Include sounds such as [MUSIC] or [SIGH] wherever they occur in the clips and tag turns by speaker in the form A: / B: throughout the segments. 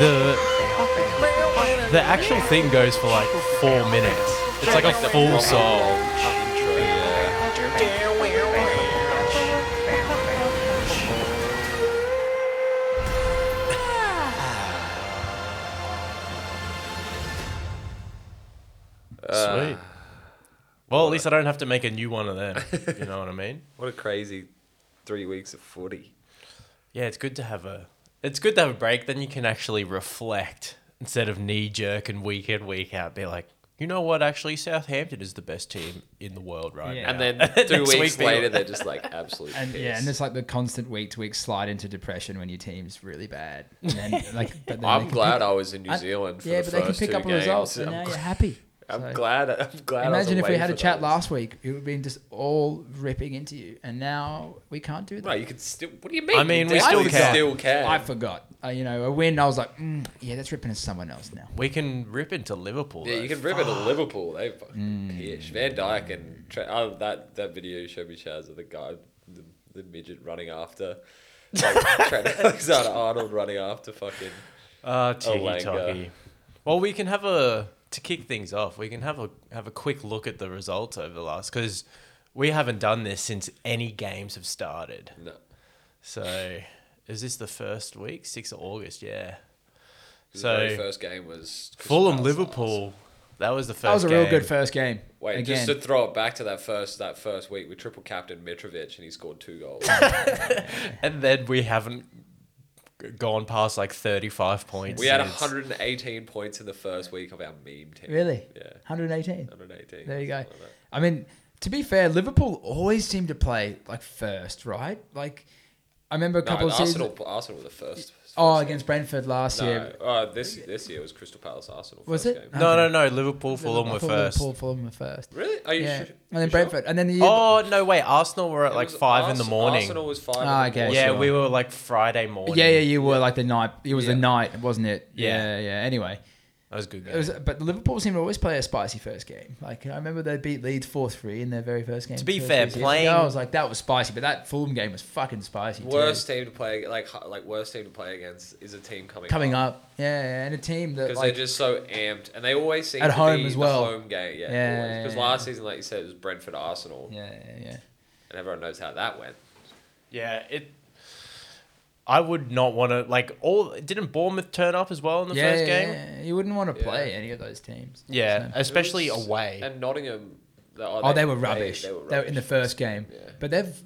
A: The the actual thing goes for like four minutes. It's like a full song. Sweet. Well, at least I don't have to make a new one of them. You know what I mean?
B: What a crazy three weeks of footy.
A: Yeah, it's good to have a it's good to have a break. Then you can actually reflect instead of knee jerk and week in week out. Be like, you know what? Actually, Southampton is the best team in the world right
C: Yeah.
A: now.
B: And [LAUGHS] then two
A: Next
B: weeks
A: week, they-
B: later, they're just like absolute.
C: And yeah, and it's like the constant week to week slide into depression when your team's really bad. And [LAUGHS] then, like, but then they
B: I'm
C: can
B: glad
C: pick-
B: I was in New Zealand for
C: yeah,
B: the
C: but they can
B: first
C: pick
B: two
C: up a
B: games.
C: result, and
B: I'm,
C: now
B: gl-
C: [LAUGHS] you're happy.
B: I'm
C: So-
B: glad. I'm glad.
C: Imagine
B: I was
C: if we
B: away
C: had a
B: for
C: chat
B: those.
C: last week, it would have been just all ripping into you, and now we can't do that.
B: No, you could still. What do you mean?
A: I mean,
B: You
A: we still
B: definitely
A: can.
B: Still can.
C: I forgot. Uh, you know, a win. I was like, mm, yeah, that's ripping to someone else now.
A: we can rip into Liverpool.
B: Yeah,
A: though.
B: you can rip it to Liverpool. They fucking
C: Mm.
B: pish. Van Dyke and Tra- oh, that that video you showed me, Chaz, of the guy, the, the midget running after.
C: [LAUGHS]
B: Like, Trent Alexander Arnold running after fucking.
A: Ah,
B: Olanga.
A: tiki taki. Well, we can have a to kick things off. We can have a have a quick look at the results over the last because we haven't done this since any games have started.
B: No.
A: So, is this the first week, sixth of August? Yeah.
B: The very
A: So
B: first game was Crystal
A: Fulham
B: Palace last.
A: Liverpool. That was the first.
C: That was a real
A: game.
C: good first game.
B: Wait, just
C: Again,
B: to throw it back to that first that first week, we triple captain Mitrovic and he scored two
C: [LAUGHS]
B: goals.
A: And then we haven't g- gone past like thirty-five points.
B: we had
A: since.
B: 118 points in the first week of our meme team.
C: really,
B: Yeah.
C: 118.
B: 118.
C: There you go.
B: something like that.
C: I mean, to be fair, Liverpool always seem to play like first, right? Like, I remember a
B: No,
C: couple of seasons.
B: Arsenal, Arsenal were the first.
C: Oh,
B: first
C: against Brentford last
B: No,
C: year.
B: uh, this this year was Crystal Palace Arsenal.
C: Was
B: first
C: it?
B: Game.
A: No, no, no. Liverpool, Fulham were
C: Liverpool,
A: first.
C: Liverpool, Fulham were first.
B: Really? Are you
C: Yeah,
B: sure?
C: and then
B: you sure?
C: Brentford, and then the year.
A: Oh no! Wait, Arsenal were at
B: It
A: like
B: was
A: five in
B: Ars-
A: the morning.
B: Arsenal was five.
C: Ah,
B: in the
C: okay.
B: morning.
A: yeah,
C: sure.
A: we were like Friday morning.
C: yeah, yeah, you were like the night. It was the
B: Yeah.
C: night, wasn't it?
A: Yeah.
C: yeah. yeah. Anyway,
A: That was a good. Game.
C: It was, but Liverpool seem to always play a spicy first game. Like I remember they beat Leeds four three in their very first game.
A: To be
C: two or
A: fair,
C: three seasons
A: playing-
C: ago. I was like that was spicy, but that Fulham game was fucking spicy. too.
B: Worst team to play like h- like worst team to play against is a team coming
C: coming up, yeah, yeah, and a team that
B: because
C: like
B: they're just so amped and they always seem
C: At
B: to
C: home
B: be
C: as
B: the
C: well.
B: home game. Yeah,
C: Yeah,
B: yeah, because
C: yeah,
B: last season, like you said, it was Brentford Arsenal,
C: yeah, yeah, yeah.
B: and everyone knows how that went.
A: Yeah, it. I would not want to like all. Didn't Bournemouth turn up as well in the
C: yeah,
A: first
C: yeah,
A: game? Yeah,
C: yeah. you wouldn't want to play
B: Yeah.
C: any of those teams. So-
B: It
A: especially
B: was-
A: away.
B: and Nottingham. Oh,
C: oh, they, were rubbish. They,
B: They, were rubbish.
C: in the first game,
B: Yeah.
C: but they've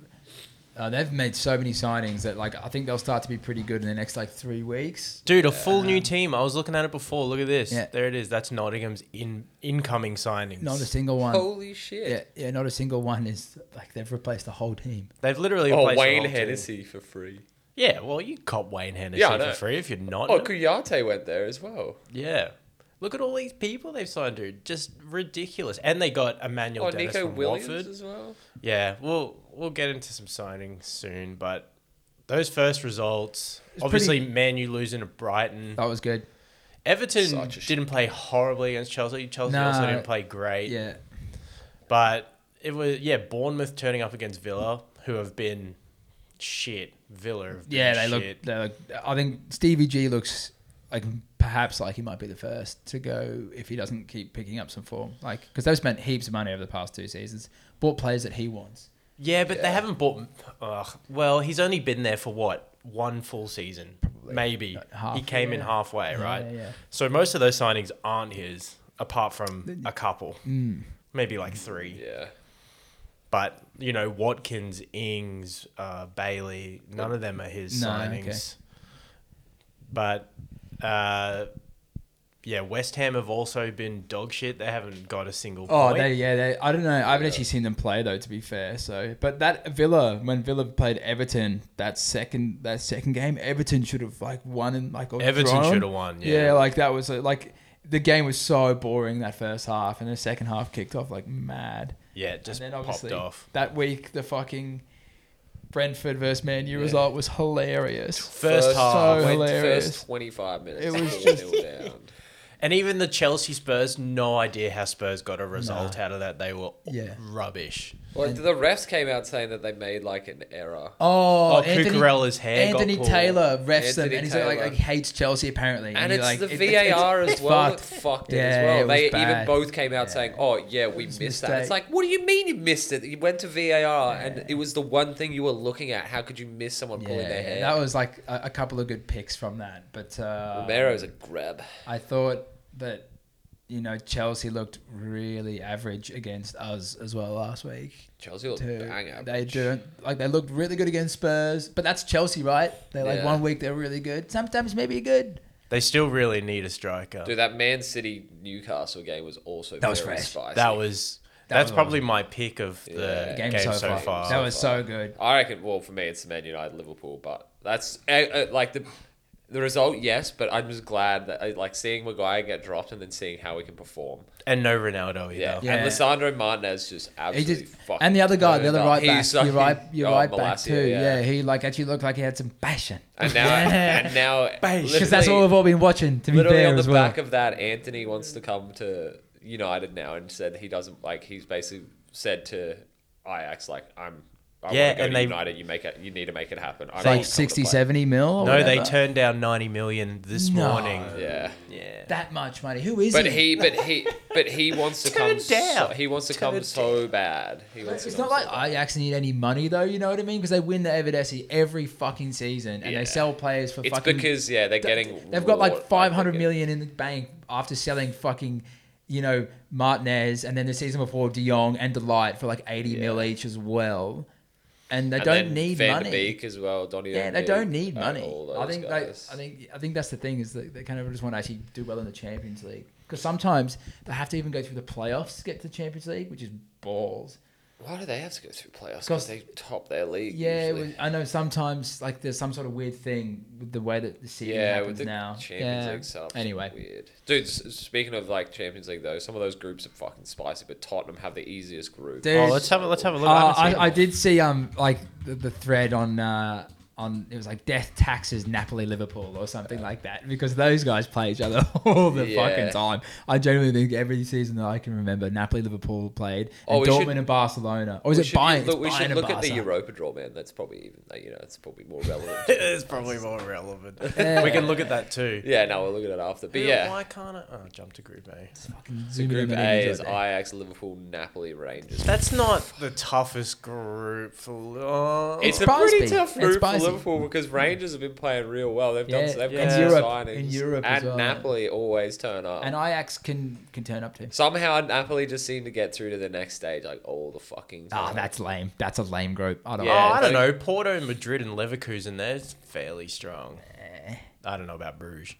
C: uh, they've made so many signings that like I think they'll start to be pretty good in the next like three weeks.
A: Dude, a full new team. I was looking at it before. Look at this.
C: Yeah.
A: There it is. That's Nottingham's in incoming signings.
C: Not a single one.
B: Holy shit!
C: yeah, yeah, not a single one is like they've replaced the whole team.
A: They've literally.
B: Oh,
A: replaced the
B: Wayne
A: whole team.
B: Hennessy for free.
A: Yeah, well, you cop Wayne Hennessy
B: Yeah, I
A: for
B: know.
A: free if you're not.
B: Oh, Kuyate went there as well.
A: yeah. Look at all these people they've signed, dude. Just ridiculous. And they got Emmanuel
B: Oh,
A: Dennis
B: Nico
A: from
B: Williams
A: Watford.
B: as well.
A: Yeah, we'll we'll get into some signings soon, but those first results, obviously, Man U losing to Brighton.
C: That was good.
A: Everton
B: Such a shit
A: didn't play horribly against Chelsea. Chelsea
C: No.
A: also didn't play great,
C: Yeah,
A: but it was yeah Bournemouth turning up against Villa, who have been shit. Villa, have been
C: Yeah, they look,
A: shit.
C: they look. I think Stevie G looks like perhaps like he might be the first to go if he doesn't keep picking up some form. Like because they've spent heaps of money over the past two seasons, bought players that he wants.
A: Yeah, but they haven't bought. Ugh, well, he's only been there for what one full season, maybe.
C: Like half,
A: he came in
C: yeah.
A: halfway,
C: Yeah,
A: right?
C: yeah, yeah.
A: So most of those signings aren't his, apart from a couple,
C: mm.
A: maybe like three.
B: Yeah.
A: But you know, Watkins, Ings, uh, Bailey, none of them are his
C: No,
A: signings. But uh, yeah, West Ham have also been dog shit. They haven't got a single
C: Oh,
A: point.
C: they yeah, they, I don't know. I haven't actually seen them play though. To be fair, so but that Villa when Villa played Everton that second that second game, Everton should have like won and like or
A: Everton
C: drawn.
A: should have won, yeah.
C: like that was uh, like the game was so boring that first half, and the second half kicked off like mad.
A: yeah, it just
C: and then
A: popped
C: obviously
A: off.
C: that week the fucking Brentford versus Man U result was hilarious.
A: First, half,
C: So-
B: went
C: hilarious.
B: First 25 minutes.
C: It
B: It
C: was
B: was just down.
A: And even the Chelsea Spurs, no idea how Spurs got a result out of that. They were
C: Yeah.
A: rubbish.
B: Well, the refs came out saying that they made like an error.
C: Oh,
A: Oh, Cucurella's hair got
C: Anthony
A: pulled.
C: Taylor refs them,
B: Anthony
C: and he's like,
B: Taylor.
C: like hates Chelsea apparently.
B: And
C: he,
B: it's
C: like,
B: the
C: it- it's- it's-
B: VAR as
C: [LAUGHS] it's
B: well.
C: fucked.
B: Fucked. fucked it
C: Yeah,
B: as well.
C: it
B: they
C: was
B: even
C: bad.
B: both came out saying, "Oh yeah, we
C: was
B: missed
C: a
B: that." It's
C: mistake.
B: like, what do you mean you missed it? You went to VAR and it was the one thing you were looking at. How could you miss someone pulling their
C: Yeah,
B: hair?
C: that was like a, a couple of good picks from that, but uh,
B: Romero's a grab.
C: I thought that you know Chelsea looked really average against us as well last week.
B: Chelsea looked
C: too.
B: bang out.
C: They didn't like they looked really good against Spurs, but that's Chelsea, right? They like
B: Yeah.
C: one week they're really good, sometimes maybe good.
A: They still really need a striker.
B: Dude, that Man City Newcastle game was also
C: That
B: very
C: was fresh.
B: spicy.
A: that was
C: That
A: that's
C: was
A: probably my pick of the
B: Yeah.
A: game, so, far.
C: That was so good.
B: I reckon. Well, for me, it's Man United Liverpool, but that's uh, uh, like the the result. Yes, but I'm just glad that uh, like seeing Maguire get dropped and then seeing how we can perform.
A: and no Ronaldo either.
B: Yeah,
A: Yeah.
C: Yeah.
B: and Lissandro Martinez just
C: He
B: absolutely
C: just,
B: fucking.
C: and the other guy, the other
B: blown up.
C: right back,
B: He's
C: your
B: like-
C: right, your
B: oh,
C: right back
B: Malacia,
C: too. Yeah. he like actually looked like he had some passion.
B: And
C: [LAUGHS]
B: now, and now,
A: Bash. 'Cause
C: because that's all we've all been watching. To be
B: literally
C: fair,
B: on the
C: as well.
B: back of that, Anthony wants to come to United now and said he doesn't like. He's basically said to Ajax like, "I'm." I
A: Yeah,
B: yeah, go
A: and
B: to
A: they-
B: United. You make it. You need to make it happen. I
C: It's
B: don't
C: like
B: want to come to
C: 60,
B: play."
C: 70 mil. Or
A: No, they
C: whatever.
A: turned down 90 million this
C: No.
A: morning.
C: [LAUGHS]
B: Yeah,
A: [LAUGHS] Yeah.
C: that much money. Who is
B: but
C: he?
B: he, but he, but he wants to
A: Turn
B: come. So,
A: down.
B: he wants to
A: Turn
B: come so bad. He wants
C: It's
B: to come
C: not
B: so
C: like
B: bad.
C: I actually need any money though. You know what I mean? Because they win the Everdesi every fucking season, and
B: Yeah.
C: they sell players for
B: It's
C: fucking.
B: because yeah, they're getting.
C: they've got
B: reward-
C: like
B: I
C: five hundred
B: think it-
C: million in the bank after selling fucking, you know, Martinez, and then the season before De Jong and Delight for like eighty mil each as well, and they
B: and
C: don't
B: then
C: need
B: Van
C: money.
B: de Beek as well. Donny
C: Yeah,
B: van
C: they
B: Beek,
C: don't need
B: uh,
C: money.
B: all
C: I
B: those
C: think they, I
B: guys.
C: think I think that's the thing is that they kind of just want to actually do well in the Champions League because sometimes they have to even go through the playoffs to get to the Champions League, which is balls.
B: Why do they have to go through playoffs? Because
C: Because-
B: they top their league.
C: Yeah, it
B: usually.
C: was, I know sometimes like there's some sort of weird thing with the way that the season
B: yeah,
C: happens
B: with the
C: now.
B: Champions
C: yeah.
B: League setup.
C: Anyway,
B: weird, dude. s- Speaking of like Champions League though, some of those groups are fucking spicy. But Tottenham have the easiest group.
C: Dude.
A: Oh, let's have a, let's have a look. haven't
C: Uh,
A: seen
C: I, I
A: them.
C: did see um like the, the thread on uh, on it was like death taxes Napoli Liverpool or something like that because those guys play each other [LAUGHS] all the
B: Yeah.
C: fucking time. I genuinely think every season that I can remember Napoli Liverpool played and
B: Oh, we
C: Dortmund
B: should-
C: and Barcelona or was
B: we
C: Oh, it
B: should look,
C: Bayern? It's
B: we
C: Bayern
B: should
C: and
B: look at the
C: Barca.
B: Europa draw, man. That's probably even you know it's probably more relevant.
A: It
C: [LAUGHS]
A: is probably more relevant.
B: [LAUGHS]
A: We can look at that too.
B: yeah, no, we'll look at it after. But
A: Who-
B: yeah,
A: Why can't I? Oh, jump to Group A.
C: It's fucking zooming
B: Group
C: in
B: A
C: and
B: is
C: out there.
B: Ajax, Liverpool, Napoli, Rangers.
A: That's not the toughest group for. Oh.
B: It's,
C: It's
B: a pretty
C: spicy.
B: tough
C: It's
B: group for
C: spicy.
B: Liverpool because Rangers have been playing real well. They've
C: Yeah,
B: done they've
A: in
B: got some
C: Europe-
B: signings.
C: in Europe as
B: and
C: well, yeah.
B: Napoli always turn up.
C: and Ajax can can turn up too.
B: Somehow Napoli just seem to get through to the next stage like all the fucking
C: Ah,
B: time.
C: that's lame. That's a lame group. I don't.
A: oh,
B: Yeah,
A: I don't
B: like-
A: know. Porto, Madrid, and Leverkusen, they're fairly strong. I don't know
B: [SIGHS]
A: about Bruges.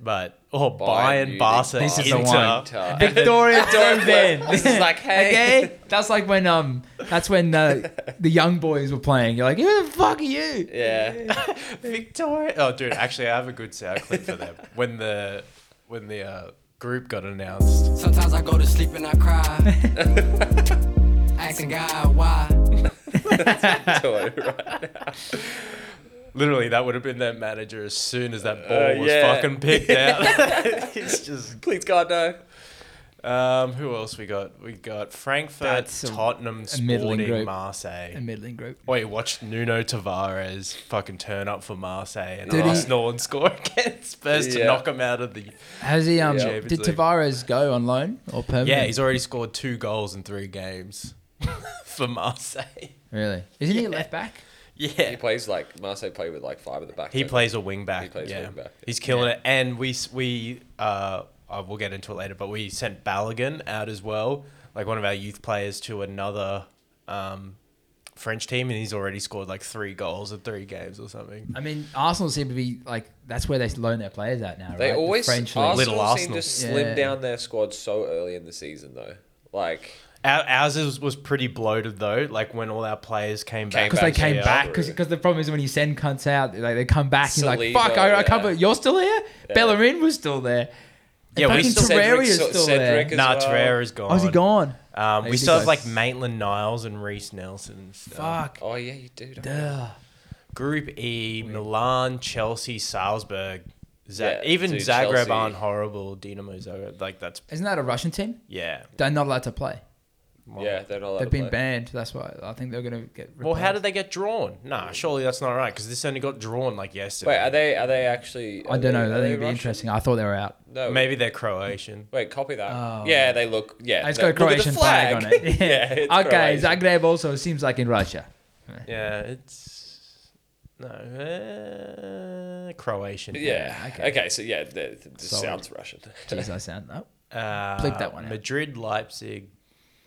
A: But, oh, Bayern,
B: Bayern,
A: Barca,
B: Munich,
C: This is the
A: Inter.
B: [LAUGHS]
C: one. [LAUGHS]
B: Inter.
C: Victoria Dortmund.
B: This is like, hey.
C: okay, [LAUGHS] that's like when um, that's when uh, the young boys were playing. You're like, who the fuck are you?
B: [LAUGHS] Yeah. [LAUGHS]
A: Victoria. [LAUGHS] Oh, dude, actually, I have a good sound clip for
C: [LAUGHS]
A: them. When the, when the uh, group got announced.
D: Sometimes I go to sleep and I cry.
B: [LAUGHS]
D: Asking God why.
B: Toy, right.
A: Literally, that would have been their manager as soon as that ball
B: Uh,
A: was
B: yeah.
A: fucking
C: [LAUGHS]
A: picked out. it's just
B: Please God no.
A: Um, who else we got? We got Frankfurt,
C: That's a-
A: Tottenham,
C: a middling
A: Sporting,
C: group.
A: Marseille.
C: A middling group.
A: Wait, watch Nuno Tavares fucking turn up for Marseille and
C: Did he-
A: Arsenal and score [LAUGHS] against Spurs to
B: Yeah.
A: knock him out of the.
C: How's he? Um,
A: Yeah.
C: did Tavares go on loan or permanent?
A: Yeah, he's already scored two goals in three games [LAUGHS] for Marseille. [LAUGHS]
C: really. Isn't he a left back?
B: He
A: Yeah,
B: plays like Marseille play with like five at the back.
A: he
B: don't
A: plays a wing back.
B: He plays
A: yeah.
B: wing back.
A: He's killing it, and we s- we uh, uh, we'll get into it later, but we sent Balogun out as well, like one of our youth players to another. Um, French team, and he's already scored like three goals in three games or something.
C: I mean, Arsenal seem to be like that's where they loan their players out now.
B: They
C: right? The
B: always
C: French
B: Arsenal
C: league.
A: Little
B: seem
A: Arsenal.
B: to slim
C: Yeah.
B: down their squad so early in the season though. Like
A: Our, ours is, was pretty bloated though. Like when all our players came back,
B: Came
C: Because they came
A: yeah.
C: back, because the problem is when you send cunts out, like they come back, you're like,
B: Saliba,
C: "Fuck, I, I can't
B: yeah.
C: believe you're still here." Bellerin was still there.
A: Yeah, we
C: fucking
A: still-
C: Torreira's
B: Cedric-
C: still
B: Cedric as
C: there.
A: Nah,
B: well.
A: Torreira's gone.
C: Oh, is he gone?
A: Um, we
C: He's
A: still have
C: gone.
A: like Maitland Niles and Reese Nelson. and stuff.
C: Fuck.
B: Oh yeah, you do. don't you?
C: Duh.
A: Group E: Milan, Chelsea, Salzburg. Za-
B: Yeah,
A: even
B: dude,
A: Zagreb
B: Chelsea-
A: aren't horrible. Dinamo Zagreb, like that's
C: Isn't that a Russian team?
A: yeah.
C: They're not allowed to play.
A: Well,
B: yeah, they're not. allowed
C: They've
B: to
C: been
B: play.
C: banned. That's why I think they're going to get.
A: Well, how
C: replaced.
A: did they get drawn? Nah, surely that's not right because this only got drawn like yesterday.
B: Wait, are they? Are they actually?
C: I
B: are
C: don't
B: they-
C: know.
B: are
C: That
B: they
C: would be
B: Russian?
C: interesting. I thought they were out.
B: No,
A: Maybe they're Croatian.
B: Wait, copy that.
C: Oh.
B: Yeah, they look. Yeah,
C: It's
B: they-
C: got a
B: look at the
C: Croatian flag. on it.
B: [LAUGHS] yeah,
C: [LAUGHS]
B: it's
C: okay,
B: Croatian.
C: Zagreb also seems like in Russia.
A: Yeah, it's no uh, Croatian.
B: Yeah.
C: Yeah, okay.
B: Okay. So yeah, that that just
C: Solid.
B: sounds Russian.
C: Jeez, I sound. Oh,
A: Uh,
C: Bleep that one out.
A: Madrid, Leipzig,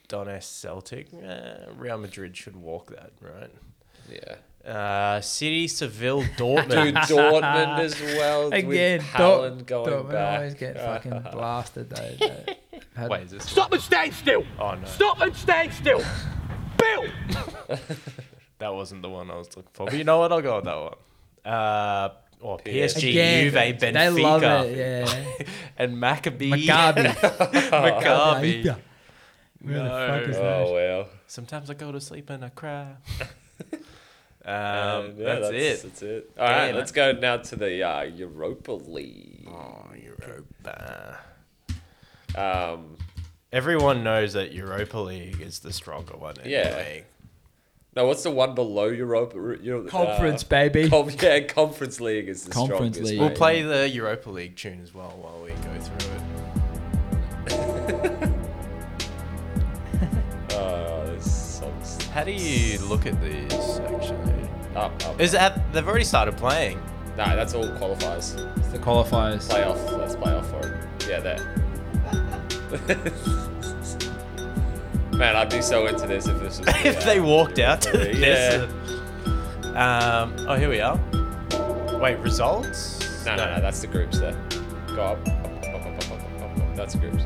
A: Donetsk, Celtic. Uh, Real Madrid should walk that, right?
C: [LAUGHS]
B: Yeah.
A: Uh, City, Seville,
B: Dude,
A: Dortmund.
B: Dortmund as well.
C: again,
B: Again, with
C: Dort-
B: Haaland going
C: Dortmund
B: back. [LAUGHS]
C: always get fucking blasted though. though. Had-
A: Wait, is this?
E: Stop and stand still.
A: Oh no,
E: Stop and stand
A: [LAUGHS]
E: still. Bill.
A: that wasn't the one I was looking for. But you know what? I'll go with that one. Uh, or PSG,
C: Again,
A: Juve, Benfica,
C: They love it. Yeah.
A: [LAUGHS] and Maccabi. [LAUGHS] Oh,
C: Maccabi.
A: Maccabi.
C: Haifa. Where the fuck is
A: No.
C: that?
B: Oh well.
A: Sometimes I go to sleep and I cry. um,
B: Um, yeah, that's,
A: that's, it.
B: That's it. All right,
A: Damn.
B: let's go now to the uh, Europa League.
A: Oh, Europa.
B: Um,
A: Uh, Everyone knows that Europa League is the stronger one.
B: Yeah.
A: Anyway.
B: no, what's the one below Europa? Euro,
C: Conference,
B: uh, [LAUGHS]
C: baby.
B: com- yeah, Conference League is the
C: Conference
B: strongest.
C: League.
A: We'll
C: Yeah.
A: play the Europa League tune as well while we go through it.
B: Oh, this song's
A: How do you look at these actually?
B: up, up.
A: Is that they've already started playing? [LAUGHS]
B: Nah, that's all qualifiers.
C: It's the qualifiers.
B: Playoff. Let's play off for it. Yeah, there. [LAUGHS] Man, I'd be so into this if this was. the,
A: [LAUGHS] if they
B: uh,
A: walked out to
B: Europa League.
A: this. Um, oh, here we are. Wait, results?
B: No, no, no, that's the groups there. Go up. up, up, up, up, up, up, up, up. That's the groups.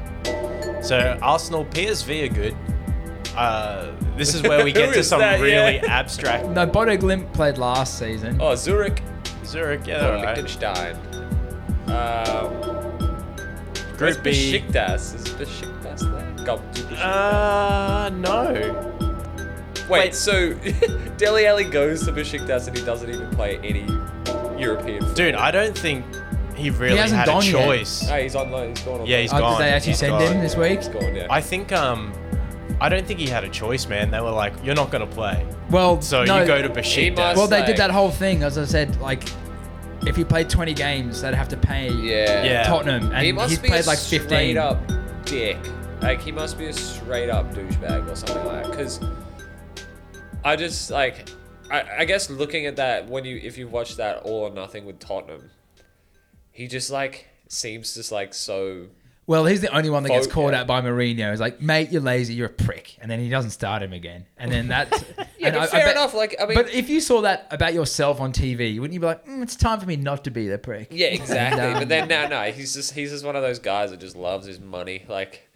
A: So Arsenal, PSV are good. Uh, this
B: [LAUGHS]
A: is where we get
B: Who
A: to
B: is
A: some
B: that?
A: really
B: Yeah. [LAUGHS]
A: abstract.
C: No, Bodo Glimp played last season.
B: Oh, Zurich.
A: Zurich, yeah,
B: Oh,
A: they're all right.
B: Liechtenstein. Um, where's
A: Group B.
B: Besiktas. Is Besiktas there? Go up to Besiktas.
A: Uh, no.
B: wait,
A: wait.
B: so [LAUGHS] Deli Ali goes to Besiktas and he doesn't even play any European football.
A: Dude, I don't think he really
C: hasn't
A: had a
C: gone yet.
A: choice.
B: No, he's on loan. He's gone on
A: Yeah,
B: loan.
A: he's
C: Oh,
A: gone.
C: did they actually
A: He's
C: send
A: gone.
C: him this week?
B: He's gone, yeah.
A: I think um, I don't think he had a choice, man. They were like, "You're not gonna play,"
C: Well,
A: so
C: no,
A: you go to
B: He
A: Besiktas.
B: must-
C: Well, they
B: like-
C: did that whole thing, as I said. Like, if he played 20 games, they'd have to pay
B: yeah.
A: Yeah.
C: Tottenum, and
B: he must
C: he's
B: be
C: played
B: a
C: like 15.
B: straight up dick. Like he must be a straight up douchebag or something like that. Because I just like, I, I guess looking at that when you if you watch that all or nothing with Tottenham, he just like seems just like so.
C: Well, he's the only one that gets
B: Vote,
C: called
B: yeah.
C: out by Mourinho. He's like, mate, you're lazy, you're a prick, and then he doesn't start him again. And then that's
B: [LAUGHS] Yeah,
C: and
B: but fair enough, like, I mean-
C: but if you saw that about yourself on TV, wouldn't you be like, mm, it's time for me not to be the prick?
B: Yeah,
A: [LAUGHS]
B: exactly.
C: And, um,
B: but then no, no, he's just he's just one of those guys that just loves his money, like,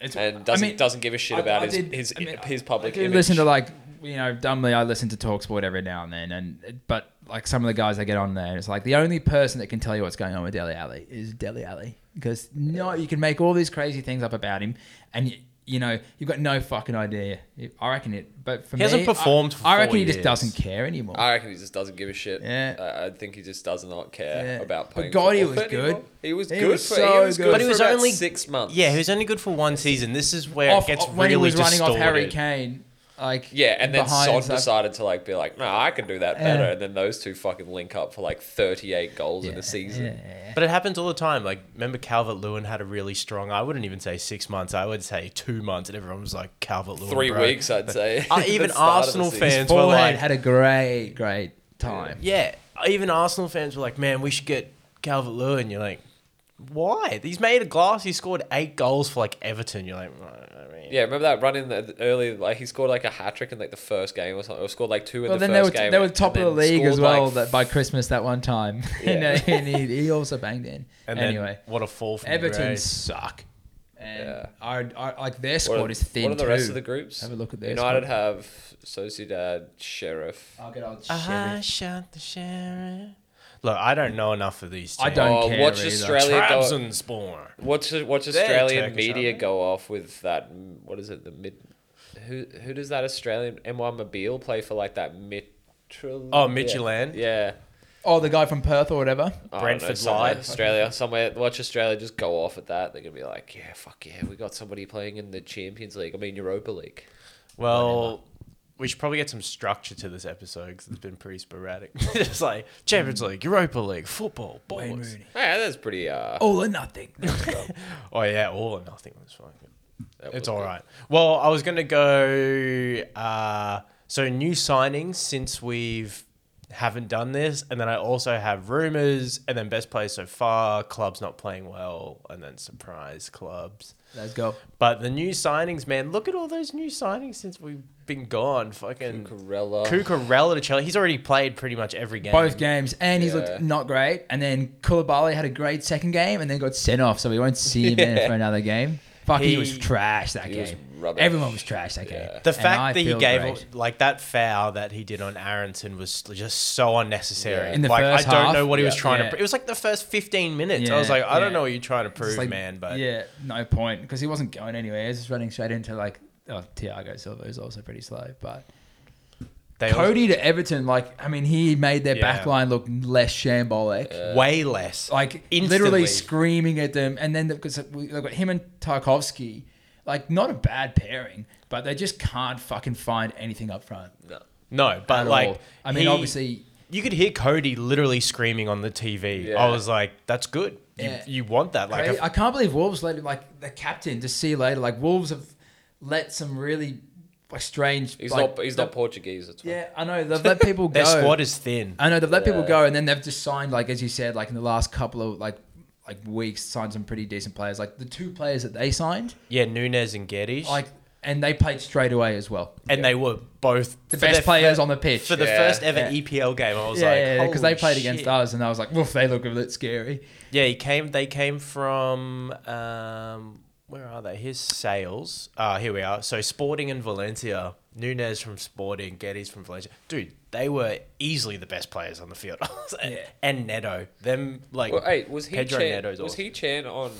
C: It's-
B: and doesn't
C: I mean,
B: doesn't give a shit
C: I-
B: about
C: I
B: his
C: did-
B: his
C: I mean,
B: his public
C: I do
B: image.
C: listen to like you know dumbly i listen to talksport every now and then and but like some of the guys i get on there and it's like the only person that can tell you what's going on with Deli Alley is Deli Alley because no you can make all these crazy things up about him and you, you know you've got no fucking idea i reckon it but for
A: He
C: me
A: hasn't performed
C: I,
A: for
C: I reckon
A: four
C: he just
A: years. Uh,
C: doesn't care anymore
B: I reckon he just doesn't give a shit.
C: Yeah.
B: I, I think he just does not care
C: Yeah.
B: about
C: But
B: playing.
C: God, he
B: football
C: was
B: anymore.
C: good.
B: He was
C: He
B: good.
C: was
B: for,
C: so
B: he was
C: good.
B: good.
C: But
B: But
C: he
B: he
A: was
B: was about
A: only-
B: six months.
A: Yeah, he was only good for one season. This is where
C: Off-
A: it gets
C: off-
A: really
C: when he was running
A: distorted.
C: off harry kane like
B: Yeah, and then
C: behind
B: Son
C: stuff.
B: decided to like be like, no, I can do that better.
C: Yeah.
B: And then those two fucking link up for like thirty-eight goals in
C: Yeah,
B: a season.
C: yeah, yeah, yeah.
A: But it happens all the time. Like, remember Calvert Lewin had a really strong. I wouldn't even say six months. I would say two months, and everyone was like Calvert Lewin.
B: Three weeks, I'd say. [LAUGHS]
A: Uh,
B: at the start
A: even
B: of the
A: Arsenal
B: season.
A: fans were
C: Forlan
A: like,
C: had a great great time
A: yeah. Even Arsenal fans were like, man, we should get Calvert Lewin. You're like, why? He's made a glass. He scored eight goals for like Everton. You're like, "Well, I mean,
B: Yeah, remember that run in the early? Like he scored like a hat trick in like the first game or something. Or scored like two in
C: Well,
B: the
C: then they were,
B: first game.
C: they were
B: and
C: top of the
B: then
C: league as
B: scored, like,
C: well that by Christmas that one time. [LAUGHS] and,
B: Yeah.
C: uh, and he, he also banged in.
A: And then
C: anyway,
A: what a fall from
C: Everton
A: Everton.
C: suck. And
B: Yeah.
C: our, our, like their
B: What
C: squad
B: are-
C: is thin.
B: What are the rest
C: too.
B: of the groups?
C: Have a look at their
B: United
C: squad.
B: have Sociedad, Sheriff.
C: I'll get old
A: I
C: shit.
A: shot the sheriff. Look, I don't know enough of these.
C: I
A: teams.
C: don't
B: Oh,
C: care.
B: watch
C: either.
B: Australia-
A: Trabzonspor.
B: What's what's
A: They're
B: Australian
A: Turkish,
B: media
A: aren't they?
B: go off with that? m- What is it? The mid. Who who does that Australian M1 Mobile play for? Like that Mitchell.
A: Oh, Midtjylland?
B: Yeah.
C: Oh, the guy from Perth or whatever.
B: I don't know,
A: Brentford
B: somewhere,
A: Live.
B: Australia, somewhere. Watch Australia just go off at that. They're gonna be like, yeah, fuck yeah, we got somebody playing in the Champions League. I mean Europa League.
A: Well, we should probably get some structure to this episode because it's been pretty sporadic. [LAUGHS] it's like Champions League, Europa League, football,
C: Wayne
A: balls.
C: Rooney.
B: Yeah, that's pretty. Uh,
C: All
B: [LAUGHS]
C: or nothing.
A: Oh yeah, all or nothing was fine.
B: that was
A: It's all
B: good.
A: right. Well, I was gonna go. Uh, so new signings since we've haven't done this, and then I also have rumors, and then best players so far, clubs not playing well, and then surprise clubs.
C: Let's go.
A: But the new signings, man, look at all those new signings since we've been gone. Fucking
B: Cucurella.
A: Cucurella to Chelsea. He's already played pretty much every game.
C: Both games, and he's
B: Yeah.
C: looked not great. And then Koulibaly had a great second game, and then got sent off, so we won't see
B: [LAUGHS]
C: him in for another game. Fuck, he,
A: He-
C: was trash that
B: he was
C: game.
B: rubbish.
C: Everyone was trash that game.
B: Yeah.
A: The
C: And I
A: fact that he
C: feel
A: gave
C: great.
A: like that foul that he did on Aronson was just so unnecessary.
B: Yeah.
C: In the
A: like
C: first
A: I don't
C: half?
A: know what he was
B: Yeah.
A: trying
C: Yeah.
A: to. Pr- it was like the first fifteen minutes. I
C: Yeah,
A: was like, I don't
C: yeah.
A: know what you're trying to prove,
C: It's like-
A: man. But
C: yeah, no point because he wasn't going anywhere. He was just running straight into like oh, Thiago Silva is also pretty slow, but
A: they
C: Cody to Everton, like I mean, he made their
A: Yeah.
C: back line look less shambolic.
A: was way less.
C: Like
A: Instantly.
C: literally screaming at them, and then because we they've got him and Tarkovsky, like not a bad pairing, but they just can't fucking find anything up front.
A: no,
C: at
A: but Uh, like
C: all. I mean,
A: he-
C: obviously,
A: you could hear Cody literally screaming on the TV.
B: Yeah.
A: I was like, that's good. You,
C: Yeah.
A: you want that? Like,
C: Crazy.
A: a-
C: I can't believe Wolves let him like the captain to see you later. Like Wolves have let some really like, strange.
B: He's
C: like,
B: not. He's
C: the-
B: not Portuguese. That's why. [LAUGHS]
C: Yeah, I know they've let people go. Uh,
A: their squad is thin.
C: I know they've let people
B: Yeah.
C: go, and then they've just signed like as you said, like in the last couple of like like weeks, signed some pretty decent players. Like the two players that they signed,
A: yeah, Nunez and Geddes.
C: like and they played straight away as well.
A: and they were both
C: The
A: for
C: best
A: their
C: players
A: fir-
C: on the pitch.
A: for the
B: Yeah.
A: first ever
C: Yeah.
A: EPL game. I was
C: yeah,
A: like,
C: yeah, because they
A: "Holy
C: played against
A: shit."
C: us, and I was like, woof, they look a bit scary.
A: Yeah, he came. They came from um, where are they? Here's sales. Ah, here we are. So Sporting and Valencia. Nunez from Sporting, Geddes from Valencia. Dude, they were easily the best players on the field. [LAUGHS] and,
C: Yeah.
A: and Neto, them like.
B: Well, hey, was he
A: Pedro
B: Chan? Was
A: Neto's awesome.
B: he Chan on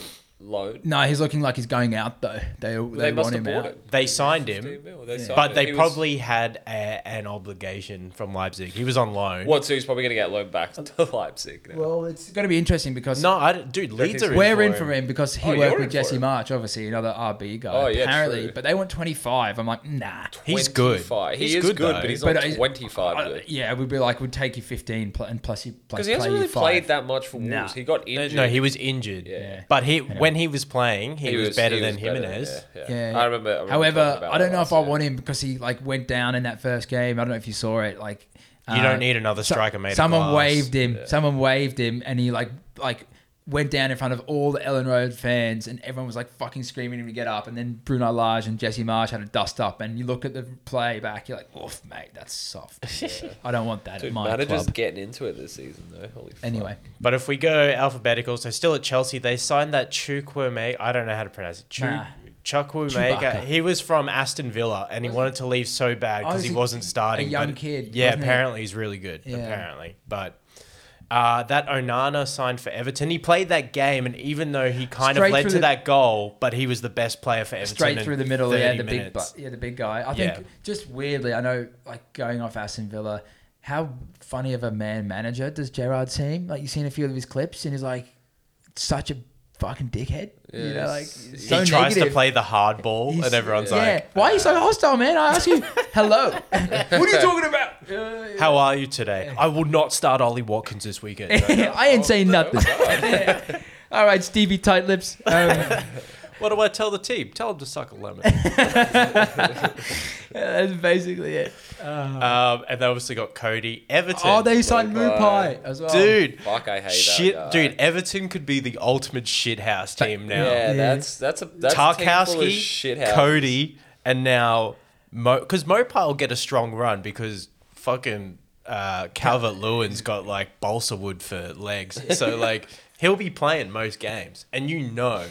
B: loan?
C: No, he's looking like he's going out though. They they,
B: They must
C: want
B: have
C: him
B: bought
C: out.
B: him.
A: They signed him,
B: 15 mil, they signed
A: But
B: him.
A: they
B: He was-
A: probably had a, an obligation from Leipzig. He was on loan.
B: What? So he's probably gonna get loaned back to [LAUGHS] Leipzig. Now.
C: Well, it's going to be interesting because
A: No, I, don't- dude, Leeds are
C: We're in
A: for
C: for him because
B: Oh,
C: he worked
B: you're
C: with
B: in for
C: Jesse
B: him.
C: March, obviously another RB guy.
B: Oh, yeah,
C: apparently,
B: true.
C: but they want 25. I'm like, nah.
A: He's good.
B: 25. He
A: He's
B: is
A: good,
B: good,
A: though.
B: but he's
C: But
B: not
C: he's-
B: twenty five.
C: Uh, yeah, we'd be like, we'd take you 15 pl- and plus you
B: Because
C: plus
B: he hasn't
C: play you
B: really
C: five.
B: played that much for Wolves.
C: Nah.
B: He got injured.
A: No, he was injured.
B: Yeah.
A: But he when he was playing, he,
B: He
A: was, better
B: he
A: than
B: better,
A: Jimenez.
B: yeah, yeah.
C: Yeah.
B: I remember. I remember talking
C: However,
B: about
C: I don't
B: that
C: know if I
B: last year.
C: want him because he like went down in that first game. I don't know if you saw it. Like, uh,
A: You don't need another striker made of
C: Someone
A: glass.
C: waved him. Someone waved him, and he like like went down in front of all the Ellen Road fans, and everyone was like fucking screaming him to get up. And then Bruno Lage and Jesse Marsh had a dust up, and you look at the play back, you're like, oof, mate,
B: [LAUGHS]
C: that's soft. I don't want that at
B: Dude,
C: my
B: managers
C: club.
B: getting into it this season though. Holy fuck.
C: Anyway,
A: But if we go alphabetical, so still at Chelsea, they signed that Chukwuemeka. I don't know how to pronounce it. Chu,
C: Nah.
A: Chukwuemeka.
C: Chewbacca.
A: He was from Aston Villa, and he wanted to leave so bad
C: Oh,
A: because
C: is
A: he
C: he
A: wasn't starting.
C: a young
A: but-
C: kid,
A: Yeah,
C: wasn't he?
A: apparently he's really good.
C: Yeah.
A: Apparently, but. Uh, that Onana signed for Everton. He played that game, and even though he kind
C: Straight
A: of led
C: through
A: to
C: the-
A: that goal, but he was the best player for Everton.
C: straight
A: in
C: through the middle. Yeah,
A: 30
C: the big,
A: minutes.
C: bu- yeah, the big guy. I think
A: Yeah.
C: just weirdly, I know like going off Aston Villa, how funny of a man manager does Gerard seem? Like you've seen a few of his clips, and he's like such a fucking dickhead. you know,
B: Yes.
C: like
B: He
C: so
A: he tries
C: negative.
A: to play the hard ball,
C: He's-
A: and everyone's
C: yeah.
A: like, "Ah."
C: why are you so hostile, man? I ask you,
A: [LAUGHS]
C: hello. what are you talking about?
A: How are you today? I will not start Ollie Watkins this
C: [LAUGHS]
A: weekend.
C: I ain't saying nothing. [LAUGHS] All right, Stevie tight lips. Um, [LAUGHS]
A: what do I tell the team? Tell them to suck a lemon.
C: yeah, that's basically it.
A: um, and they obviously got Cody Everton. Oh,
C: Oh, they signed
B: Lupai.
C: Mupai as well.
A: dude.
B: Oh, Fuck, I hate that
A: shit,
B: guy.
A: dude. Everton could be the ultimate shithouse team now.
B: Yeah,
A: Yeah.
B: that's that's a that's a team full of shit
A: Tarkowski,
B: houses.
A: Cody, and now Mo. Because Mopar will get a strong run because fucking uh, Calvert Lewin's got like balsa wood for legs, so like he'll be playing most games, and you know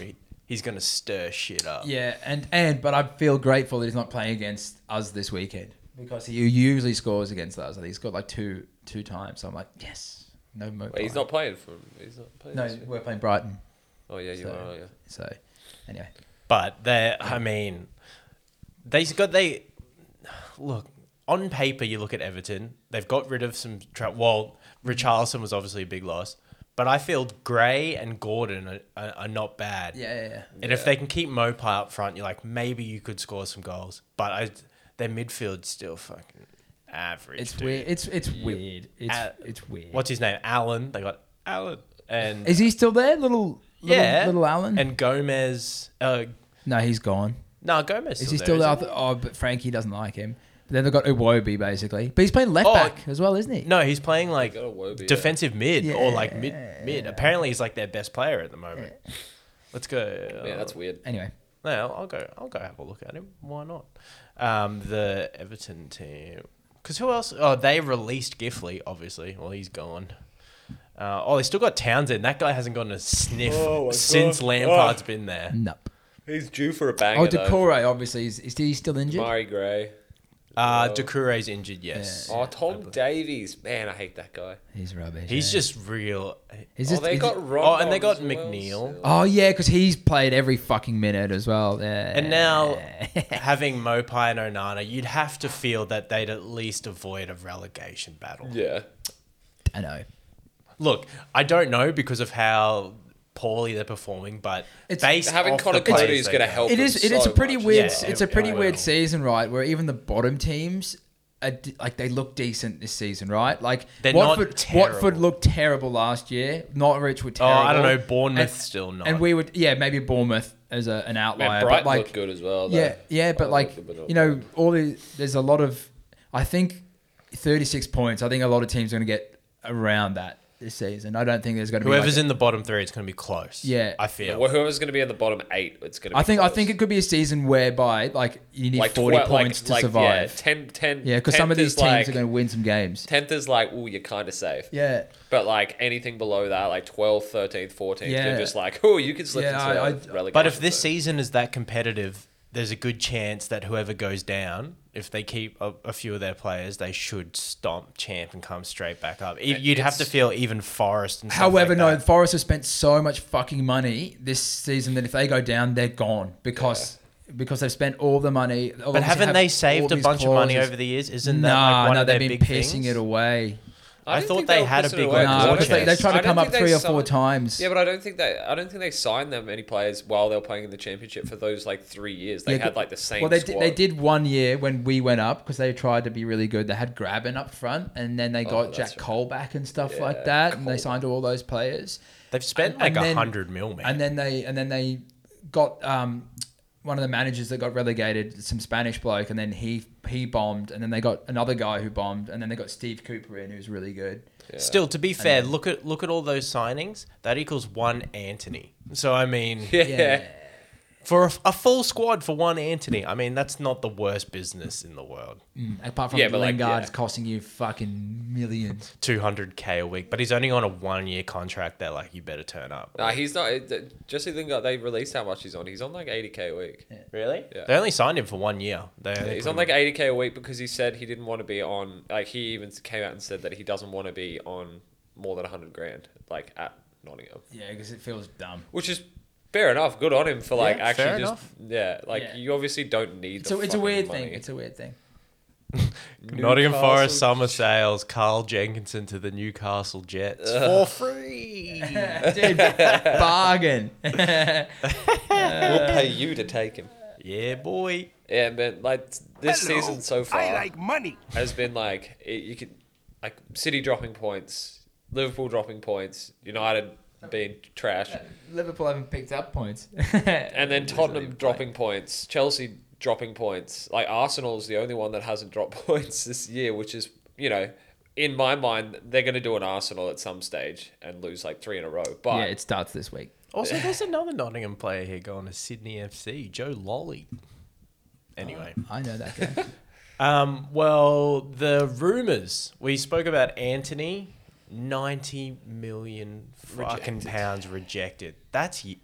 A: he's gonna stir shit up.
C: Yeah, and and but I feel grateful that he's not playing against us this weekend because he usually scores against us. I think he scored like two two times. So I'm like, yes, no Mupai.
B: Wait, he's not playing for. He's not playing.
C: No,
B: this year.
C: we're playing Brighton.
B: Oh yeah, you
C: So,
B: are. Yeah.
C: so anyway,
A: But they, I mean, they got they look. on paper, you look at Everton, they've got rid of some. Tra- well, Richarlison was obviously a big loss, but I feel Gray and Gordon are, are, are not bad.
C: Yeah, yeah, yeah.
A: And if they can keep Mopai up front, you're like maybe you could score some goals. But I, their midfield's still fucking average.
C: It's
A: dude.
C: weird. It's it's weird. It's
A: Uh,
C: it's weird.
A: What's his name? Allen. They got Allen and
C: is he still there? Little, little
A: yeah,
C: little Alan.
A: and Gomez. Uh,
C: no, he's gone.
A: no, Gomez.
C: Is he
A: there,
C: still there? I
A: isn't
C: th- Oh, but Frankie doesn't like him. But then they've got Uwobi basically, but he's playing left
A: Oh,
C: back as well, isn't he?
A: No, he's playing like
B: got a Wobie,
A: defensive mid or like
C: Yeah.
A: mid mid. Apparently, he's like their best player at the moment. Let's go.
B: Yeah, that's weird.
C: Anyway,
A: No, I'll- I'll go. I'll go have a look at him. Why not? Um, the Everton team. Because who else? Oh, they released Gifley, obviously. Well, he's gone. Uh, oh, they still got Townsend. That guy hasn't gotten a sniff
B: Oh, my
A: since
B: God. Oh. Mm.
A: Lampard's been there. Uh,
C: nope.
B: He's due for a banger.
C: Oh,
B: though.
C: Decore obviously is, is he still injured?
B: Mari Gray.
A: Uh,
B: Oh.
A: Doucoure's injured, yes.
B: Oh, Tom Davies. Man, I hate that guy.
C: He's rubbish.
A: He's
C: yeah.
A: just real.
C: Is
B: Oh,
C: this-
B: they
C: is
B: got
C: it-
B: Ron.
A: Oh, and they got McNeil.
C: Oh yeah, because he's played every fucking minute as well. Yeah.
A: And now, having Mopai and Onana, you'd have to feel that they'd at least avoid a relegation battle.
B: Yeah.
C: [LAUGHS] I know.
A: Look, I don't know because of how poorly they're performing, but
C: It's-
A: based
B: Having
A: off
B: Connor
A: the players
B: Cody is
A: they
B: going to
A: got-
B: help.
C: It
B: them
C: is. It is
B: so
C: a pretty
B: much.
C: weird.
A: Yeah,
C: it's a
A: it-
C: pretty
A: it
C: weird
A: will.
C: season, right? Where even the bottom teams, are, d- like they look decent this season, right? Like
A: They're not
C: Watford.
A: terrible.
C: Watford looked terrible last year. Norwich were
A: Oh,
C: terrible.
A: I don't know. Bournemouth
C: And-
A: still not.
C: And we would, yeah, maybe Bournemouth as a, an outlier,
B: Man,
C: Oh, but
B: Brighton
C: like,
B: looked good as well. though.
C: yeah, yeah, but
B: Brighton
C: like,
B: looked good, oh, but uh,
C: you
B: not-
C: know, all the there's a lot of, I think, 36 points. I think a lot of teams are going to get around that this season. I don't think there's going to be like,
A: whoever's in the bottom three, it's going to be close.
C: Yeah.
A: I feel.
B: Well, whoever's going to be in the bottom eight, it's going to.
C: I think I think it could be a season whereby like you need
B: like
C: 40
B: twe- like-
C: points to
B: like,
C: survive.
B: Yeah, 10, 10
C: Yeah, because some of
B: 10th
C: these
B: is
C: teams
B: like-
C: are going to win some games.
B: Tenth is like, ooh, you're kind of safe.
C: Yeah,
B: But like anything below that, like 12th, 13th, 14th,
C: Yeah.
B: you're just like, oh, you could slip
C: Yeah,
B: into
C: I-
B: a
C: I-
B: relegation.
A: but if this
B: zone.
A: season is that competitive, there's a good chance that whoever goes down, if they keep a, a few of their players, they should stomp champ and come straight back up. E- You'd have to feel even Forest. And stuff
C: However,
A: like
C: no,
A: that.
C: Forest have spent so much fucking money this season that if they go down, they're gone because because they've spent all the money.
A: But haven't they saved a bunch of money over the years? Isn't
C: No,
A: that like one
C: no,
A: of their
C: they've been
A: big
C: pissing
A: things?
C: it away.
A: I
B: didn't
A: thought
B: think
A: they
B: were
A: had a
B: pissing
A: big
B: it away,
A: No,
B: 'cause I
A: because
B: don't
A: they-
B: think-
A: they
C: tried to
B: I don't
C: come up
B: think they
C: three or four
B: signed-
C: times.
B: Yeah, but I don't think they. I don't think they signed that many players while they were playing in the championship for those like three years. They
C: Yeah,
B: had like the same.
C: Well, they
B: squad. [LAUGHS]
C: did, they did one year when we went up because they tried to be really good. They had Graben up front, and then they got
B: Oh, that's
C: Jack
B: right.
C: Cole back and stuff like
B: Yeah,
C: that, and they
B: Cole.
C: signed all those players.
A: They've spent
C: And- and
A: like
C: then-
A: a hundred mil, man.
C: And then they and then they got um, one of the managers that got relegated, some Spanish bloke, and then he he bombed, and then they got another guy who bombed, and then they got Steve Cooper in, who's
B: [LAUGHS]
C: really good.
A: Still, to be fair, look at look at all those signings. That equals one Anthony. So I mean,
B: Yeah.
C: Yeah.
A: for a, a full squad for one Anthony, I mean that's not the worst business in the world.
C: Apart from
B: Yeah, but, like,
C: Lingard,
B: yeah.
C: it's costing you fucking millions.
A: Two hundred k a week, but he's only on a one year contract. They're like, you better turn up.
B: Nah, he's not. it- Jesse Lingard. They released how much he's on. He's on like 80k a week.
A: Really?
B: Yeah.
A: They only signed him for one year. They only
B: He's
A: put
B: on
A: him-
B: like 80k a week because he said he didn't want to be on. Like he even came out and said that he doesn't want to be on more than 100 grand, like at Nottingham,
C: Yeah, because it feels dumb.
B: which is fair enough. Good on him for like
A: Yeah, fair
B: actually just
A: enough.
B: yeah. Like
C: Yeah.
B: you obviously don't need. The
C: So it's a
B: fucking
C: weird
B: money.
C: thing. It's a weird thing.
A: Nottingham
B: Newcastle-
A: Forest summer sales. Carl Jenkinson to the Newcastle Jets [LAUGHS] for free.
C: Dude, bargain.
B: we'll pay you to take him.
A: yeah, boy.
B: Yeah, man. Like this season so far
E: I like money.
B: has been like it, you could like City dropping points, Liverpool dropping points, United being trash,
C: [LAUGHS] Liverpool haven't picked up points.
B: and then Tottenham dropping points, Chelsea dropping points. Like Arsenal's the only one that hasn't dropped [LAUGHS] points this year, which is you know. In my mind, they're going to do an Arsenal at some stage and lose like three in a row. But
C: Yeah, it starts this week.
A: Also, there's another Nottingham player here going to Sydney FC, Joe Lolly. Anyway,
C: I know that guy.
A: um, well, the rumors we spoke about Anthony, ninety million fucking pounds rejected. That's y-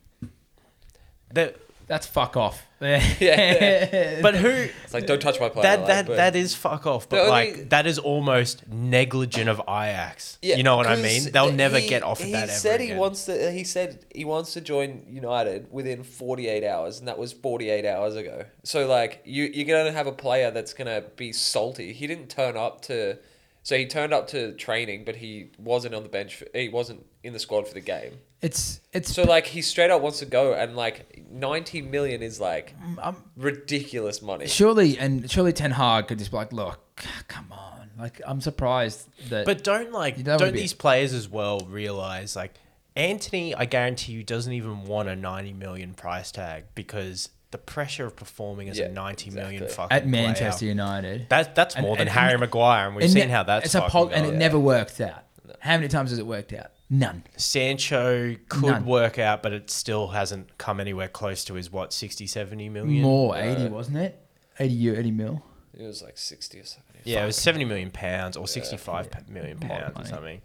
A: that.
C: That's fuck off. [LAUGHS]
B: Yeah.
A: But who?
B: It's like don't touch my player.
A: That
B: like,
A: that
B: but-
A: that is fuck off. But
B: only-
A: like that is almost negligent of Ajax.
B: Yeah,
A: you know what I
B: 'cause
A: mean? They'll
B: th-
A: never
B: he-
A: get off of
B: he
A: that ever
B: said
A: again.
B: he wants to. uh, He said he wants to join United within 48 hours, and that was 48 hours ago. So like you, you're gonna have a player that's gonna be salty. He didn't turn up to. So he turned up to training, but he wasn't on the bench. For, he wasn't in the squad for the game.
C: It's it's
B: So like he straight up wants to go, and like 90 million is like
C: um,
B: ridiculous money.
C: surely and surely Ten Hag could just be like, look, c- come on. Like I'm surprised that.
A: But don't like
C: That would
A: don't
C: be-
A: these players as well realize like Anthony, I guarantee you, doesn't even want a ninety million price tag because the pressure of performing as
B: Yeah,
A: a ninety million
B: exactly.
A: fucking
C: at Manchester
A: player,
C: United,
A: that that's
C: And-
A: more than
C: and-
A: Harry Maguire, and we've
C: And
A: seen
C: ne-
A: how that's
C: it's a pol- and it
A: going.
C: never worked out. How many times has it worked out? None.
A: Sancho could
C: None.
A: work out, but it still hasn't come anywhere close to his what 60, 70 million.
C: More eighty, wasn't it? Eighty year, eighty mil.
B: It was like 60 or 70.
A: Yeah, it was seventy million pounds or sixty-five p- million
C: lot of
A: pounds or
C: money.
A: something.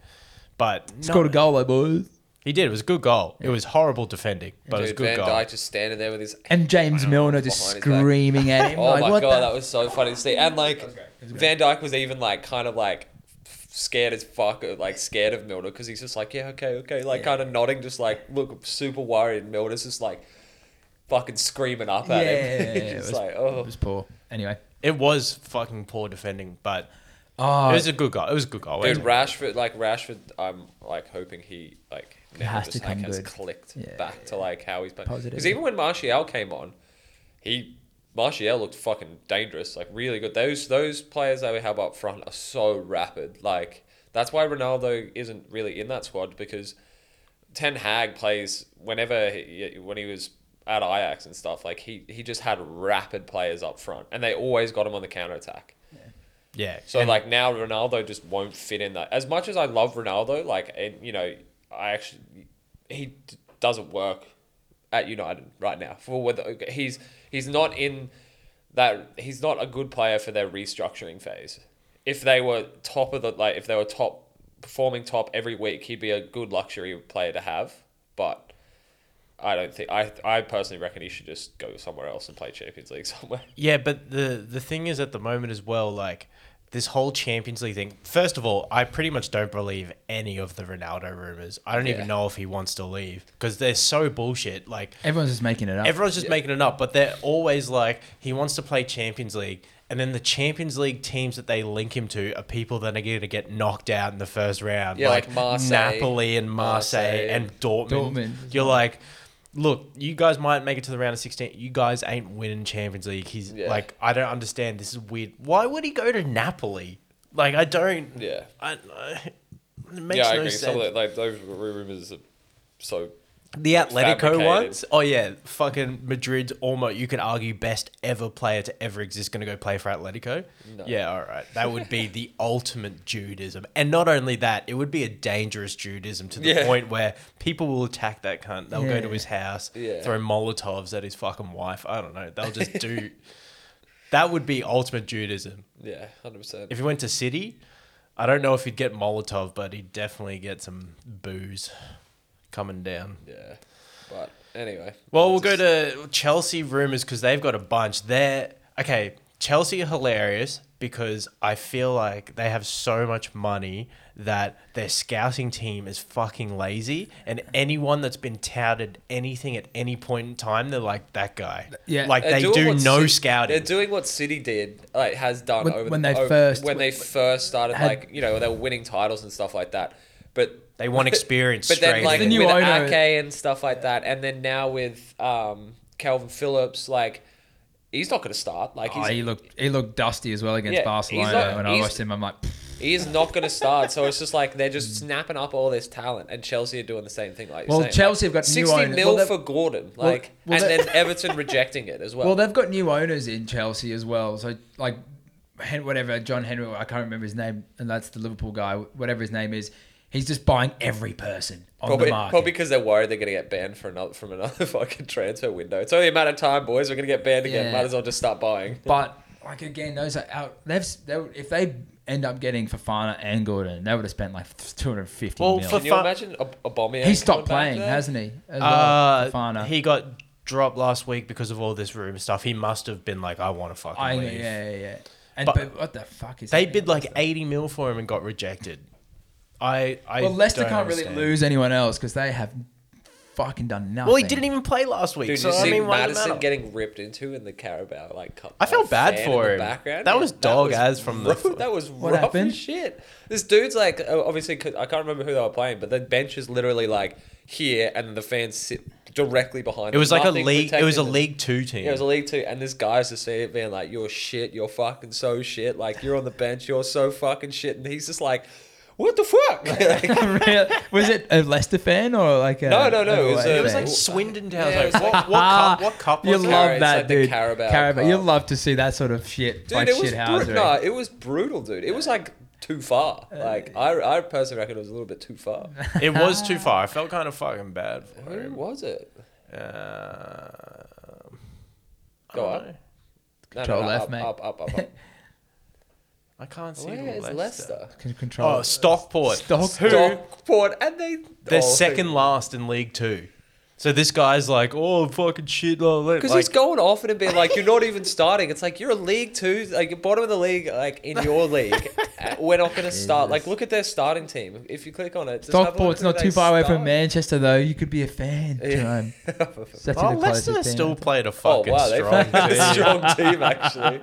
A: But no,
C: Scored a goal, though, boys.
A: He did. It was a good goal. It was horrible defending, but it was a
B: Dude, Van
A: good goal.
B: Dijk just standing there with his
C: And James Milner just
B: behind his back.
C: screaming at
B: [LAUGHS]
C: him.
B: Oh
C: like,
B: my
C: what
B: god,
C: the-
B: that was so funny to see. And like Van Dyke was even like kind of like f- scared as fuck, or, like scared of Milner because he's just like, yeah, okay, okay, like kind of nodding, just like look super worried. Milner's just like fucking screaming up
C: yeah,
B: at
C: yeah,
B: him. [LAUGHS]
C: yeah,
B: He's
C: it
B: just
C: was-
B: like, oh,
C: It was poor. Anyway.
A: It was fucking poor defending, but
C: Oh,
A: it was a good goal. It was a good goal.
B: dude, Rashford, like Rashford, I'm like hoping he like now
C: has
B: just
C: to
B: like
C: come
B: has
C: good.
B: clicked
C: Yeah,
B: back to like how he's playing. Because
C: Positivity.
B: even when Martial came on, he Martial looked fucking dangerous, like really good. Those those players that we have up front are so rapid. Like that's why Ronaldo isn't really in that squad because Ten Hag plays whenever he, when he was at Ajax and stuff. Like he he just had rapid players up front, and they always got him on the counter attack.
A: yeah.
B: So like now Ronaldo just won't fit in that. As much as I love Ronaldo, like and you know, I actually he d- doesn't work at United right now. For whether he's he's not in that he's not a good player for their restructuring phase. If they were top of the like if they were top performing top every week, he'd be a good luxury player to have, but I don't think I I personally reckon he should just go somewhere else and play Champions League [LAUGHS] somewhere.
A: Yeah, but the the thing is at the moment as well, like this whole Champions League thing. First of all, I pretty much don't believe any of the Ronaldo rumors. I don't
B: Yeah.
A: even know if he wants to leave because they're so bullshit. Like
C: everyone's just making
B: Uh,
C: it up.
A: Everyone's just making it up, but they're always like, he wants to play Champions League. And then the Champions League teams that they link him to are people that are going to get knocked out in the first round.
B: Yeah, like Marseille.
A: Napoli and Marseille,
B: Marseille.
A: and Dortmund.
C: Dortmund as
A: You're like, look, you guys might make it to the round of 16. You guys ain't winning Champions League. He's
B: Yeah.
A: like, I don't understand. This is weird. Why would he go to Napoli? Like, I don't.
B: Yeah.
A: I, I, it makes
B: yeah, I
A: no
B: agree.
A: sense.
B: Some of the, like those rumors are so.
A: The Atletico
B: fabricated.
A: ones? Oh, yeah. Fucking Madrid's almost, you can argue, best ever player to ever exist going to go play for Atletico. Yeah, all right. That would be the [LAUGHS] ultimate Judaism. And not only that, it would be a dangerous Judaism to the
B: Yeah.
A: point where people will attack that cunt. They'll go to
C: Yeah.
A: his house,
B: Yeah.
A: throw Molotovs at his fucking wife. I don't know. They'll just do.
B: [LAUGHS]
A: that would be ultimate Judaism.
B: Yeah, hundred percent.
A: If he went to City, I don't know if he'd get Molotov, but he'd definitely get some booze coming down.
B: Yeah, but anyway.
A: Well, we'll
B: just-
A: go to Chelsea rumors because they've got a bunch. They're okay. Chelsea are hilarious because I feel like they have so much money that their scouting team is fucking lazy, and anyone that's been touted anything at any point in time, they're like that guy.
C: Yeah.
A: like
B: They're
A: they
B: doing
A: do
B: what
A: no
B: Ci-
A: scouting.
B: They're doing what City did, like has done
C: When-
B: over
C: when
B: the,
C: they
B: over-
C: first-
B: when they first started,
C: had-
B: like you know, they were winning titles and stuff like that. [LAUGHS] But
A: They want experience
B: But then,
A: straight
B: like
A: in.
C: The new
B: with
C: owner-
B: Ake and stuff like that, and then now with um, Calvin Phillips, like he's not going to start. Like
C: Oh,
B: he's,
C: he looked he looked dusty as well against
B: Yeah, he's
C: Barcelona.
B: not-
C: when I
B: he's-
C: watched him,
B: [LAUGHS]
C: I'm like,
B: he's not going to start. So it's just like they're just snapping up all this talent, and Chelsea are doing the same thing. Like you're
C: Well,
B: saying,
C: Chelsea
B: like,
C: have got new
B: 60
C: owners.
B: mil
C: Well, they've-
B: for Gordon,
C: well,
B: like,
C: well,
B: and
C: they-
B: then Everton rejecting it
C: [LAUGHS]
B: as well.
C: well, they've got new owners in Chelsea as well. So like, Hen- whatever John Henry, I can't remember his name, and that's the Liverpool guy, whatever his name is. He's just buying every person on
B: probably,
C: the market.
B: probably because they're worried they're going to get banned for another from another [LAUGHS] fucking transfer window. It's only a matter of time, boys. We're going to get banned again.
C: Yeah.
B: Might as well just start buying.
C: But like again, those are out. They've they, if they end up getting Fafana and Gordon, they would have spent like two hundred fifty.
A: Well,
C: mil.
A: for-
B: Can you
A: Fuck.
B: imagine a, a bomber?
C: he stopped playing, hasn't he? As well,
A: Uh,
C: Fofana.
A: he got drop last week because of all this room stuff. He must have been like, I want to fucking
C: I, yeah,
A: leave.
C: yeah, yeah. And
A: But-
C: but, what the fuck is
A: They
C: happening?
A: bid like eighty mil for him and got rejected. I, I
C: Well, Leicester
A: don't
C: can't really
A: understand.
C: lose anyone else because they have fucking done nothing.
A: Well, he
C: [LAUGHS]
A: didn't even play last week,
B: Dude,
A: so
B: you
A: I
B: see
A: mean, why does it
B: Madison
A: matter?
B: getting ripped into in the Carabao like cup.
A: I felt
B: by a
A: bad
B: fan in
A: for
B: the
A: him.
B: Background.
A: That was dog
B: was
A: as from the-
B: rough- that was rough
C: happened?
B: as shit. This dude's like uh, obviously 'cause I can't remember who they were playing, but the bench is literally like here, and the fans sit directly behind.
A: It
B: them.
A: was like a
B: Nothing
A: league. It was a
B: protecting them.
A: League Two team.
B: Yeah, it was a league two, and this guy's just saying, being like, "You're shit. You're fucking so shit. Like you're on the bench. You're so fucking shit." And he's just like, "What the fuck?" [LAUGHS] Like,
C: Really? was it a Leicester fan or like a
B: No, no, no, it was,
C: a-
B: uh,
A: It was
B: Yeah.
A: like Swindon Town.
B: Yeah,
A: like,
B: it was
A: what, what cup? What cup
C: you
A: was
B: it?
C: love
B: It's
C: that
B: like the
C: dude.
B: Carabao Cup.
C: You love to see that sort of shit.
B: dude,
C: like
B: it was
C: shit
B: brutal. Nah, it was brutal, dude. It was like too far.
A: Uh,
B: Like I, I personally reckon it was a little bit too
A: [LAUGHS]
B: far.
A: It was too far. I felt kind of fucking bad for
B: Who
A: him.
B: was it?
A: Um, I
B: Go
A: don't
B: up. No,
A: know.
C: Control left,
B: up,
C: mate.
B: Up, up, up, up.
A: [LAUGHS] I can't see
B: Where is
A: Leicester.
B: Leicester?
C: Can control.
A: Oh, Stockport.
C: Stockport.
A: Who?
B: Stockport, and they
A: They're
B: oh,
A: second last in League Two. So this guy's like, oh fucking shit, la, la,
B: Because
A: like,
B: he's going off it and being like, you're not
A: [LAUGHS]
B: even starting. It's like, you're a League Two, like, you're bottom of the league, like, in
A: [LAUGHS]
B: your league. Uh, We're not going to start. Like, look at their starting team. If you click on it, just have a look
C: Stockport's
B: who
C: not
B: they
C: too far away from
B: start.
C: Manchester though. You could be a fan. Jerome. Such
A: oh,
C: a
A: Leicester still played a
B: [LAUGHS] Oh,
A: fucking
B: wow. They
A: strong.
B: fucking a
A: team.
B: strong team, actually.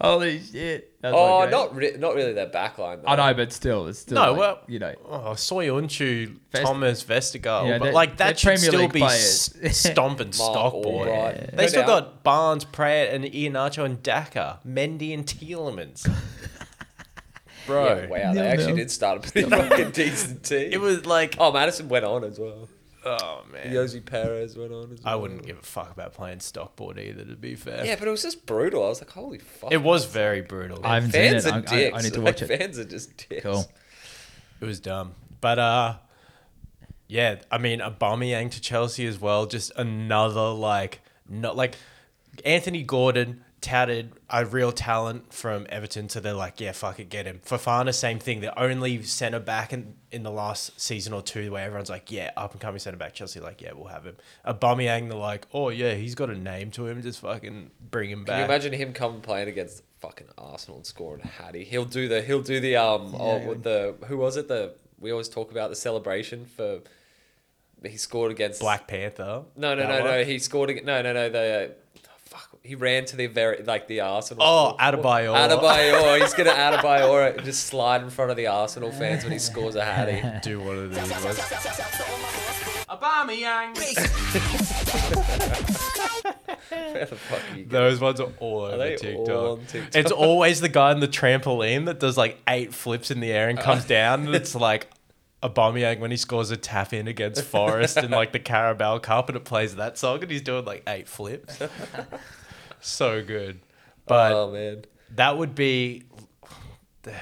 C: Holy shit. That was
B: Oh,
C: like great.
B: not, re- not really their back line. Though.
C: I know, but still, it's still.
A: No,
C: like,
A: well,
C: you know.
A: Oh, Soyuncu,
C: Vest-
A: Thomas Vestergaard,
C: Yeah,
A: but
C: they're-
A: like
C: they're
A: that should
C: Premier
A: still
C: League
A: be
C: players. [LAUGHS]
A: s- stomping Stockport.
B: Albright. Yeah.
A: They
B: No
A: still
B: doubt.
A: got Barnes, Pratt, and Ianacho and Daka, Mendy and
C: [LAUGHS]
A: Tielemans. Bro,
B: Yeah, wow, they
C: Nil-nil.
B: actually did start a [LAUGHS] pretty fucking decent team.
A: it was like, oh,
B: Oh, Madison went on as well.
A: man,
B: Yosi Perez went on as well.
A: I wouldn't give a fuck about playing Stockport either. To be fair,
B: Yeah, but it was just brutal. I was like, holy fuck.
A: it was very brutal.
C: I haven't
B: Fans
C: seen
B: are
C: it. I, I,
B: dicks.
C: I need to
B: Like,
C: watch it.
B: Fans are just dicks.
C: Cool.
A: It was dumb. But uh yeah, I mean Aubameyang to Chelsea as well, just another like not like Anthony Gordon touted a real talent from Everton, so they're like, yeah, fuck it, get him. Fafana, same thing. The only centre back in, in the last season or two where everyone's like, yeah, up and coming centre back. Chelsea like, yeah, we'll have him. Aubameyang, they're like, oh yeah, he's got a name to him. Just fucking bring him
B: Can you
A: back.
B: imagine him coming playing against fucking Arsenal and scoring a hattie? He'll do the he'll do the um oh, with the who was it the we always talk about the celebration for he scored against
A: Black Panther.
B: No, no,
A: That
B: no,
A: one.
B: no. He scored. ag- No, no, no. The uh, fuck. He ran to the very like the Arsenal.
A: Oh,
B: score-
A: Adebayor.
B: Adebayor. He's
A: [LAUGHS]
B: gonna Adebayor just slide in front of the Arsenal fans when he scores a
A: [LAUGHS]
B: hattie.
A: Do one of these ones.
B: Where the fuck are you going?
A: Those ones are all over
B: they
A: TikTok.
B: all on TikTok?
A: It's always the guy on the trampoline that does like eight flips in the air
B: [LAUGHS]
A: and comes down, and it's like Aubameyang when he scores a tap
B: [LAUGHS]
A: in against Forest in like the Carabao Cup, and it plays that song, and he's doing like
B: [LAUGHS]
A: eight flips. so good, but
B: Oh man,
A: that would be.
B: it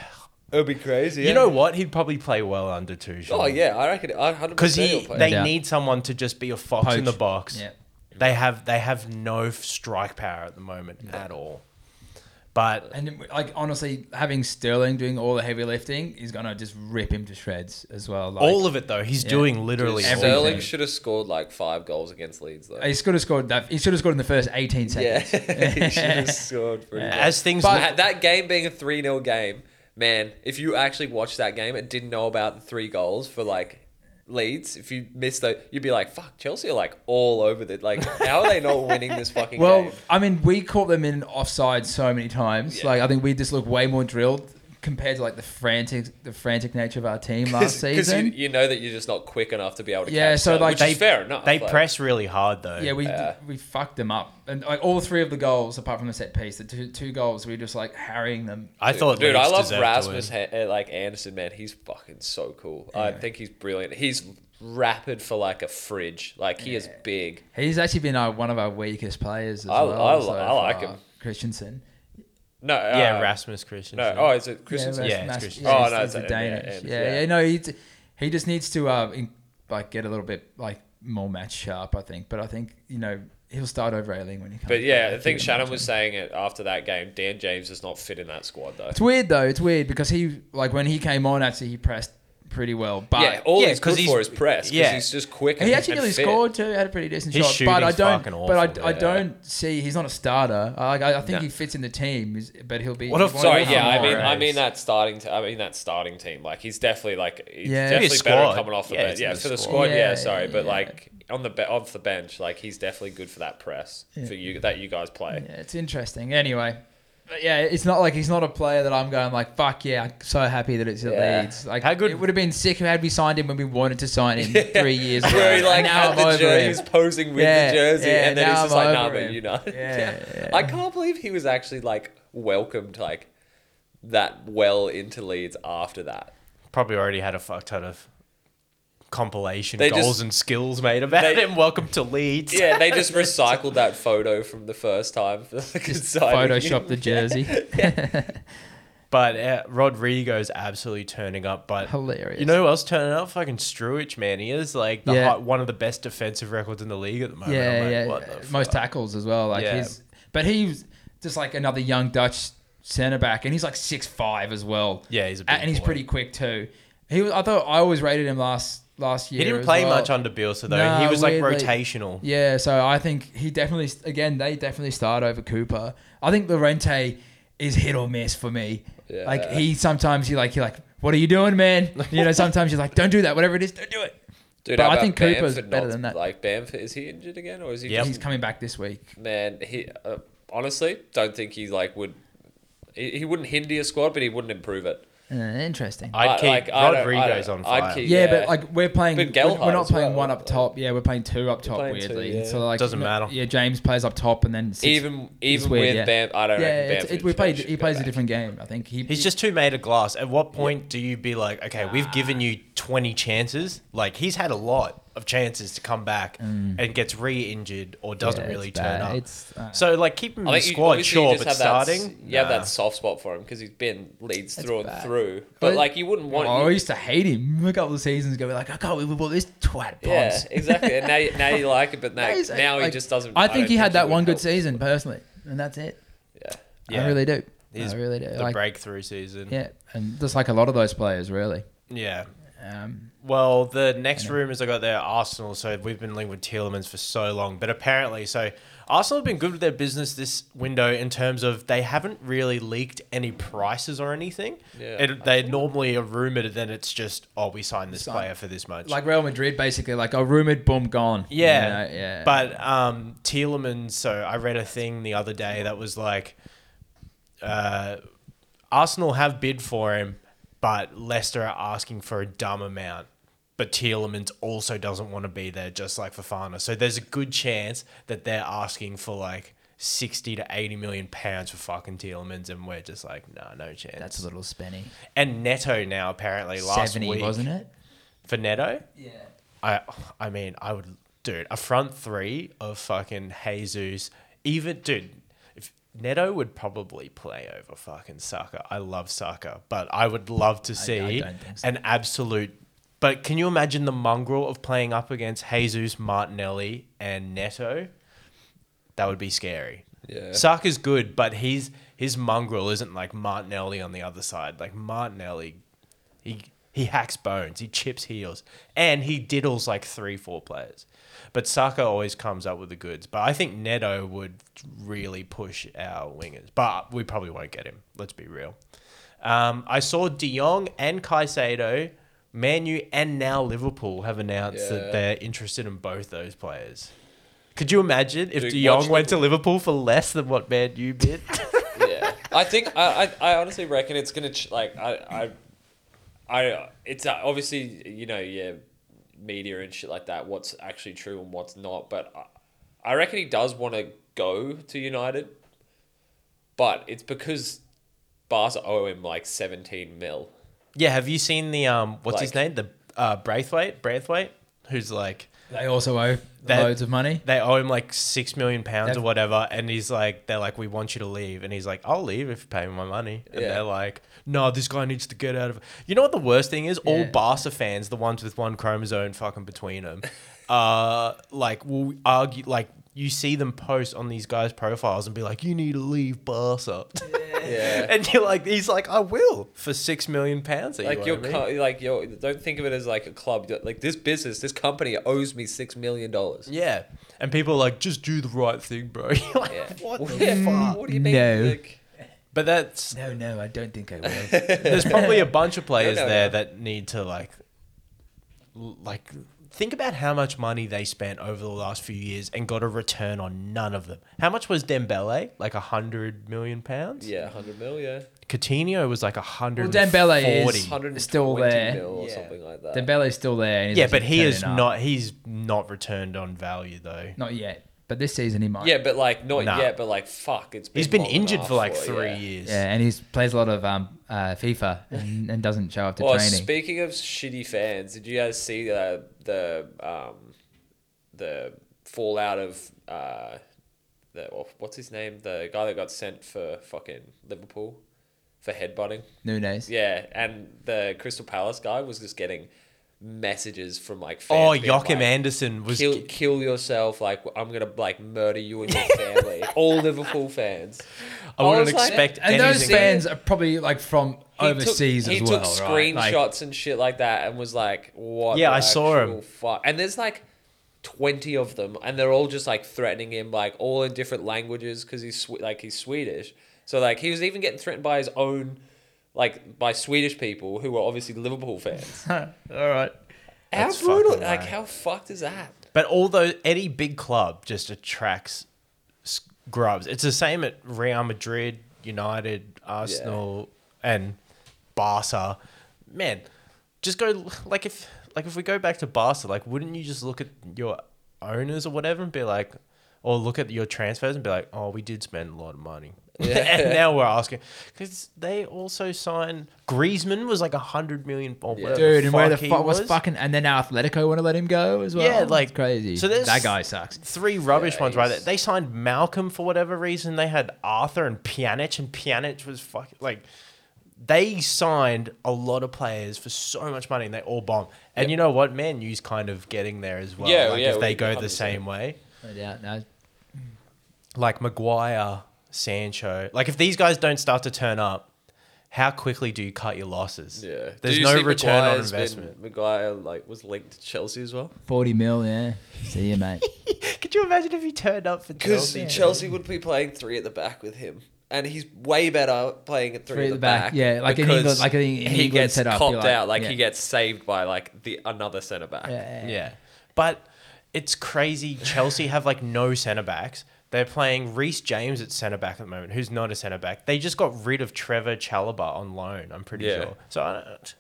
B: would be crazy.
A: You know what? He'd probably play well under Tuchel.
B: Oh yeah, I reckon. I hundred
A: because
B: percent.
A: he
B: he'll play.
A: they
C: No doubt.
A: need someone to just be a fox in
C: Poach.
A: the box.
C: Yeah.
A: They have they have no strike power at the moment at all. But
C: And like honestly, having Sterling doing all the heavy lifting is gonna just rip him to shreds as well. Like,
A: all of it though, he's
C: Yeah.
A: doing literally all
C: Everything.
A: of
B: Sterling
A: it.
B: should have scored like five goals against Leeds though.
C: he should have scored that. He should have scored in the first eighteen
B: Yeah, [LAUGHS]
C: seconds.
B: he should
C: [LAUGHS]
B: have scored. Pretty well.
A: As things
B: But
A: look-
B: ha- that game being a 3 0 game, man, if you actually watched that game and didn't know about the three goals for like Leeds, if you missed those, you'd be like, fuck, Chelsea are like all over the Like, how are they not winning
A: [LAUGHS]
B: this fucking
C: Well,
B: game?
C: I mean, we caught them in offside so many times.
B: Yeah.
C: Like I think we just look way more drilled compared to like the frantic, the frantic nature of our
B: [LAUGHS]
C: team last
B: Because you,
C: season.
B: you know that you're just not quick enough to be able to
C: Yeah,
B: catch
C: so,
B: that,
C: like,
B: which
A: they
B: is fair enough.
A: They
B: like-
A: press really hard though.
C: yeah, we
B: Yeah.
C: we fucked them up, and like all three of the goals, apart from the set piece, the two, two goals, we were just like harrying them.
A: I thought
B: Dude, I
A: Leeds
B: love
A: deserved to
B: Rasmus,
A: win.
B: Ha- uh, like Anderson, man. He's fucking so cool. I think he's brilliant. He's rapid for like a fridge. Like he is big.
C: He's actually been our, one of our weakest players as
B: I-
C: well.
B: I-
C: so
B: I like
C: far.
B: him.
C: Christensen.
B: No,
A: Yeah,
B: uh,
A: Rasmus Christian.
B: No, oh, is it Christensen?
A: Rasmus. Yeah,
C: Mas-
A: it's
C: Mas-
A: Christensen.
B: Oh,
C: he's-
B: no, it's-
C: he's a
B: yeah, yeah,
C: Danish.
B: it's-
C: Yeah,
B: yeah.
C: yeah, no, he he just needs to uh, in, like get a little bit like more match sharp, I think. But I think you know he'll start over Ailing when he comes.
B: But yeah,
C: back,
B: I think
C: you'd
B: Shannon
C: imagine.
B: was saying it after that game. Dan James does not fit in that squad though.
C: It's weird though. It's weird because he like when he came on, actually he pressed pretty well. But
B: yeah, all
A: Yeah,
B: he's
A: 'cause
B: good
A: he's-
B: for is press. Yeah,
A: yeah.
B: he's just quick. And,
C: he actually
B: and
C: nearly
B: fit.
C: scored too. Had a pretty decent
A: His
C: shot, but I
A: shooting's
C: don't.
A: fucking
C: but
A: awful,
C: I, I
B: yeah.
C: don't see he's not a starter. I, I, I think
A: No.
C: he fits in the team, is- but he'll be.
A: What a-
C: he's one of
B: Sorry,
C: the
B: yeah, I mean,
C: Mares.
B: I mean that starting, t- I mean that starting team. Like he's definitely like, he's
C: Yeah. Maybe
B: definitely
C: his
B: better
A: squad.
B: coming off the
A: Yeah,
B: bench.
A: it's
B: Yeah,
A: his
B: for the
A: squad.
B: squad, yeah,
C: Yeah,
B: sorry, but
C: yeah.
B: like on the be- off the bench, like he's definitely good for that press for you that you guys play.
C: Yeah, it's interesting. Anyway, but yeah, it's not like he's not a player that I'm going like, fuck yeah, I'm so happy that it's at
B: Yeah.
C: Leeds. Like,
A: How good-
C: it would have been sick had we signed him when we wanted to sign
B: [LAUGHS]
C: him three years ago.
B: Where he like
C: now
B: had
C: I'm
B: the
C: over
B: jersey, he [LAUGHS]
C: him.
B: was posing with
C: Yeah,
B: the jersey,
C: yeah,
B: and then he's
C: now
B: just
C: I'm
B: like,
C: over
B: "Nah, but
C: him."
B: you know."
C: Yeah, yeah.
B: [LAUGHS] I can't believe he was actually like welcomed like that well into Leeds after that.
A: Probably already had a fuck ton of compilation
B: They
A: goals
B: just-
A: and skills made about
B: they-
A: him. Welcome to Leeds.
B: Yeah, they
C: [LAUGHS]
B: just recycled that photo from the first time. [LAUGHS]
C: Just Photoshop the jersey.
A: But uh, Rodrigo's absolutely turning up. But
C: Hilarious.
A: You know who else turning up? Fucking Struich, man. He is like the
C: Yeah.
A: hot, one of the best defensive records in the league at the moment. I'm
C: yeah,
A: like,
C: yeah.
A: What
C: yeah.
A: the
C: Most
A: fuck?
C: tackles as well. Like
A: Yeah.
C: his, but he's just like another young Dutch centre back, and he's like six five as well.
A: Yeah, he's a
C: A-
A: big
C: and he's
A: boy.
C: pretty quick too. He was. I thought I always rated him last last year.
A: He didn't
C: as
A: play
C: well.
A: much under Bielsa though.
C: No,
A: he was like
C: weirdly.
A: rotational.
C: Yeah, so I think he definitely again they definitely start over Cooper. I think Lorente is hit or miss for me.
B: Yeah.
C: Like he sometimes he like you're like, what are you
A: [LAUGHS]
C: doing, man? You know, sometimes you're like, don't do that, whatever it is, don't do it.
B: Dude,
C: But
B: how
C: I
B: about
C: think Cooper's
B: Bamford
C: better
B: not-
C: than that.
B: Like Bamford, is he injured again, or is he?
A: Yep.
C: He's
B: Just,
C: coming back this week.
B: man, he uh, honestly don't think he like would. He, he wouldn't hinder your squad, but he wouldn't improve it.
C: Uh, interesting.
A: I'd
B: I-
A: keep
B: like, I don't- I
A: Rodrigo's
B: don't-
A: on
B: I'd
A: fire.
B: keep-
C: yeah,
B: yeah.
C: but like we're playing,
B: But
C: we're, we're
B: Gelhardt
C: not
B: as
C: playing
B: well,
C: one up
B: like-
C: top. Yeah, we're playing two up top
B: playing two,
C: weirdly.
B: yeah.
C: So like,
A: Doesn't
C: no-
A: matter.
C: Yeah, James plays up top, and then s-
B: Even
C: it's
B: even
C: weird,
B: with
C: yeah.
B: Bam, I don't
C: yeah,
B: reckon
C: it's-
B: Bamford.
C: it- we played.
B: should
C: He
B: go
C: plays a
B: back.
C: different game. I think he.
A: He's just too made of glass. At what point do you be like, okay, we've given you 20 chances? Like, he's had a lot of chances to come back and gets re injured or doesn't
C: Mm. Yeah,
A: really
C: it's
A: turn
C: bad.
A: up.
C: It's, uh,
A: so, like, keep him in the
B: you-
A: squad,
B: obviously you
A: sure,
B: just
A: but
B: have
A: starting?
B: That, s- you have
A: nah.
B: that soft spot for him because he's been Leeds through and
C: bad.
B: through. But,
C: But-
B: like, you wouldn't want.
C: Oh, I
B: you-
C: used to hate him a couple of seasons ago. Like, I can't believe we bought this twat.
B: yeah,
C: [LAUGHS] bombs.
B: exactly. And now, you- now
C: [LAUGHS]
B: you like it, but now,
C: That is,
B: now he
C: like,
B: just doesn't.
C: I
B: don't
C: think he had that
B: would
C: one good
B: help.
C: season personally, and that's it.
B: Yeah.
A: Yeah.
C: I really do.
A: He's
C: I really do.
A: The
C: Like,
A: breakthrough season.
C: yeah, and just like a lot of those players, really.
A: Yeah.
C: Um,
A: Well, the next rumours I got there are Arsenal. So we've been linked with Tielemans for so long, but apparently, so Arsenal have been good with their business this window in terms of they haven't really leaked any prices or anything.
B: Yeah.
A: It, they normally are rumoured, and then it's just oh, we signed this
C: Signed.
A: player for this much.
C: like Real Madrid, basically, like a rumored, boom, gone. You
A: Yeah,
C: know, yeah.
A: But um, Tielemans. So I read a thing the other day that was like, uh, Arsenal have bid for him, but Leicester are asking for a dumb amount. But Tielemans also doesn't want to be there, just like Fafana. So there's a good chance that they're asking for like. 60 to 80 million pounds for fucking Tielemans, and we're just like, nah, no chance.
C: that's a little spenny.
A: and Neto now, apparently, last
C: 70,
A: week.
C: wasn't it?
A: For Neto?
C: Yeah.
A: I I mean, I would dude, a front three of fucking Jesus, even dude, if Neto would probably play over fucking Saka. I love Saka, but I would love to see
C: don't think so.
A: an absolute but can you imagine the mongrel of playing up against Jesus, Martinelli, and Neto? That would be scary.
B: Yeah.
A: Saka's good, but he's his mongrel isn't like Martinelli on the other side. Like Martinelli, he he hacks bones, he chips heels, and he diddles like three, four players. But Saka always comes up with the goods. But I think Neto would really push our wingers. But we probably won't get him. Let's be real. Um, I saw De Jong and Caicedo, Manu, and now Liverpool have announced
B: Yeah.
A: that they're interested in both those players. Could you imagine if
B: Dude,
A: De Jong
B: watch
A: went to Liverpool for less than what Man U bid?
B: yeah, I think I, I, I honestly reckon it's gonna ch- like I I, I it's uh, obviously you know yeah media and shit like that what's actually true and what's not but I, I reckon he does want to go to United but it's because Barca owe him like 17 mil
A: [LAUGHS] yeah, have you seen the um what's his
B: Like-
A: name? The uh Braithwaite, Braithwaite, who's like
C: They also owe
A: That-
C: loads of money.
A: they owe him like six million pounds or
C: They've-
A: whatever, and he's like, they're like, we want you to leave, and he's like, I'll leave if you pay me my money, and
B: Yeah.
A: they're like, no, this guy needs to get out of. You know what the worst thing is? All
C: Yeah.
A: Barca fans, the ones with one chromosome fucking between them, [LAUGHS] uh, like will argue like. You see them post on these guys' profiles and be like, "You need to leave Barca." [LAUGHS]
B: Yeah.
A: And you're like, he's like, I will for six million pounds. That
B: Like
A: you
B: your,
A: owe me."
B: co- like your, don't think of it as like a club. Like this business, this company owes me six million dollars.
A: yeah. And people are like, just do the right thing, bro. [LAUGHS] You're like,
B: Yeah.
A: what the
B: Yeah, [LAUGHS]
A: fuck?
B: What do you mean?
C: No.
B: Like,
A: But that's
C: No, no, I don't think I will.
B: [LAUGHS]
A: there's probably a bunch of players
B: No, no,
A: there
B: no.
A: that need to like l- like think about how much money they spent over the last few years and got a return on none of them. How much was Dembele? Like a hundred million pounds?
B: yeah, hundred mil. Yeah,
A: Coutinho was like a
C: Well,
A: hundred.
C: Dembele is
B: Hundred and
C: still
B: twenty
C: there.
B: mil or
C: yeah.
B: something like that.
C: Dembele's still there. And he's
A: Yeah,
C: actually
A: but he is
C: turning up.
A: not he's not returned on value though.
C: Not yet. But this season he might.
B: Yeah, but like not
A: Nah.
B: yet. But like fuck, it's been
A: He's been
B: long and a
A: injured
B: half
A: for like
B: it,
A: three
B: yeah.
A: years.
C: Yeah, and he plays a lot of um, uh, FIFA and, and doesn't show up
B: [LAUGHS]
C: to
B: Well,
C: training.
B: speaking of shitty fans, did you guys see the the um the fallout of uh the well, what's his name the guy that got sent for fucking Liverpool for headbutting?
C: Nunes.
B: Yeah, and the Crystal Palace guy was just getting messages from like fans
A: Oh,
B: being
A: Joachim
B: like,
A: Anderson was
B: Kill, kill yourself! Like I'm gonna like murder you and your family.
A: [LAUGHS]
B: All Liverpool fans.
A: I wouldn't
B: was like-
A: expect
C: And those
A: anything.
C: fans are probably like from
B: He took-
C: overseas
B: he
C: as well.
B: took
C: right? Like,
B: screenshots and shit like that, and was like, "What?
A: Yeah,
B: the
A: I saw
B: actual
A: him.
B: Fuck? And there's like twenty of them, and they're all just like threatening him, like all in different languages, because he's Swe- like he's Swedish. So like he was even getting threatened by his own, like by Swedish people who were obviously Liverpool fans. how
C: all right.
A: [LAUGHS] That's
B: brutal!
A: fucking
B: Like
A: right.
B: how fucked is that?
A: But although any big club just attracts scrubs, it's the same at Real Madrid, United, Arsenal, and Barca. Man, just go like if like if we go back to Barca, like wouldn't you just look at your owners or whatever and be like, or look at your transfers and be like, oh, we did spend a lot of money. [LAUGHS] and now we're asking because they also signed Griezmann was like a hundred million or whatever
C: Dude, and where the
A: he
C: fuck was fucking? And then now Atletico want to let him go as well.
A: Yeah, like-
C: it's crazy.
A: so
C: So
A: there's-
C: that guy sucks.
A: three rubbish
B: Yeah,
A: ones right there.
B: he's-
A: They signed Malcolm for whatever reason. They had Arthur and Pjanic, and Pjanic was fucking like they signed a lot of players for so much money, and they all bomb. And you know what, Man U's kind of getting there as well.
B: Yeah,
A: like
B: yeah,
A: if they
B: we-
A: go the
B: 100%.
A: same way,
C: No doubt. No.
A: like Maguire, Sancho, like if these guys don't start to turn up. How quickly do you cut your losses?
B: Yeah,
A: There's no return on investment. [LAUGHS]
B: Maguire like was linked to Chelsea as well.
C: Forty mil. Yeah. See you, mate.
A: Could you imagine if he turned up for
B: Because
A: Chelsea?
B: Chelsea, would be playing three at the back with him, and he's way better playing at three, at the back.
C: yeah, like in
B: because
C: England- like in England
B: he gets
C: set up,
B: copped
C: you're like-
B: out, like
C: yeah.
B: he gets saved by like the another centre back.
A: [LAUGHS]
C: Yeah.
A: Yeah. But it's crazy. Chelsea have like no centre backs. They're playing Reece James at centre back at the moment, who's not a centre back. They just got rid of Trevor Chalobah on loan, I'm pretty
B: Yeah.
A: sure. So I don't,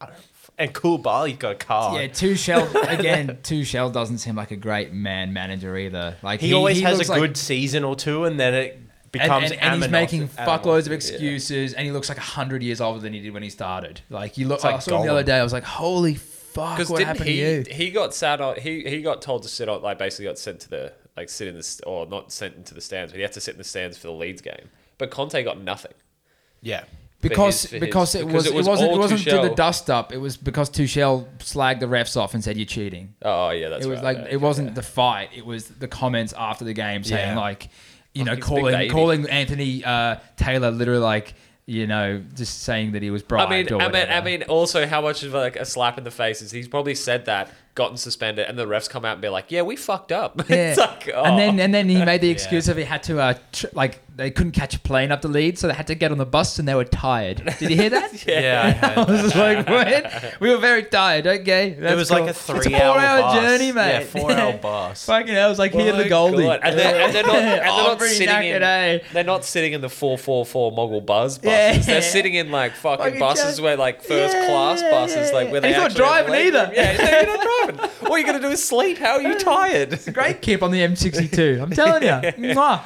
A: I don't. And Cool Bali got a card.
C: Yeah, Tuchel again. Tuchel doesn't seem like a great man manager either. Like
A: he, always has
C: looks
A: a
C: like-
A: good season or two, and then it
C: and,
A: becomes
C: and, and he's
A: Aminoff-
C: making
A: Aminoff.
C: fuckloads of excuses, and he looks like hundred years older than he did when he started. Like you look.
A: like
C: I saw him
A: Gollum.
C: the other day. I was like, holy fuck!
B: Because
C: What
B: didn't
C: happened to
B: he?
C: you?
B: He got sat on. He he got told to sit on. Like basically got sent to the like sit in the st- or not sent into the stands, but he had to sit in the stands for the Leeds game. But Conte got nothing.
A: Yeah.
C: because
B: his- for
C: because,
B: his-
C: it,
B: because
C: was,
B: it
C: it
B: was
C: was not
B: all
C: it wasn't to the
B: Tuchel.
C: dust up. It was because Tuchel slagged the refs off and said you're cheating.
B: Oh yeah, that's
C: it was
B: right.
C: like
B: yeah,
C: it wasn't the fight. It was the comments after the game saying
A: Yeah.
C: like, you
B: Fucking
C: know,
B: big
C: calling
B: baby.
C: calling Anthony uh, Taylor literally like you know just saying that he was
B: I
C: bribed.
B: mean,
C: or
B: I mean,
C: whatever.
B: I mean. Also, how much of like a slap in the face is he's probably said that, gotten suspended, and the refs come out and be like, "Yeah, we fucked up." [LAUGHS]
C: Yeah.
B: it's like, oh.
C: And then and then
B: [LAUGHS]
C: he made the excuse of he had to uh, tr- like they couldn't catch a plane up to Leeds, so they had to get on the bus and they were tired. Did you
B: [LAUGHS]
C: hear that?
A: Yeah. I heard
C: [LAUGHS] I was just like, what? We were very tired. Okay,
A: It
C: that's
A: was
C: cool.
A: like a
C: It's
A: three
C: four-hour
A: hour bus.
C: journey, mate.
A: Yeah, four
C: [LAUGHS]
A: hour bus.
C: Fucking hell, it was like here
B: Oh My
C: the Goldie.
B: God. And they're, and they're not, and they're
C: Oh,
B: not
C: pretty
B: sitting in.
C: knackered, eh?
B: They're not sitting in the four four four Mogul Buzz buses.
C: Yeah.
B: They're sitting in like fucking
C: Fucking
B: buses
C: joke.
B: where like first
C: Yeah,
B: class
C: yeah,
B: buses,
C: yeah,
B: like
C: yeah.
B: where they
C: He's not
B: actually have
C: driving
B: weight room.
C: either.
B: Yeah, no, you're
C: [LAUGHS]
B: not driving. All you're gonna do is sleep. How are you tired?
C: Great kip on the M62. I'm telling you.
B: [LAUGHS]
C: Mwah.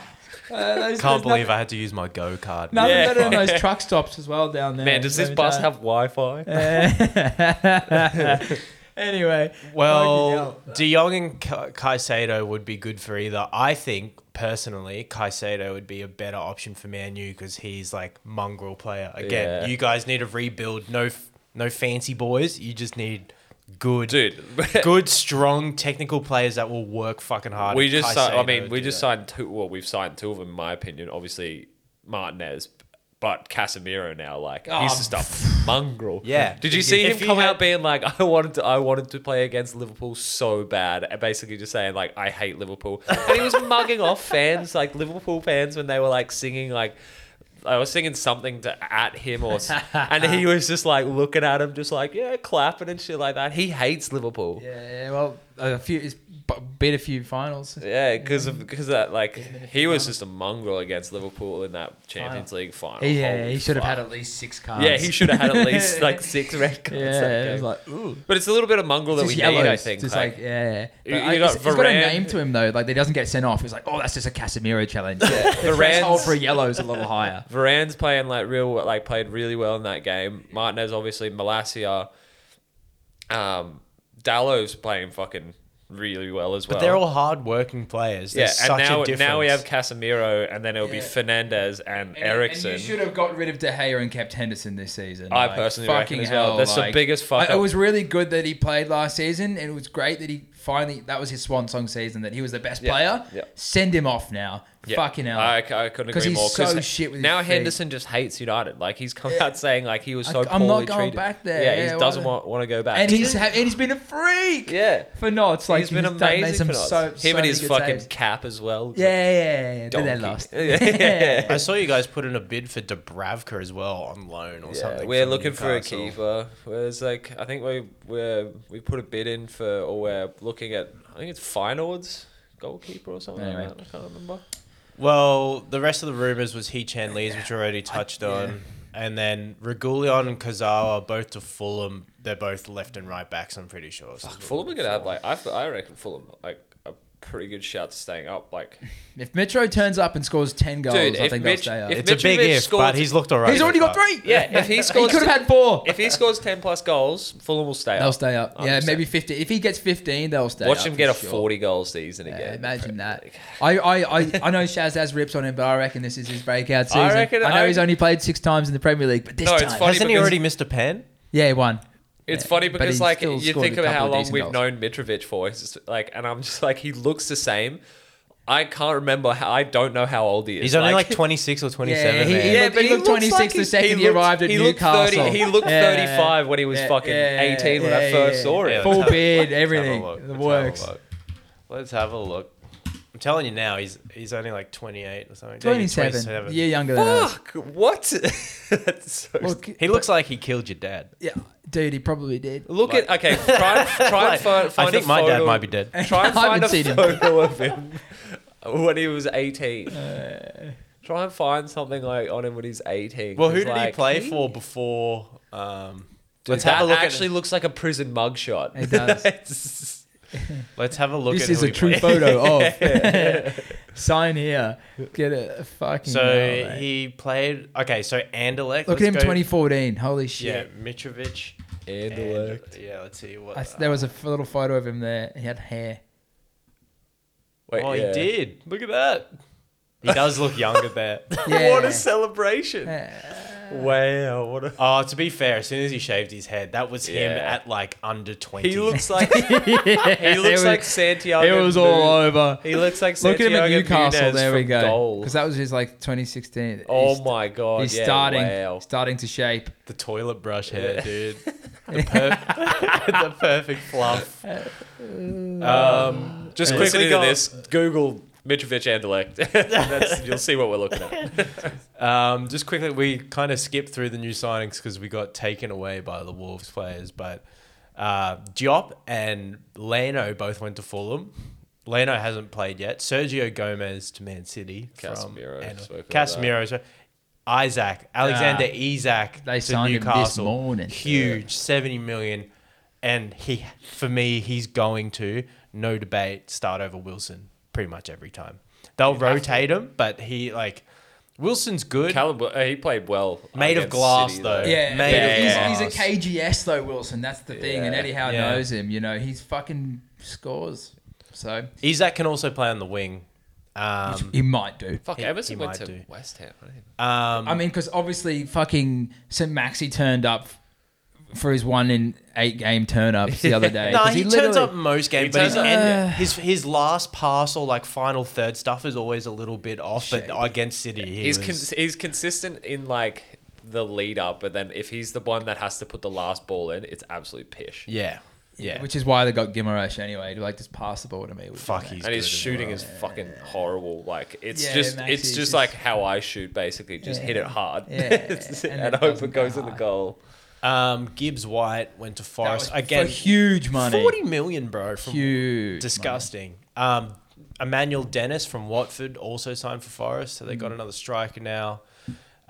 C: Uh, those-
A: Can't
C: there's
A: believe I had to use my go kart.
C: Nothing, nothing
B: Yeah. [LAUGHS]
C: better than those truck stops as well down there.
B: Man, does this
C: Let me
B: bus
C: tell [LAUGHS]
B: have Wi-Fi?
C: you. anyway,
A: Well, De Jong and Ca- Caicedo would be good for either. I think personally, Caicedo would be a better option for Man U because he's like mongrel player. Again,
B: Yeah.
A: you guys need a rebuild. No, f- no fancy boys. You just need good,
B: Dude, [LAUGHS]
A: good, strong technical players that will work fucking hard.
B: we
A: and
B: just. Signed, I
A: Caicedo
B: mean, we
A: do
B: just
A: that.
B: signed two. Well, we've signed two of them, in my opinion. Obviously, Martinez, But Casemiro now, like
C: Oh,
B: he's just a mongrel.
A: Yeah.
B: Did you see him
A: If he
B: come
A: had-
B: out being like, "I wanted to, I wanted to play against Liverpool so bad," and basically just saying like, "I hate Liverpool," and he
A: [LAUGHS]
B: was mugging off fans, like Liverpool fans, when they were like singing like. I was singing something to at him, or s- and
A: [LAUGHS]
B: he was just like looking at him, just like yeah, clapping and shit like that. He hates Liverpool.
C: Yeah, well, a few it's b- beat a few finals.
B: Yeah, because
C: Um,
B: of because that like he was just a mongrel against Liverpool in that Champions
C: Final.
B: League final.
C: Yeah,
B: Holy
C: he should have
B: fuck.
C: had at least six cards.
B: Yeah, he should have
C: [LAUGHS]
B: had at least like six red cards. that
C: yeah, it was
B: game.
C: like ooh.
B: but it's a little bit of mongrel that we need, I think.
C: Just
B: like,
C: like, yeah, yeah.
B: You-
C: But I-
B: you got
C: it's- it's got a
B: Varane-
C: name to him though. Like, he doesn't get sent off. It's like, oh, that's just a Casemiro challenge. Yeah, the
B: Varane's-
C: threshold for a yellow is a little higher.
B: Varane's playing like real, like played really well in that game. Martinez obviously, Malasia, um, Dallo's playing fucking really well as well.
A: But they're all hard-working players.
B: yeah,
A: There's
B: and
A: such
B: now
A: a difference.
B: now we have Casemiro, and then it'll be
C: Yeah.
B: Fernandez and, Ericsson.
C: And you should have got rid of De Gea and kept Henderson this season.
B: I personally reckon as well. That's the biggest fuck
C: I- It
B: up.
C: was really good that he played last season. and It was great that he finally that was his swan song season that he was the best
B: Yeah,
C: player.
B: yeah.
C: Send him off now.
B: Yeah.
C: Fucking hell.
B: I, I couldn't
C: 'Cause
B: agree
C: he's
B: more. 'cause
C: so shit with his
B: now
C: feet.
B: Henderson just hates United. Like he's come out saying like he was
C: I-
B: so
C: I'm
B: poorly
C: not going
B: treated.
C: back there.
B: Yeah,
C: Yeah,
B: he doesn't
C: why-
B: want, want to go back.
C: and he's ha- and he's been a freak.
B: yeah,
C: For nots, like
B: he's been
C: done- made
B: amazing.
C: some
B: for us.
C: so-
B: Him
C: so
B: and
C: many
B: his
C: good
B: fucking
C: saves.
B: cap as well.
C: Yeah, yeah, yeah. But they
B: Donkey.
C: lost.
B: [LAUGHS] Yeah.
A: I saw you guys put in a bid for Dubravka as well on loan or
B: Yeah,
A: something.
B: we're
A: from
B: looking for a
A: Newcastle.
B: keeper. Whereas, like, I think we we we put a bid in for, or we're looking at. I think it's Feyenoord's goalkeeper or something.
C: Anyway.
B: Like that. I can't remember.
A: Well, the rest of the rumors was He Chan Lee's, which we already touched on, and then Regulion and Kazawa both to Fulham. They're both left and right backs. I'm pretty sure. So
B: Fulham are gonna have like I, I reckon Fulham like a pretty good shout to staying up. Like
C: [LAUGHS] If Metro turns up and scores ten goals,
B: Dude,
C: I
B: if
C: think
B: Mitch-
C: they'll stay up.
B: if
A: it's a big
B: Mitrovic
A: if,
B: scored-
A: but he's looked alright.
C: he's already
A: so
C: got
A: far.
C: three.
B: Yeah, if he scores-
C: [LAUGHS] he could have had four.
B: if he scores ten plus goals, Fulham will stay up.
C: They'll stay up. Yeah,
B: 100%.
C: maybe 15. If he gets 15, they'll stay
B: Watch
C: up
B: him
C: for
B: get a
C: sure.
B: forty goal season again.
C: Yeah, imagine that. I, I,
B: [LAUGHS]
C: I, I know Shaz has rips on him, but I reckon this is his breakout season.
B: I
C: I,
B: reckon-
C: know
B: I-
C: he's only played six times in the Premier League, but this
B: No, it's
C: time,
B: funny
A: Hasn't he
B: because-
A: already missed a pen?
C: yeah, he won.
B: It's
C: Yeah,
B: funny
C: but
B: because
C: he's
B: like
C: still
B: you
C: scored
B: think
C: a
B: about how
C: couple of
B: long
C: decent
B: we've
C: goals.
B: known Mitrovic for, it's just, like, and I'm just like he looks the same. I can't remember how. I don't know how old he is.
A: He's only like 26 [LAUGHS] or 27.
C: he-
A: man.
C: he looked- looked 26 the second he arrived at
B: he looked
C: Newcastle.
B: he looked
C: Yeah.
B: 35 when he was
C: Yeah,
B: fucking
C: yeah,
B: 18 when I
C: yeah,
B: first
C: yeah.
B: saw him. [LAUGHS]
A: Yeah,
C: Full
A: let's have-
C: beard,
A: let's have a
C: everything.
A: look.
C: The
A: Let's
C: works.
A: have a look. Let's have a look. I'm telling you now, he's he's only like 28 or something. Yeah, he's
C: 27. Year younger than
B: [LAUGHS]
C: us.
B: Fuck! What? That's so
C: Look,
A: He looks like he killed your dad.
C: Yeah, dude, he probably did.
B: Look at okay. Try and
A: [LAUGHS]
B: try and find, find
A: I think
B: a
A: my dad
B: photo-
A: might be dead.
B: [LAUGHS] Try and
C: [LAUGHS] I
B: find
C: haven't
B: a
C: seen him.
B: photo of him [LAUGHS] when he was eighteen. [LAUGHS] try and find something like on him when he's eighteen.
A: Well,
B: 'cause,
A: who did he
B: like,
A: play for before? Um,
B: Dude,
A: let's have
B: that
A: a look.
B: actually
A: at,
B: looks like a prison mugshot. [LAUGHS]
A: [LAUGHS]
C: It does.
B: It's-
A: let's have a look.
C: this
A: at
C: is
A: who
C: a
A: he
C: true
B: [LAUGHS]
A: played. [LAUGHS]
C: photo of. Sign here. Get a fucking.
A: So
C: hell, mate.
A: he played. Okay, so Anderlecht.
C: Look
A: let's
C: at him,
A: go-
C: 2014. Holy shit.
A: Yeah, Mitrovic.
B: Anderlecht.
A: And- Yeah, let's see what. uh,
C: I s there was a f- little photo of him there. He had hair.
B: Wait,
A: oh,
B: yeah.
A: he did. Look at that. He does look younger there.
C: [LAUGHS] Yeah.
B: [LAUGHS] What a celebration!
C: Yeah.
B: Wow, what a.
A: Oh, to be fair, as soon as he shaved his head, that was him
B: Yeah.
A: at like under 20.
B: He [LAUGHS] looks like he
C: It
B: looks
C: was-
B: like Santiago.
C: It was all
B: Mun-
C: over.
B: He looks like
C: Look at
B: Santiago
C: him at Newcastle.
B: Munez
C: there we
B: from
C: go.
B: Dole.
C: Because that was his like 2016.
B: Oh
C: he's,
B: my god!
C: He's
B: yeah,
C: starting,
B: Wow.
C: starting to shape.
A: the toilet brush hair, dude. [LAUGHS] The, per- [LAUGHS] the perfect fluff. Um,
B: Just
A: Yeah.
B: quickly
A: Listening
B: to
A: to
B: this, Google Mitrovic Anderlecht. [LAUGHS] That's, you'll see what we're looking at.
C: [LAUGHS]
A: Um, just quickly, we kind of skipped through the new signings because we got taken away by the Wolves players. But uh, Diop and Leno both went to Fulham. Leno hasn't played yet. Sergio Gomez to Man City.
B: Casemiro,
A: From, and,
B: spoke about
A: Casemiro. so- Isaac, Alexander Isak
C: They
A: to
C: signed him this
A: Newcastle.
C: morning.
A: Huge, 70 million. And he, for me, he's going to, no debate, start over Wilson pretty much every time. They'll rotate him, but he, like, Wilson's good.
B: Callum, uh, he played well.
A: Made of
B: against
A: glass,
B: City,
A: though.
C: Yeah,
A: Made
C: yeah,
A: of
C: he's, he's a
A: glass.
C: KGS though, Wilson. That's the thing, and
B: Yeah.
C: Eddie Howe
A: Yeah.
C: knows him. You know, he's fucking scores. So
A: Isaac can also play on the wing. Um,
C: he might do.
B: Fuck,
A: He-
B: Emerson
A: he
B: went
A: might
B: to
A: do.
B: West Ham. I don't even-
A: um,
C: I mean, because obviously, fucking St. Maxi turned up for his one in eight game turn ups the
A: [LAUGHS]
C: other day.
A: No,
C: 'cause
A: he, turns
C: literally-
A: up most games, but
B: turns
A: his,
B: up-
A: end,
C: [SIGHS]
A: his his last pass or like final third stuff is always a little bit off. But against City, he
B: he's
A: was,
B: cons he's consistent in like the lead up, but then if he's the one that has to put the last ball in, it's absolute pish.
A: yeah, yeah.
C: Which is why they got Gimarash anyway to like just pass the ball to me. which is
A: Fuck,
C: like-
A: he's
B: and his
A: good as
B: shooting
A: well.
B: is fucking horrible. Like it's
C: Yeah,
B: just
C: Maxi
B: it's
C: is
B: just,
C: just-
B: like how I shoot basically, just hit it hard [LAUGHS]
C: Yeah,
B: and,
C: and it
B: hope
C: doesn't
B: it
C: go
B: goes in the
C: hard.
B: goal.
A: Um, Gibbs White went to
C: That
A: Forest
C: was
A: again.
C: for huge money.
A: Forty million, bro. From
C: huge.
A: disgusting. Um, Emmanuel Dennis from Watford also signed for Forest, so they got another striker now.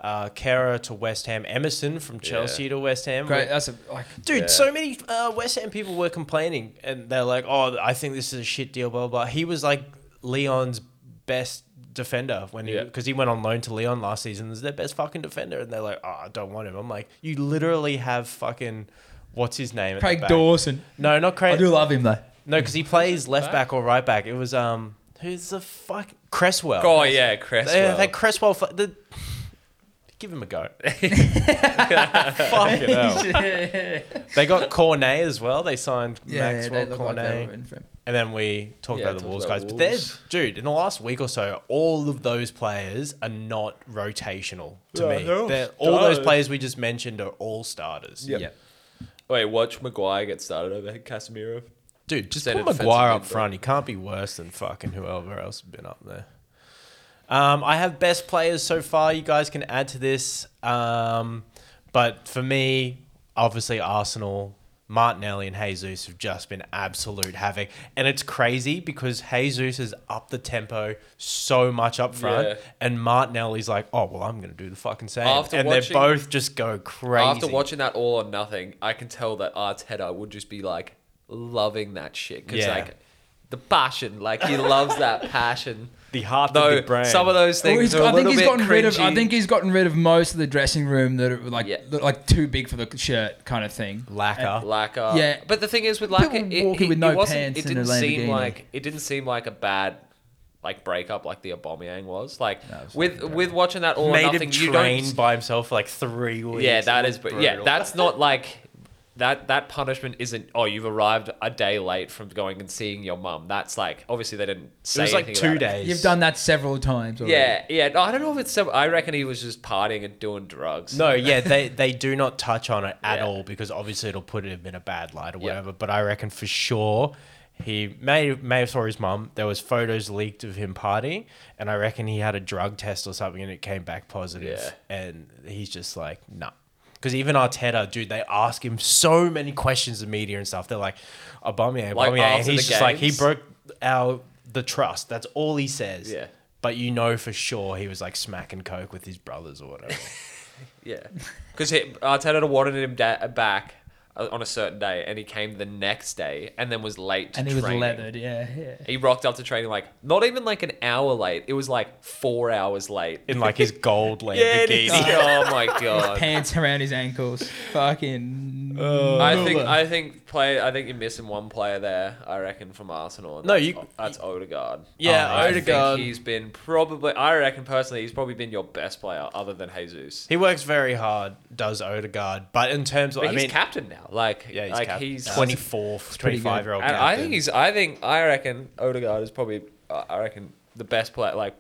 A: Uh, Kara to West Ham. Emerson from Chelsea to West Ham.
C: Money. Great. uh, That's a, like
A: Dude,
B: Yeah.
A: so many uh, West Ham people were complaining, and they're like, "Oh, I think this is a shit deal." Blah blah. blah. He was like Leon's best defender when he
B: Yeah.
A: because he went on loan to Leon last season. Is their best fucking defender, and they're like, "Oh, I don't want him." I'm like, you literally have fucking what's his name? at the
C: Craig
A: back?"
C: Dawson.
A: No, not Craig.
C: I do love him though.
A: No, because he plays left back or right back. It was um, who's the fuck Cresswell?
B: Oh yeah,
A: They,
B: Cresswell. [LAUGHS]
A: they Cresswell. fu- The, give him a go. [LAUGHS] Fucking hell.
C: yeah,
A: They got Cornet as well. They signed
C: yeah,
A: Maxwell
C: they look like
A: Cornet.
B: eh?
C: they were in for him.
A: and then we talked
B: Yeah,
A: about the
B: talked
A: Wolves
B: about
A: guys. But they're,
B: Wolves.
A: dude, in the last week or so, all of those players are not rotational to
B: Yeah,
A: me.
B: they're all
A: They're- all those
B: stars.
A: players we just mentioned are all starters.
B: Yeah. Wait, watch Maguire get started over Casemiro.
A: Dude, just
B: Said
A: put
B: offensive
A: Maguire up
B: midfield.
A: front. He can't be worse than fucking whoever else has been up there. Um, I have best players so far. You guys can add to this. Um, but for me, obviously Arsenal, Martinelli and Jesus have just been absolute havoc. And it's crazy because Jesus has upped the tempo so much up front.
B: Yeah.
A: And Martinelli's like, oh, well, I'm going to do the fucking same.
B: After
A: and
B: watching-
A: they both just go crazy.
B: After watching that all or nothing, I can tell that Arteta would just be like loving that shit because
A: Yeah.
B: like the passion, like he loves
A: [LAUGHS]
B: that passion.
A: the heart of the
B: Though
A: brain.
B: some of those
C: Well,
B: things
C: he's-
B: are a
C: I think
B: little
C: he's
B: bit
C: gotten
B: cringy.
C: rid of. I think he's gotten rid of most of the dressing room that are like
B: Yeah.
C: look like too big for the shirt kind of thing.
A: Lacquer.
B: Lacquer.
C: Yeah.
B: But the thing is with Lacquer,
C: People
B: it,
C: walking
B: he-
C: with no
B: it wasn't,
C: pants
B: it
C: and a
B: didn't seem
C: Lamborghini.
B: like it didn't seem like a bad like breakup like the Aubameyang was. Like
C: No, it was
B: with with watching that all or
A: made
B: nothing,
A: him
B: you
A: train
B: don't
A: by himself for like three weeks.
B: Yeah, that
A: It
B: is
A: was
B: br- yeah,
A: brutal.
B: that's not like that that punishment isn't oh you've arrived a day late from going and seeing your mum. That's like obviously they didn't
A: it
B: say
A: was like
B: anything
A: two
B: about it.
A: days.
C: You've done that several times. Already.
B: Yeah, yeah. No, I don't know if it's some, I reckon he was just partying and doing drugs. [LAUGHS]
A: No, yeah, they they do not touch on it at
B: Yeah.
A: all because obviously it'll put him in a bad light or whatever. But I reckon for sure he may may have saw his mum. There was photos leaked of him partying, and I reckon he had a drug test or something, and it came back positive.
B: Yeah.
A: And he's just like, nah. Because even Arteta, dude, they ask him so many questions in media and stuff. They're like, Aubameyang,
B: Like,
A: Aubameyang. and
B: after
A: he's
B: the
A: just like, he
B: games?
A: broke our the trust. That's all he says.
B: Yeah.
A: But you know for sure he was like smacking coke with his brothers or whatever.
B: Yeah, because Arteta wanted him da- back uh, on a certain day, and he came the next day, and then was late. To
C: and he was
B: training.
C: leathered. Yeah, yeah.
B: [LAUGHS] He rocked up to training like not even like an hour late. It was like four hours late.
A: in like his
B: [LAUGHS]
A: gold
B: yeah, and
A: Lamborghini.
B: he's- oh
C: [LAUGHS]
B: my god.
C: Pants around his ankles. Fucking.
B: I think I think play. I think you're missing one player there. I reckon from Arsenal. and
A: No,
B: that's,
A: you-
B: O- that's Odegaard.
A: Yeah,
C: Oh,
B: I
A: Odegaard.
B: Think he's been probably. I reckon personally, he's probably been your best player other than Jesus.
A: he works very hard, does Odegaard, but in terms of
B: But
A: I
B: he's
A: mean,
B: captain now. Like
A: yeah, he's,
B: like
A: cap-
B: he's
A: 24, 25 year old.
B: And I think he's. I think. I reckon Odegaard is probably. I I reckon the best player, like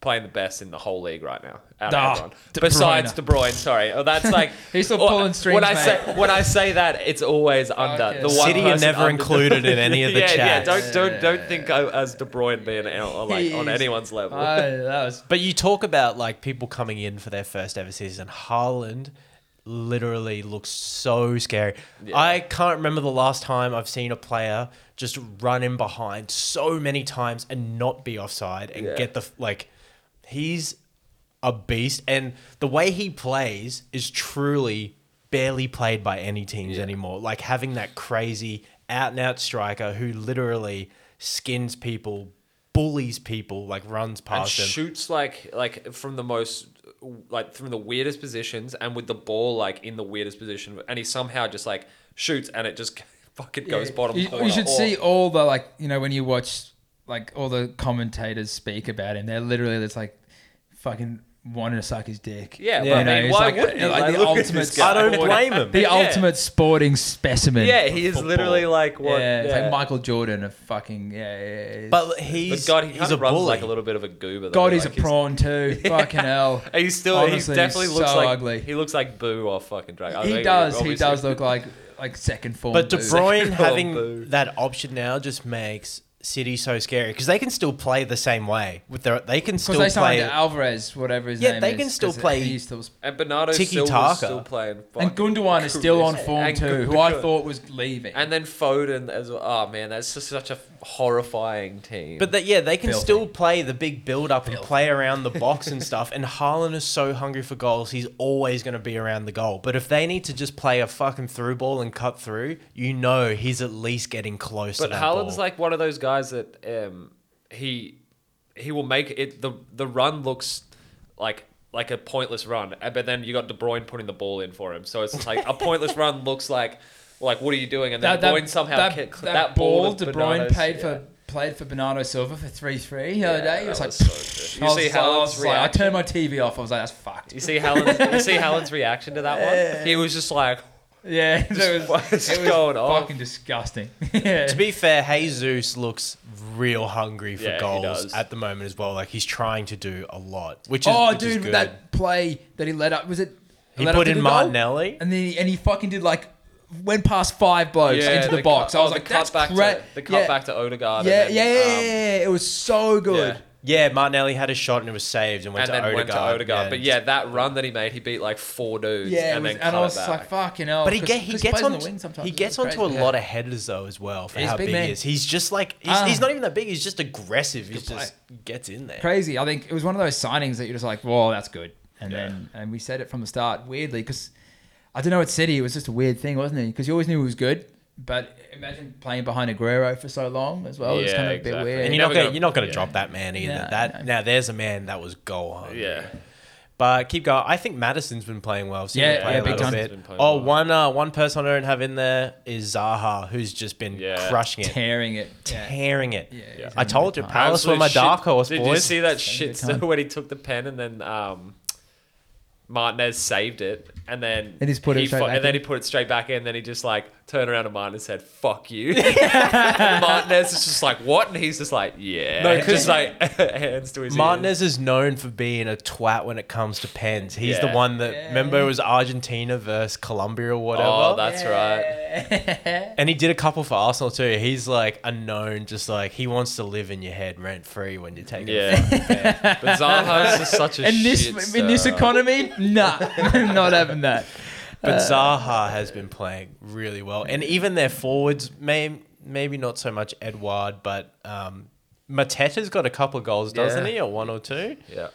B: playing the best in the whole league right now. Out of
C: Ah,
B: everyone.
C: De Bruyne.
B: Besides De Bruyne, sorry. Oh, that's like
C: [LAUGHS] He's still
B: Well,
C: pulling strings,
B: When I
C: mate.
B: say when I say that, it's always under
C: Okay.
B: the one
A: City are
B: person
A: never
B: under-
A: included in any of the
B: [LAUGHS] yeah, yeah.
A: chats.
B: Don't don't don't think I, as De Bruyne being out like on
C: He's-
B: anyone's level.
C: Oh, that was.
A: But you talk about like people coming in for their first ever season. Haaland literally looks so scary. I can't remember the last time I've seen a player just run in behind so many times and not be offside and
B: Yeah.
A: get the f- like he's a beast and the way he plays is truly barely played by any teams anymore. Like having that crazy out and out striker who literally skins people, bullies people, like runs
B: and
A: past them.
B: shoots like like from the most like from the weirdest positions and with the ball like in the weirdest position and he somehow just like shoots and it just [LAUGHS] fucking goes bottom
C: You,
B: corner
C: you should
B: or- [LAUGHS]
C: see all the like you know when you watch like all the commentators speak about him, they're literally just like fucking wanting to suck his dick.
B: Yeah, but
A: Yeah.
B: I
C: You know,
B: mean,
C: he's
B: why
C: like,
B: wouldn't he?
C: like, the
B: look at
C: ultimate
B: this
C: Yeah.
A: I
B: guy.
A: don't blame him.
C: The
B: Yeah.
C: ultimate sporting specimen.
B: Yeah,
C: of
B: he is
C: football.
B: literally like what?
C: yeah, it's
B: yeah.
C: like Michael Jordan of fucking yeah. yeah, yeah.
A: But he's
B: but God, he
A: he's
B: kind
A: a
B: of runs
A: bully.
B: like a little bit of a goober. Though.
C: God, he's
B: like
C: a
B: [LAUGHS]
C: prawn too. Fucking hell.
B: He still
C: Honestly,
B: he definitely
C: he's
B: looks
C: so
B: like
C: ugly.
B: he Oh, looks like Boo or fucking Drake. I
C: He
B: mean,
C: does. He
B: obviously-
C: does look like like second form.
A: But De
C: boo.
A: Bruyne
B: Oh,
A: having
B: boo.
A: that option now just makes City so scary because they can still play the same way with their they can still
C: Because they signed
A: play.
C: Alvarez, whatever his
A: Yeah,
C: name
A: they
C: is,
A: can still
C: 'cause
A: play-
C: he's still-
B: And Bernardo
A: Tiki
B: Silva's
A: Taka.
B: still playing.
C: and
B: fucking
C: Gundogan is still on
B: crazy.
C: form
B: And
C: too, who I
B: Gundogan.
C: thought was leaving.
B: And then Foden as well. Oh man, that's just such a horrifying team.
A: But that yeah, they can
C: Filthy.
A: still play the big build up and play around the box
B: [LAUGHS]
A: and stuff. And Haaland is so hungry for goals, he's always going to be around the goal. But if they need to just play a fucking through ball and cut through, you know he's at least getting close.
B: But
A: to that
B: Haaland's
A: ball.
B: like one of those guys that um, he he will make it the the run looks like like a pointless run, uh, but then you got De Bruyne putting the ball in for him, so it's like a pointless run looks like like what are you doing? And then De Bruyne somehow
C: that,
B: kicked
C: that
B: that,
C: ball.
B: ball. to
C: De Bruyne
B: Bernardo's-
C: paid
B: yeah.
C: for played for Bernardo Silva for three three the other
B: Yeah,
C: day. He
B: that
C: was like,
B: was so good.
C: I
B: You
C: was
B: see
C: like- I was
B: Haaland's
C: like, I
B: reaction?
C: turned my TV off. I was like, that's fucked.
B: You see Haaland's, you see Haaland's reaction to that one. He was just like,
C: [LAUGHS] Yeah, it was,
B: "What is
C: it was
B: going on?"
C: fucking disgusting. [LAUGHS] yeah.
A: To be fair, Jesus looks real hungry for
B: Yeah, he
A: goals
B: does.
A: at the moment as well. Like he's trying to do a lot, which is
C: oh,
A: which is
C: dude,
A: good.
C: that play that he led up was it?
A: He
C: led up
A: put
C: to
A: in
C: the goal?
A: Martinelli?
C: and then he, and he fucking did like went past five blokes
B: Yeah,
C: into the,
B: they
C: box.
B: cut-
C: I was
B: oh,
C: like,
B: the cut
C: that's
B: back
C: cra-
B: to the cut
C: yeah,
B: back to Odegaard.
C: Yeah,
B: and
C: yeah,
B: then, um,
C: yeah, yeah, it was so good.
B: yeah.
A: yeah, Martinelli had a shot and it was saved and went
B: and
A: to
B: then
A: Odegaard.
B: went to Odegaard.
A: and-
B: But yeah, that run that he made, he beat like four dudes. and
C: Yeah, and,
B: then
C: was,
B: cut
C: and I
B: it
C: was
B: back.
C: like, fucking hell.
A: But he
C: 'cause-
A: get he
C: 'cause
A: gets
C: plays
A: on
C: the wing sometimes,
A: he
C: it's
A: gets
C: crazy.
A: onto a
C: Yeah.
A: lot of headers though as well for
C: He's
A: how
C: big
A: big,
C: man.
A: he is. He's just like he's,
C: Ah.
A: he's not even that big. He's just aggressive. He's
C: Good
A: just gets in there.
C: [LAUGHS] crazy. I think it was one of those signings that you're just like, whoa, that's good. And then and we said it from the start, weirdly, because I don't know at City, it was just a weird thing, wasn't it? Because you always knew it was good. But imagine playing behind Aguero for so long as well. it was
B: Yeah,
C: kind of a bit
B: exactly.
C: weird.
A: And
B: You
A: you're not
B: never
A: gonna,
B: gonna-
A: you're not gonna
C: yeah.
A: drop that man either.
C: No,
A: that
C: no.
A: now there's a man that was goal hungry.
B: yeah.
A: But keep going. I think Madison's been playing well. I've seen
C: Yeah,
A: him play
C: yeah,
A: a
C: big
A: little
C: time.
A: bit.
B: Been playing
A: Oh,
B: well.
A: one uh, one person I don't have in there is Zaha, who's just been
B: Yeah.
A: crushing it,
C: tearing it. Yeah.
A: tearing it.
C: Yeah, he's
A: I
C: having a
A: told
C: good
A: you,
C: time.
A: Palace were
B: Absolute
A: my
B: shit.
A: dark horse,
B: Did you
A: boys.
B: see that shit
C: time.
B: still [LAUGHS] when he took the pen and then um, Martinez saved it and then
C: And he's put it
B: he
C: straight
B: fu-
C: back
B: and then
C: in.
B: he put it straight back in and then he just like turned around to Martinez and said fuck
C: [LAUGHS]
B: you and Martinez is just like what and he's just like yeah
A: No, 'cause-
B: just like [LAUGHS] hands to his ears.
A: Martinez is known for being a twat when it comes to pens. He's the
B: Yeah.
A: one that
C: Yeah.
A: remember it was Argentina versus Colombia or whatever.
B: oh that's right
C: [LAUGHS] right.
A: and he did a couple for Arsenal too. He's like a known, just like he wants to live in your head rent free when you're taking.
B: yeah
A: [LAUGHS]
B: but Zaha is just such a
C: In this
B: shit
C: in this
B: stirrer.
C: economy, nah, [LAUGHS] not having [LAUGHS] that.
A: But
B: Uh,
A: Zaha has been playing really well, and even their forwards, may, maybe not so much Edward, but um, Mateta's got a couple of goals, doesn't
B: Yeah.
A: he, or one or two?
B: yeah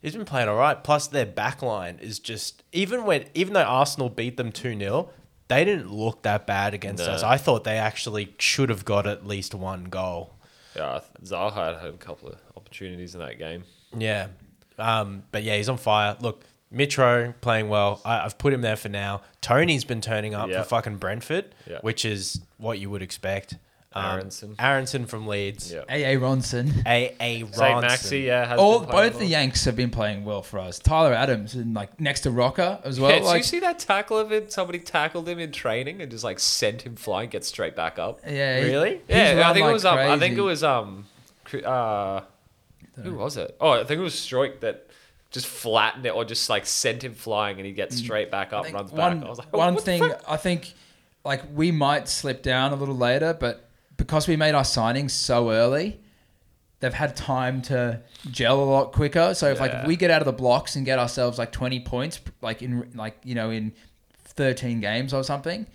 A: He's been playing all right. Plus, their back line is just even when even though Arsenal beat them two 0 they didn't look that bad against
B: No.
A: us. I thought they actually should have got at least one goal.
B: Yeah, Zaha had a couple of opportunities in that game.
A: Yeah, um, but yeah, he's on fire. Look, Mitro playing well. I, I've put him there for now. Tony's been turning up
B: Yeah.
A: for fucking Brentford,
B: Yeah.
A: which is what you would expect. Um,
B: Aronson.
A: Aronson from Leeds.
B: Yeah.
C: AA Ronson.
A: A A
B: St.
A: Ronson.
B: Maxi, yeah, has
C: All
B: been playing
C: Oh, both
B: well.
C: the Yanks have been playing well for us. Tyler Adams and like next to Rocker as well.
B: Yeah, did
C: like,
B: you see that tackle of him? Somebody tackled him in training and just like sent him flying, gets straight back up.
C: yeah, he-
A: Really?
C: he's
B: yeah, I
C: run
B: think
C: like
B: it was. Um, I think
C: crazy.
B: it was. Um, cr- uh, who was it? Oh, I think it was Stroik that just flattened it or just like sent him flying and he gets straight back
C: Mm, I
B: up,
C: think
B: runs
C: one
B: back. I was like,
C: one
B: what the
C: thing
B: fuck?
C: I think like we might slip down a little later, but because we made our signings so early, they've had time to gel a lot quicker. So if like if
B: Yeah.
C: we get out of the blocks and get ourselves like twenty points, like in like you know in thirteen games or something,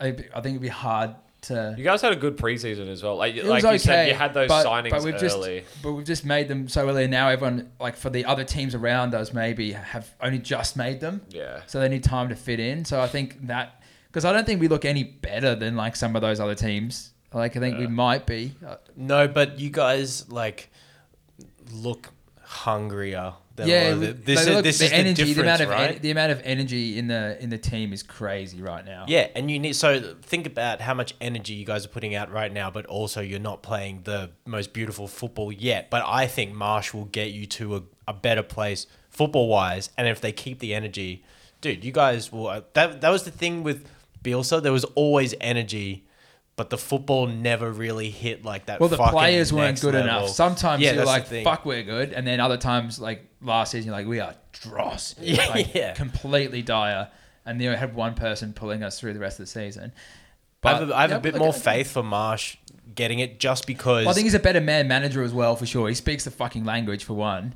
C: I, I think it'd be hard to.
B: You guys had a good preseason as well. Like,
C: It
B: like
C: was okay,
B: you said, you had those
C: but,
B: signings
C: but we've
B: early.
C: Just, but we've just made them so early, and now everyone like for the other teams around us maybe have only just made them.
B: Yeah.
C: So they need time to fit in. So I think that because I don't think we look any better than like some of those other teams. Like I think we might be. Uh,
A: No, but you guys like look hungrier. Than a
C: yeah,
A: lot of the-
C: look-
A: this
C: like,
A: is
C: look,
A: this
C: the
A: is
C: energy,
A: the difference,
C: the amount of en-
A: right?
C: the amount of energy in the in the team is crazy right now.
A: Yeah, and you need so think about how much energy you guys are putting out right now, but also you're not playing the most beautiful football yet. But I think Marsh will get you to a, a better place football wise, and if they keep the energy, dude, you guys will. uh, That that was the thing with Bielsa. There was always energy. But the football never really hit like that.
C: Well, the
A: fucking
C: players weren't
A: next
C: good
A: level.
C: enough. Sometimes
A: Yeah,
C: you're
A: that's the
C: like,
A: thing.
C: "Fuck, we're good," and then other times, like last season, you're like, "We are
A: [LAUGHS]
C: dross,
A: Yeah,
C: like,
A: yeah.
C: completely dire." And then you had one person pulling us through the rest of the season.
A: I have, a, I have
C: yeah,
A: a bit
C: look,
A: more
C: I-
A: faith for Marsh getting it just because.
C: Well, I think he's a better man manager as well, for sure. He speaks the fucking language for one,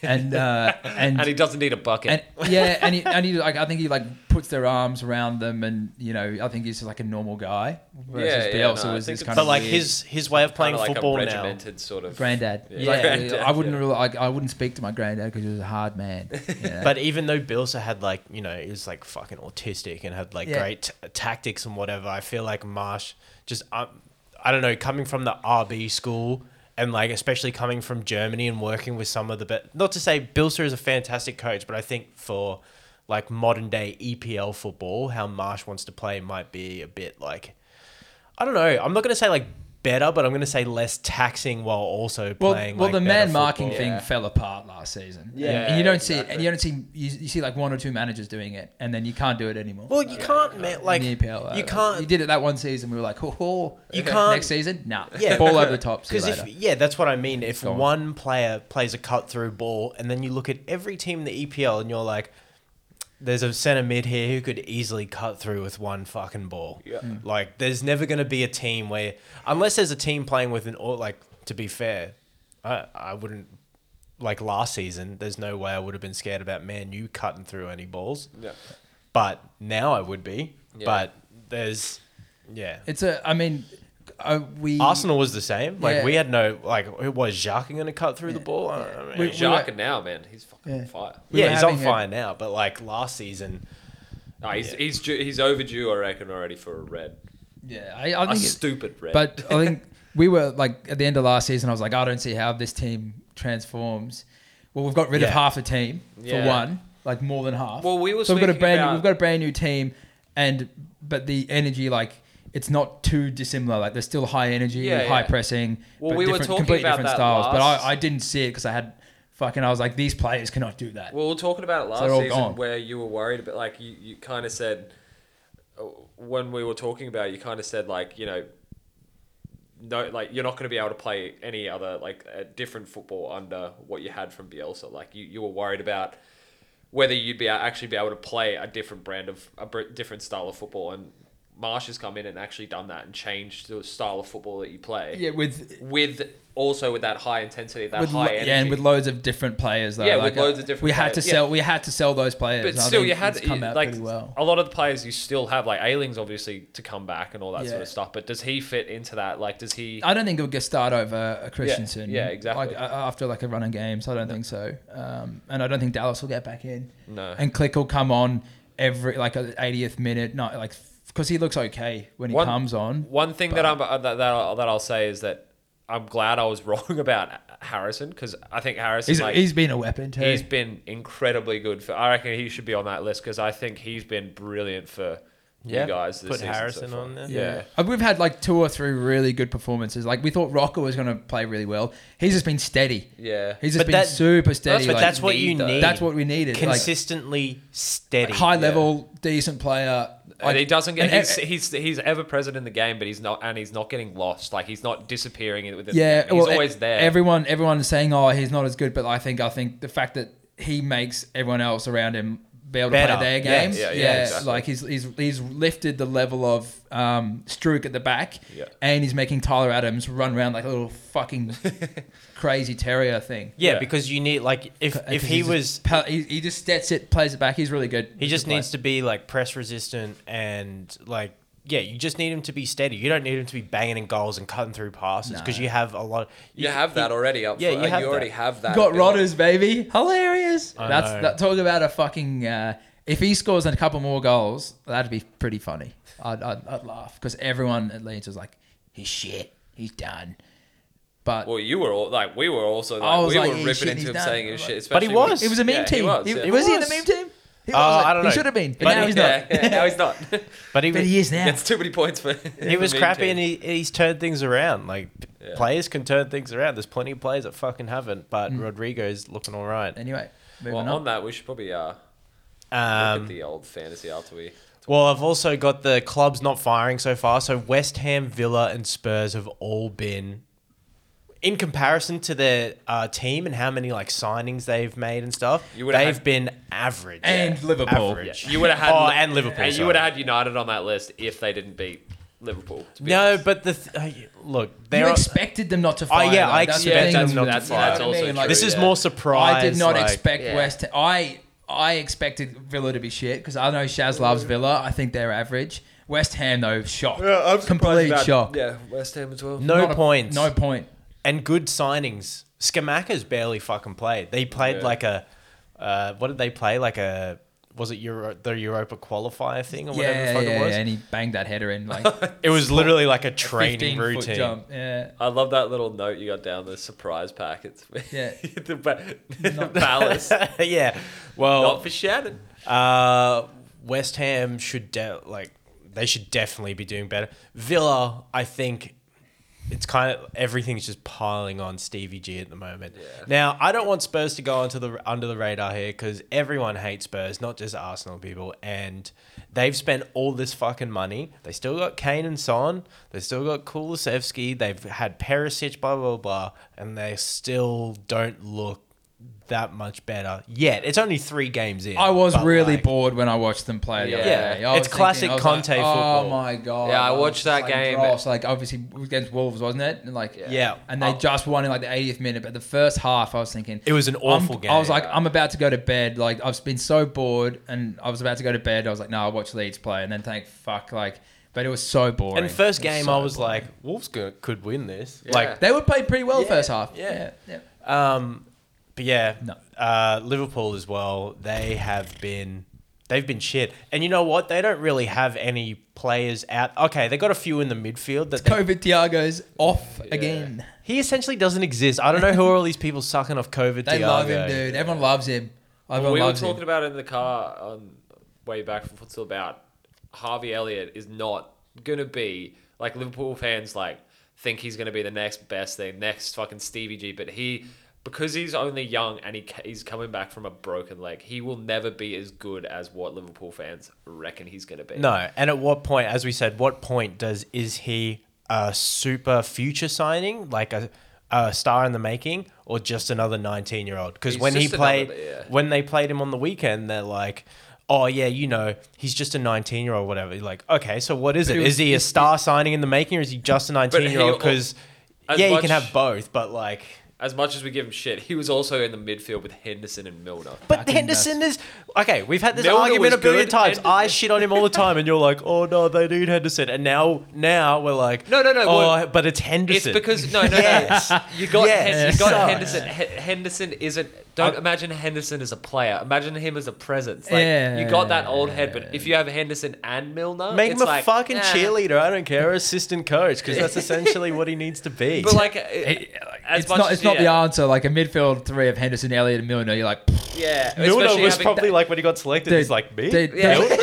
C: and
A: [LAUGHS]
C: uh, and
B: And he doesn't need a bucket.
C: and yeah, and he, and he like I think he like puts their arms around them, and you know I think he's just like a normal guy. Whereas
B: yeah,
C: Bielsa
B: no, I
C: was
B: think
C: this
B: it's-
C: kind
A: but
C: of
A: like
C: weird
A: his his way of playing
B: Kinda like a
A: football now.
B: regimented sort of
C: granddad. Yeah,
B: Like, granddad,
C: I wouldn't
B: yeah.
C: really like I wouldn't speak to my granddad because he was a hard man. Yeah.
A: [LAUGHS] But even though Bilsa had like you know he was like fucking autistic and had like
C: Yeah.
A: great t- tactics and whatever, I feel like Marsh just um, I don't know coming from the RB school and like especially coming from Germany and working with some of the best. Not to say Bilsa is a fantastic coach, but I think for like modern day EPL football, how Marsh wants to play might be a bit like I don't know. I'm not gonna say like better, but I'm gonna say less taxing while also
C: [LAUGHS] well,
A: playing.
C: well,
A: like,
C: the
A: better
C: man marking
A: football.
C: thing
B: Yeah.
C: fell apart last season.
B: Yeah,
C: and, and you don't see,
B: exactly.
C: and you don't see, you, you see like one or two managers doing it, and then you can't do it anymore.
A: Well, you can't ma- like
C: in the EPL, uh,
A: you
C: You
A: can't
C: did it that one season. We were like, ho ho.
A: You can't-
C: Next season, nah.
A: Yeah. [LAUGHS]
C: Yeah, [LAUGHS] ball over the top. See you
A: Because
C: later.
A: if yeah, that's what I mean. If
C: Go on.
A: one player plays a cut through ball, and then you look at every team in the EPL, and you're like, "There's a centre mid here who could easily cut through with one fucking ball."
B: Yeah.
C: Hmm.
B: Mm.
A: Like, there's never going to be a team where, unless there's a team playing with an or like. To be fair, I I wouldn't like last season. There's no way I would have been scared about man you cutting through any balls.
B: Yeah.
A: But now I would be.
B: Yeah.
A: But there's yeah.
C: it's a. I mean, uh, we
A: Arsenal was the same. Like
C: Yeah.
A: we had no like it was Jacques going to cut through the ball. I don't know.
C: We- we-
B: Xhaka now, man, he's fucking
C: Yeah.
B: on fire.
C: we
A: yeah,
C: were
A: he's on
C: having a-
A: fire now, but like last season,
B: No, he's he's due, he's overdue, I reckon, already for a red,
C: Yeah, I, I
B: a
C: think. it-
B: stupid red.
C: but I think we were like at the end of last season. I was like, I don't see how this team transforms. Well, we've got rid of
A: Yeah.
C: half the team for
B: Yeah.
C: one, like more than half.
B: Well, we were
C: so we've got a
B: speaking
C: brand
B: about-
C: we've got a brand new team, and but the energy like. It's not too dissimilar. Like there's still high energy,
B: Yeah,
C: high
B: yeah.
C: pressing,
B: Well,
C: but
B: we were
C: different,
B: talking
C: completely
B: about
C: different
B: that
C: styles. But
B: last-
C: I, I didn't see it because I had fucking. I was like, these players cannot do that.
B: Well, we were talking about it last
C: they're all
B: season
C: gone.
B: where you were worried about, like, you, you kind of said, uh, when we were talking about it, you kind of said, like, you know, no, like, you're not going to be able to play any other, like, a different football under what you had from Bielsa. Like, you, you were worried about whether you'd be a- actually be able to play a different brand of, a br- different style of football. And Marsh has come in and actually done that and changed the style of football that you play.
C: yeah, with
B: With also with that high intensity, that
C: with
B: high
C: lo-
B: energy.
C: yeah, and with loads of different players though.
B: Yeah, with
C: Like,
B: loads
C: uh,
B: of different
C: We had to
B: players,
C: sell.
B: yeah.
C: We had to sell those players.
B: But
C: and I
B: still,
C: think
B: you had
C: it's come out
B: like
C: pretty well.
B: a lot of the players you still have like Ailing's obviously to come back and all that sort
C: Yeah.
B: of stuff. But does he fit into that? Like, does he?
C: I don't think he'll get start over a Christensen.
B: yeah, exactly.
C: Like uh, after like a run of games, I don't think so. Um, and I don't think Dallas will get back in.
B: No.
C: And Click will come on every like uh, 80th minute, not like because he looks okay when he
B: One-
C: comes on.
B: One thing that I'm uh, that, that I'll, that I'll say is that I'm glad I was [LAUGHS] wrong about Harrison because I think Harrison
C: He's,
B: like,
C: he's been a weapon too.
B: he's been incredibly good for. I reckon he should be on that list because I think he's been brilliant for
A: Yeah.
B: you guys. This
A: Put
B: season so
A: Harrison
B: far.
A: on there.
B: Yeah.
C: Uh, We've had like two or three really good performances. Like we thought Rocker was going to play really well. He's just been steady.
B: Yeah.
C: He's just
A: But
C: been
A: that-
C: super steady.
A: but
C: like,
A: that's what you
B: need, though.
A: need.
C: that's what we needed. like,
A: consistently steady.
C: high level, decent player.
B: and he doesn't get
C: and- e-
B: he's, he's he's ever present in the game, but he's not and he's not getting lost. Like he's not disappearing. Within,
C: yeah,
B: he's
C: well,
B: always
C: e-
B: there.
C: Everyone, everyone is saying, "Oh, he's not as good," but I think, I think the fact that he makes everyone else around him be able to
A: Better.
C: play their
A: Yeah,
C: games,
B: yeah, yeah, exactly.
C: like he's he's he's lifted the level of um, Struik at the back,
B: Yeah.
C: and he's making Tyler Adams run around like a
A: [LAUGHS]
C: little fucking crazy terrier thing.
A: yeah,
B: Yeah.
A: because you need like if if
C: Because
A: he
C: he's
A: was
C: just pa- he, he just sets it, plays it back. He's really good.
A: he just needs to be like press resistant and like yeah, you just need him to be steady. You don't need him to be banging in goals and cutting through passes because you have a lot.
B: You have that already up.
A: Yeah,
B: Yeah,
A: you
B: you,
A: have
B: you already
A: that.
B: have that.
C: got
B: ability.
C: Rodders, baby. Hilarious.
A: I
C: That's
A: know.
C: that, talk about a fucking. Uh, if he scores a couple more goals, that'd be pretty funny. I'd, I'd, I'd laugh because everyone at Leeds was like, "He's shit. He's done." But
B: Well, you were all like, we were also
C: I
B: like,
C: was
B: we
C: like,
B: were
C: yeah,
B: ripping
C: shit,
B: into
C: he's
B: him
C: done.
B: saying it was shit.
A: But he
B: especially when-
A: was.
C: it was a meme
B: Yeah,
C: team.
B: He was,
C: He-
B: yeah.
C: was he in the
A: Was.
C: meme team? He
A: Oh,
C: wasn't.
A: I don't
C: He
A: know.
C: should have been, but,
A: But
C: now
A: he-
C: he's
B: yeah,
C: not.
B: [LAUGHS] yeah, now he's not.
A: But he,
C: [LAUGHS] But
A: was-
C: he is now.
B: It's too many points [LAUGHS] for.
A: He was crappy and he, he's turned things around. Like p-
B: Yeah.
A: players can turn things around. There's plenty of players that fucking haven't, but
C: Mm.
A: Rodrigo's looking all right.
C: Anyway, moving
B: Well, on.
C: on.
B: that, we should probably uh, look at
A: Um,
B: the old fantasy after we.
A: well, I've also got the clubs not firing so far. So West Ham, Villa, and Spurs have all been, in comparison to their uh, team and how many like signings they've made and stuff,
B: You
A: they've
B: would've had-
A: been average.
C: And Liverpool.
A: Average.
B: You would have had.
A: Oh, and Liverpool.
B: And you
A: sorry.
B: would have had United on that list if they didn't beat Liverpool. to be
A: No,
B: honest.
A: but the th- uh, you- look,
C: You
A: they're
C: expected them not to fire.
A: yeah,
C: though.
A: I
C: That's the
A: expected
C: thing.
A: them not to
B: That's-
A: fire.
B: that's also
C: Like,
B: true,
A: this is
B: yeah.
A: more
C: I
A: surprise.
C: did not
A: like-
C: expect
B: Yeah.
C: West. I I expected Villa to be shit because I know Shaz loves Villa. I think they're average. West Ham though, shock. Complete shock.
B: Yeah, West Ham as well.
A: no
C: Not a-
A: points.
C: No point.
A: and good signings. Skamaka's barely fucking played. They played
B: Yeah.
A: like a, uh, what did they play? Like a was it Euro the Europa qualifier thing or whatever the
C: Yeah,
A: fuck it
C: yeah,
A: was?
C: yeah, and he banged that header in like
A: It was literally like a
C: 15
A: [LAUGHS] training [LAUGHS]
C: foot
A: routine.
C: jump. Yeah.
B: I love that little note you got down the surprise packets.
C: Yeah.
B: [LAUGHS] the ba- [LAUGHS] the
A: [LAUGHS]
B: ballast.
A: yeah.
B: Not
A: Well,
B: for Shannon.
A: uh, West Ham should de- like they should definitely be doing better. Villa, I think. It's kind of everything's just piling on Stevie G at the moment. Now, I don't want Spurs to go onto the under the radar here because everyone hates Spurs, not just Arsenal people. And they've spent all this fucking money. They still got Kane and Son. They still got Kulusevski. They've had Perisic, blah blah blah, and they still don't look that much better yet. It's only three games in.
C: I was
A: but,
C: really
A: like,
C: bored when I watched them play. The other
B: Yeah.
C: day. I
A: It's
C: was
A: classic
C: I was
A: Conte
C: like,
A: football.
C: Oh my god!
B: Yeah, I
C: was
B: watched
C: just
B: that
C: like,
B: game.
C: Dross. Like obviously against Wolves, wasn't it? And like
B: Yeah.
A: Yeah. Oh.
C: and they just won in like the 80th minute. But the first half, I was thinking
A: It was an awful
C: I'm-
A: game.
C: I was like, I'm about to go to bed. Like I've been so bored, and I was about to go to bed. I was like, no, I'll watch Leeds play, and then thank fuck, like, but it was so boring.
A: and first
C: It
A: game
C: so
A: I was
C: boring.
A: like, Wolves go- could win this.
B: Yeah.
A: Like
C: they were played pretty well first half.
A: yeah.
C: yeah.
A: Um, but yeah,
C: No.
A: uh, Liverpool as well. They have been they've been shit, and you know what? They don't really have any players out. Okay, they got a few in the midfield that they,
C: COVID Tiago's off again.
A: he essentially doesn't exist. I don't know who are all these people sucking off COVID.
C: They
A: Thiago.
C: love him, dude. Everyone loves him. Everyone
B: we were
C: loves
B: talking
C: him.
B: about it in the car on way back from Footstool about Harvey Elliott is not gonna be like Liverpool fans like think he's gonna be the next best thing, next fucking Stevie G, but he because he's only young and he ca- he's coming back from a broken leg, he will never be as good as what Liverpool fans reckon he's gonna be.
A: No, and at what point, as we said, what point does is he a super future signing, like a, a star in the making, or just another nineteen year old? Because
B: He's
A: when he
B: just another-
A: played,
B: yeah.
A: when they played him on the weekend, they're like. Oh yeah, you know he's just a nineteen-year-old, whatever. Like, okay, so what is it?
C: he was-
A: Is he a star signing in the making, or is he just a nineteen-year-old? Because
B: as
A: yeah, you
B: much-
A: can have both, but like,
B: As much as we give him shit, he was also in the midfield with Henderson and Milner.
A: but
C: think that's-
A: Henderson is okay. We've had this
B: Milner was
A: argument a billion
B: good,
A: times.
B: Henderson-
A: I shit on him
B: [LAUGHS]
A: all the time, and you're like, oh no, they need Henderson, and now now we're like,
B: No, no, no,
A: oh,
B: well,
A: but it's Henderson.
B: It's because no, no, no.
A: Yes.
B: You got Hen-
A: Yes.
B: you got
A: Sorry.
B: Henderson. He- Henderson isn't. Don't imagine Henderson as a player. Imagine him as a presence. Like
C: Yeah.
B: you got that old head, but if you have Henderson and Milner,
A: [LAUGHS] make
B: it's
A: him a
B: like,
A: fucking
B: nah.
A: cheerleader. I don't care, assistant coach, because that's essentially what he needs to be.
B: But like, uh,
C: It-
B: as
C: it's
B: much
C: not.
B: as-
C: It's not the
B: yeah.
C: answer. Like a midfield three of Henderson, Elliott, and Milner. You're like, [LAUGHS]
B: yeah,
A: Milner
B: especially
A: was
B: having
A: probably
B: that-
A: like when he got selected,
C: dude,
A: he's like me.
C: dude,
B: Yeah.
C: yeah, yeah, yeah,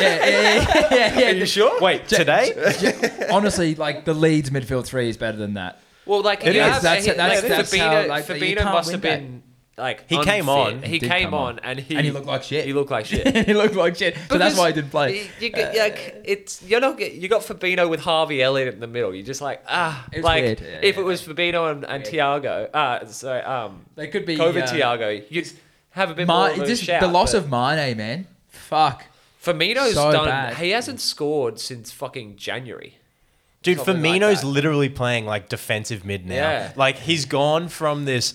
C: yeah, yeah.
A: [LAUGHS] Are you sure? Wait,
C: [LAUGHS]
A: today?
C: Honestly, like the Leeds midfield three is better than that.
B: Well, like
A: It
B: you
A: is.
B: have-
C: That's-
B: he-
C: that's-
B: like,
C: that's
B: Fabinho,
C: how, like, you
B: Fabinho
C: can't
B: must
C: win
B: have
C: that.
B: been like
A: He came
B: unfit.
A: on.
B: He
C: He did
B: came
C: come on.
B: on, and he
C: And he looked like shit.
B: He looked like
C: [LAUGHS]
B: shit.
C: he looked like shit. So that's
B: Because
C: why he didn't play.
B: You, you,
C: Uh,
B: like, it's you're not get- you got Fabinho with Harvey Elliott in the middle. You're just like ah,
C: It was
B: like
C: weird. Yeah,
B: if
C: yeah.
B: it was Fabinho and, and Tiago, uh, so um,
C: They could be
B: COVID
C: uh,
B: Tiago, you'd have a bit
C: Ma-
B: more of a
C: just
B: shout,
C: the loss
B: but
C: of Mane, man. Fuck.
B: Firmino's
C: so
B: done.
C: bad.
B: He hasn't scored since fucking January.
A: Dude,
B: Something like
A: Firmino's
B: that.
A: literally playing like defensive mid now.
B: Yeah.
A: Like he's gone from this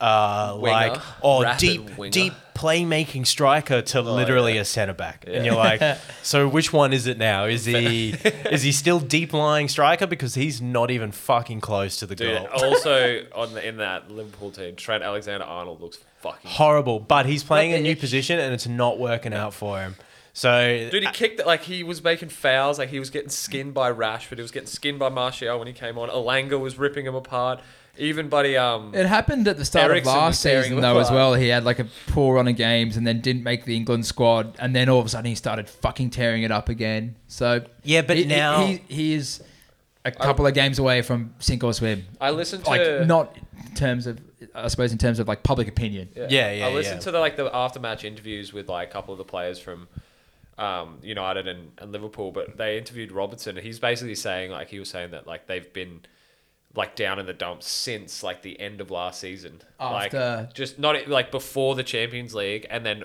A: uh
B: Winger,
A: like oh
B: rapid
A: deep
B: winger. Oh,
A: deep playmaking striker to literally a centre back. And
B: [LAUGHS]
A: you're like, so which one is it now? Is he is he still deep lying striker because he's not even fucking close to the
B: Dude, oh.
A: goal.
C: [LAUGHS]
B: also on the, in that Liverpool team, Trent Alexander Arnold looks fucking.
A: Horrible, but he's playing a
B: the
A: new
B: itch-
A: position and it's not working out for him. So
B: Dude, he kicked like he was making fouls. Like he was getting skinned by Rashford. He was getting skinned by Martial when he came on. Alanga was ripping him apart. Even buddy, um,
C: It happened at the start
B: Ericsson
C: of
B: was
C: last
B: tearing
C: season
B: them
C: though as
B: apart.
C: well. He had like a poor run of games and then didn't make the England squad and then all of a sudden he started fucking tearing it up again. So
A: Yeah, but
C: he- he-
A: now-
C: he, he is a couple of games away from sink or swim.
B: I listened to
C: Like not in terms of I suppose in terms of like public opinion.
A: Yeah, yeah,
B: I listened
A: yeah.
B: to the like the after match interviews with like a couple of the players from um, United and, and Liverpool, but they interviewed Robertson. and He's basically saying like he was saying that like they've been like down in the dumps since like the end of last season,
C: After-
B: like just not e, like before the Champions League, and then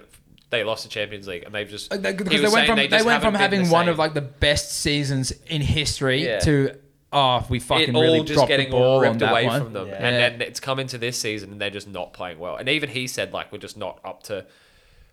B: they lost the Champions League, and they've just
C: Like,
B: he
C: Uh, they- Because
B: was
C: they went
B: saying
C: from they,
B: just
C: went from
B: haven't been
C: having
B: the
C: one
B: same.
C: of like the best seasons in history
B: Yeah.
C: to oh we fucking
B: it
C: really
B: all just
C: dropped
B: getting
C: the ball
B: all
C: on
B: ripped
C: that
B: away
C: one.
B: from them,
C: Yeah.
B: and then it's come into this season and they're just not playing well. And even he said like we're just not up to,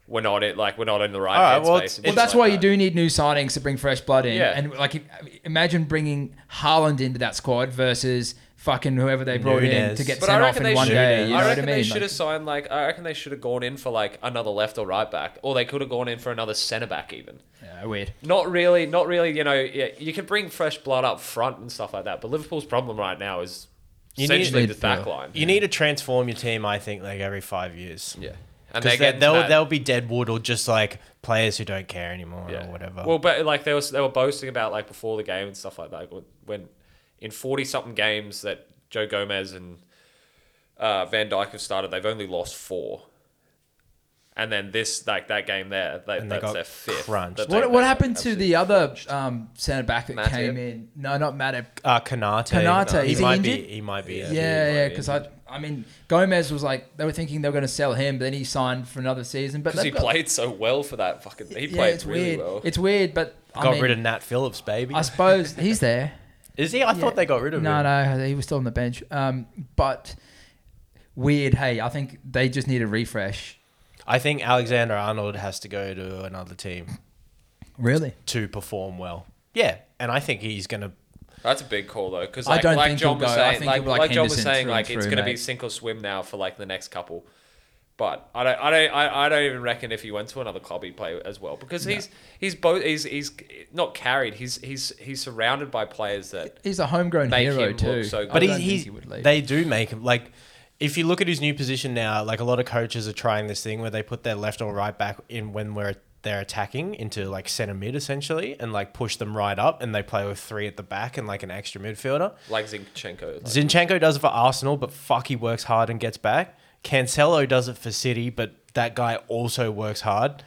B: we're not it like we're not in the right.
A: All right,
B: headspace
A: well,
B: and
A: it's-
B: shit
A: well,
C: Well, that's
B: like
C: why
B: that.
C: you do need new signings to bring fresh blood in.
B: Yeah.
C: And like, if- imagine bringing Haaland into that squad versus fucking whoever they brought in
A: Nunez.
C: to get
B: But I
C: sent off
B: reckon
C: in
B: they
C: one
B: should.
C: day. You know
B: I
C: what I
B: reckon
C: mean?
B: they should have
C: Like,
B: signed like I reckon they should have gone in for like another left or right back, or they could have gone in for another centre back even.
C: yeah, weird.
B: Not really, not really. You know, yeah, you can bring fresh blood up front and stuff like that, but Liverpool's problem right now is
A: You need-
B: essentially the
C: Midfield.
B: back line.
A: You need to transform your team, I think, like every five years.
B: yeah, and
A: Because
B: they
A: they
B: get
A: they'll, they'll be deadwood or just like players who don't care anymore or whatever.
B: Well, but like they was they were boasting about like before the game and stuff like that. when- When in forty something games that Joe Gomez and uh, Van Dyke have started, they've only lost four. And then this like that game there, they,
A: they
B: that's
A: got
B: their fifth.
A: crunched.
B: that they-
C: What, what
B: they
C: happened to
B: absolutely
C: the other
B: crunched.
C: um, centre back that
B: Matip?
C: came in? No, not Matip.
A: uh, Kanate.
C: Kanate,
A: He
C: is he
A: might be.
C: injured?
A: He might be. uh,
C: Yeah,
A: Yeah.
C: yeah.
B: might be
C: Because I, I mean, Gomez was like they were thinking they were going to sell him, but then he signed for another season. But
B: Because he
C: they've got-
B: played so well for that fucking. He
C: yeah,
B: played
C: it's
B: really
C: weird.
B: well.
C: It's weird, but I
A: Got
C: mean,
A: rid of Nat Phillips, baby.
B: [LAUGHS]
C: I suppose he's there.
A: Is he? I thought
C: Yeah.
A: they got rid of
C: no,
A: him.
C: No, he was still on the bench. Um, but weird. Hey, I think they just need a refresh.
A: I think Alexander Arnold has to go to another team
C: Really?
A: to perform well. Yeah, and I think he's gonna.
B: That's a big call though, because
C: I
B: like,
C: don't
B: like
C: think
B: John
C: he'll
B: was
C: go. I
B: saying,
C: think
B: like,
C: he'll be like
B: like John was
C: Henderson
B: saying,
C: through
B: like
C: and
B: it's
C: through,
B: going to be
C: mate.
B: sink or swim now for like the next couple. But I don't, I don't, I, I don't even reckon if he went to another club he'd play as well because he's he's both he's he's not carried. He's he's he's surrounded by players that
C: He's a homegrown
B: Make him
C: hero
B: look
C: too.
B: so good.
C: I
A: But he's,
C: don't think
A: he's
C: he would leave.
A: they do make him like. If you look at his new position now, like a lot of coaches are trying this thing where they put their left or right back in when we're they're attacking into like center mid essentially, and like push them right up, and they play with three at the back and like an extra midfielder.
B: like Zinchenko. Like,
A: Zinchenko does it for Arsenal, but fuck, he works hard and gets back. Cancelo does it for City, but that guy also works hard.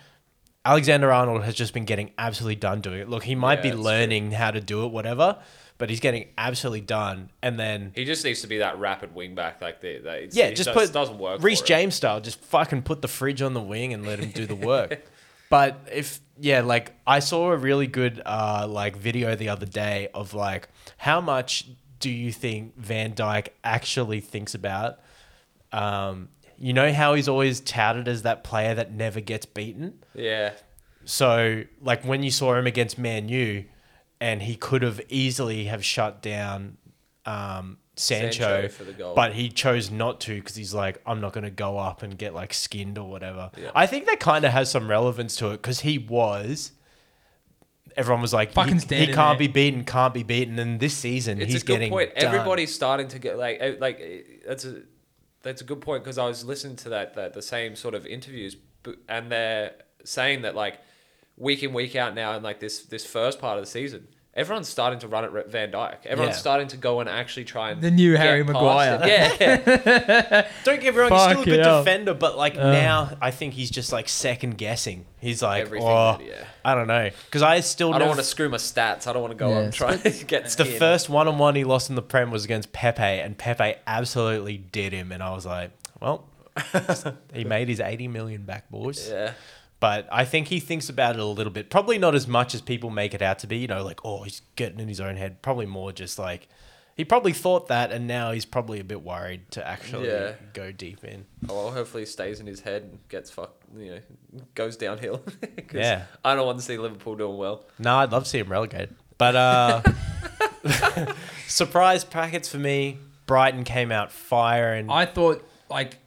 A: Alexander Arnold has just been getting absolutely done doing it. Look, he might
B: Yeah,
A: be
B: that's true.
A: learning how to do it, whatever, but he's getting absolutely done. And then,
B: he just needs to be that rapid wing back like the, that. It's,
A: yeah,
B: it
A: just
B: does,
A: put
B: doesn't work.
A: Reece
B: for him.
A: James style, just fucking put the fridge on the wing and let him do
B: [LAUGHS]
A: the work. but if yeah, like I saw a really good uh like video the other day of like how much do you think Van Dyke actually thinks about um, you know how he's always touted as that player that never gets beaten?
B: Yeah,
A: So, like when you saw him against Man U, and he could have easily have shut down um, Sancho,
B: Sancho for the goal.
A: but he chose not to because he's like, I'm not going to go up and get like skinned or whatever. I think that kind of has some relevance to it because he was. Everyone was like, he,
C: Fucking
A: he
C: standing
A: can't
C: there.
A: be beaten, can't be beaten, and this season
B: it's
A: he's
B: a good
A: getting
B: point.
A: done.
B: Everybody's starting to get like eh, like eh, that's a that's a good point because I was listening to that that the same sort of interviews bu- and they're saying that like week in week out now in like this this first part of the season. Everyone's starting to run at Re- Van Dyke. Everyone's
A: Yeah.
B: starting to go and actually try and
C: The new
B: get
C: Harry
B: past
C: Maguire.
B: it. Yeah,
A: [LAUGHS]
B: yeah.
A: Don't get me wrong, he's still a
C: Fuck
A: good
C: yeah.
A: defender, but like now, I think he's just like second guessing. He's like,
B: Everything,
A: oh,
B: yeah.
A: I don't know, because I still
B: I don't
A: never-
B: want to screw my stats. I don't want to go
C: Yeah,
B: and [LAUGHS] try and get
A: It's the
B: skinned.
A: first one on one he lost in the Prem was against Pepe, and Pepe absolutely did him. And I was like,
B: [LAUGHS]
A: well, he made his 80 million back, boys.
B: Yeah.
A: But I think he thinks about it a little bit. Probably not as much as people make it out to be, you know, like, oh, he's getting in his own head. Probably more just like, he probably thought that, and now he's probably a bit worried to actually
B: Yeah.
A: go deep in.
B: Oh, well, hopefully he stays in his head and gets fucked, you know, goes downhill. [LAUGHS] 'Cause
A: Yeah.
B: I don't want to see Liverpool doing well.
A: No, I'd love to see him relegated. But uh,
B: [LAUGHS]
A: [LAUGHS] surprise packets for me. Brighton came out firing.
C: I thought like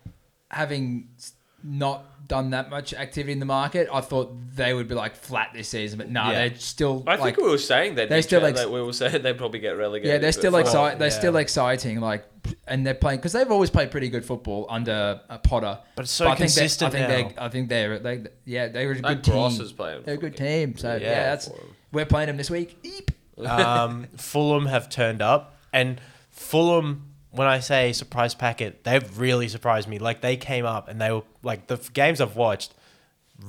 C: having s- not done that much activity in the market. I thought they would be like flat this season, but no, nah,
A: Yeah.
C: they're still.
B: I
C: like,
B: think we were saying that
C: they're
B: they
C: still
B: still
C: ex-
B: like we were saying they probably get relegated.
C: Yeah, they're
B: but
C: still
B: fuck.
A: Well,
C: exciting. They're still
A: yeah.
C: exciting. Like, and they're playing because they've always played pretty good football under uh, Potter.
A: But it's so
C: I think they-
A: consistent
C: I think
A: now.
C: they're. I think they're. They, yeah, they were a good
B: That
C: team.
B: Gross is playing
C: they're a good
B: fucking-
C: team. So yeah,
A: Yeah.
C: that's
B: For 'em.
C: we're playing them this week. Eep.
A: um, Fulham have turned up, and Fulham, when I say surprise packet, they've really surprised me. Like they came up and they were like the f- games I've watched,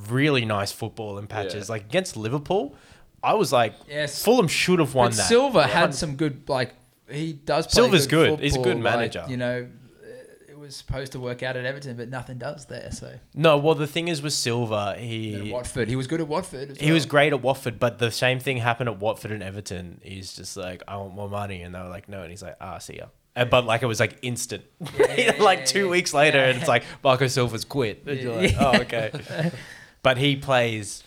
A: really nice football in patches.
B: Yeah.
A: Like against Liverpool, I was like,
C: Yes.
A: Fulham should have won
C: But
A: that.
C: Silva had some good like he does. Play
A: Silva's good. He's a
C: football,
A: good
C: like,
A: manager.
C: you know, uh, it was supposed to work out at Everton, but nothing does there. So
A: No, well the thing is with Silva,
C: And
A: he
C: Watford, he was good at Watford. as
A: he was
C: well.
A: great at Watford, but the same thing happened at Watford and Everton. He's just like, I want more money, and they were like, no, and he's like, ah, see ya. And, but like it was like instant, [LAUGHS]
C: yeah,
A: like
C: yeah,
A: two
C: yeah.
A: weeks later, and it's like Marco Silva's quit. And [LAUGHS] you're like,
C: Yeah.
A: oh
C: [LAUGHS]
A: okay. but he plays,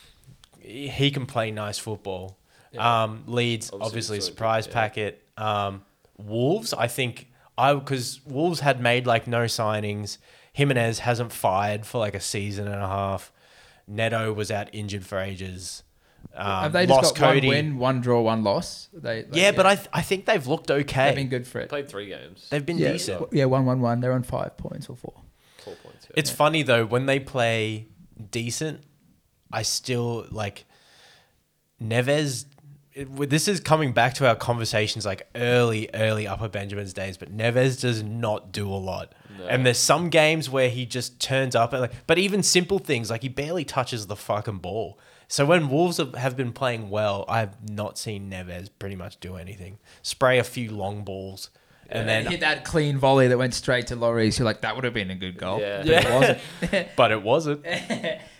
A: he he can play nice football. Um, Leeds
B: Obviously,
A: obviously a
B: so good,
A: surprise
B: yeah.
A: packet. Um, Wolves, I think I because Wolves had made like no signings. Jimenez hasn't fired for like a season and a half. Neto was out injured for ages. Um,
C: Have they just
A: lost
C: got
A: Cody.
C: one win, one draw, one loss? They, like,
A: yeah, but I th- I think they've looked okay.
C: they've been good for it.
B: Played three games.
A: They've been
C: yeah,
A: decent.
C: yeah, one, one, one. They're on five points or four.
B: Four points. Yeah.
A: It's funny though when they play decent, I still like Neves. it- w- This is coming back to our conversations like early, early Upper Benjamin's days, but Neves does not do a lot.
B: No.
A: And there's some games where he just turns up and like, but even simple things like he barely touches the fucking ball. So when Wolves have have been playing well, I've not seen Neves pretty much do anything. Spray a few long balls, and
C: And
A: then
C: hit that clean volley that went straight to Loris. You're like, that would have been a good goal.
B: Yeah.
C: But it wasn't.
A: but it wasn't.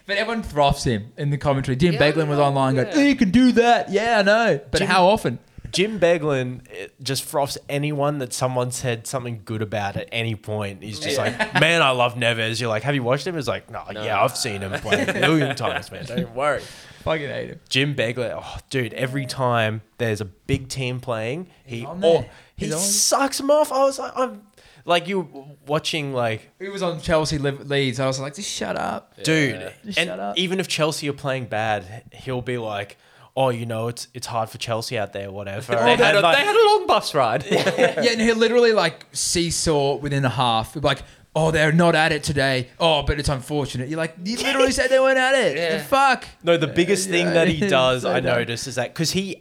C: But everyone throffs him in the commentary. Jim
B: Yeah,
C: Beglin was online going,
B: yeah.
C: "Oh, you can do that. Yeah, I know. But
A: Jim-
C: how often?
A: Jim Beglin eh, just froths anyone that someone said something good about at any point. He's just
B: Yeah.
A: like, man, I love Neves. You're like, have you watched him? He's like, no, yeah, I've seen him play a million times, man. Don't even worry.
C: Fucking hate him.
A: Jim Beglin, oh, dude, every time there's a big team playing, he
C: on
A: oh,
C: there.
A: he
C: He's on.
A: sucks him off. I was like, I'm like you were watching like
C: He was on Chelsea Liv- Leeds. I was like, just
B: [LAUGHS]
C: shut up.
A: dude.
C: Just
A: And
C: shut up.
A: even if Chelsea are playing bad, he'll be like, "Oh, you know, it's it's hard for Chelsea out there, whatever."
B: Oh, they, had a,
A: like-
B: they had a long
A: [LAUGHS]
B: bus ride.
C: yeah, and he'll literally like seesaw within a half. He'll be Like, oh, they're not at it today. Oh, but it's unfortunate. You're like, you literally said they weren't at it.
B: Yeah.
C: Fuck.
A: No, the biggest
C: [LAUGHS] yeah,
A: thing that he
C: it's
A: does,
C: so
A: I
C: dumb.
A: noticed, is that because he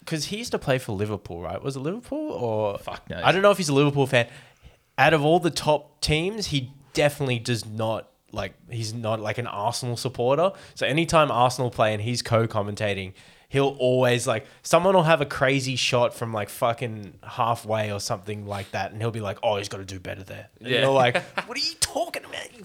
A: because he used to play for Liverpool, right? Was it Liverpool or
C: Fuck knows.
A: I don't know if he's a Liverpool fan. Out of all the top teams, he definitely does not like. He's not like an Arsenal supporter. So anytime Arsenal play and he's co-commentating, he'll always like someone will have a crazy shot from like fucking halfway or something like that, and he'll be like, "Oh, he's got to do better there." And
B: Yeah.
A: You're
C: [LAUGHS]
A: like, "What are you talking about? You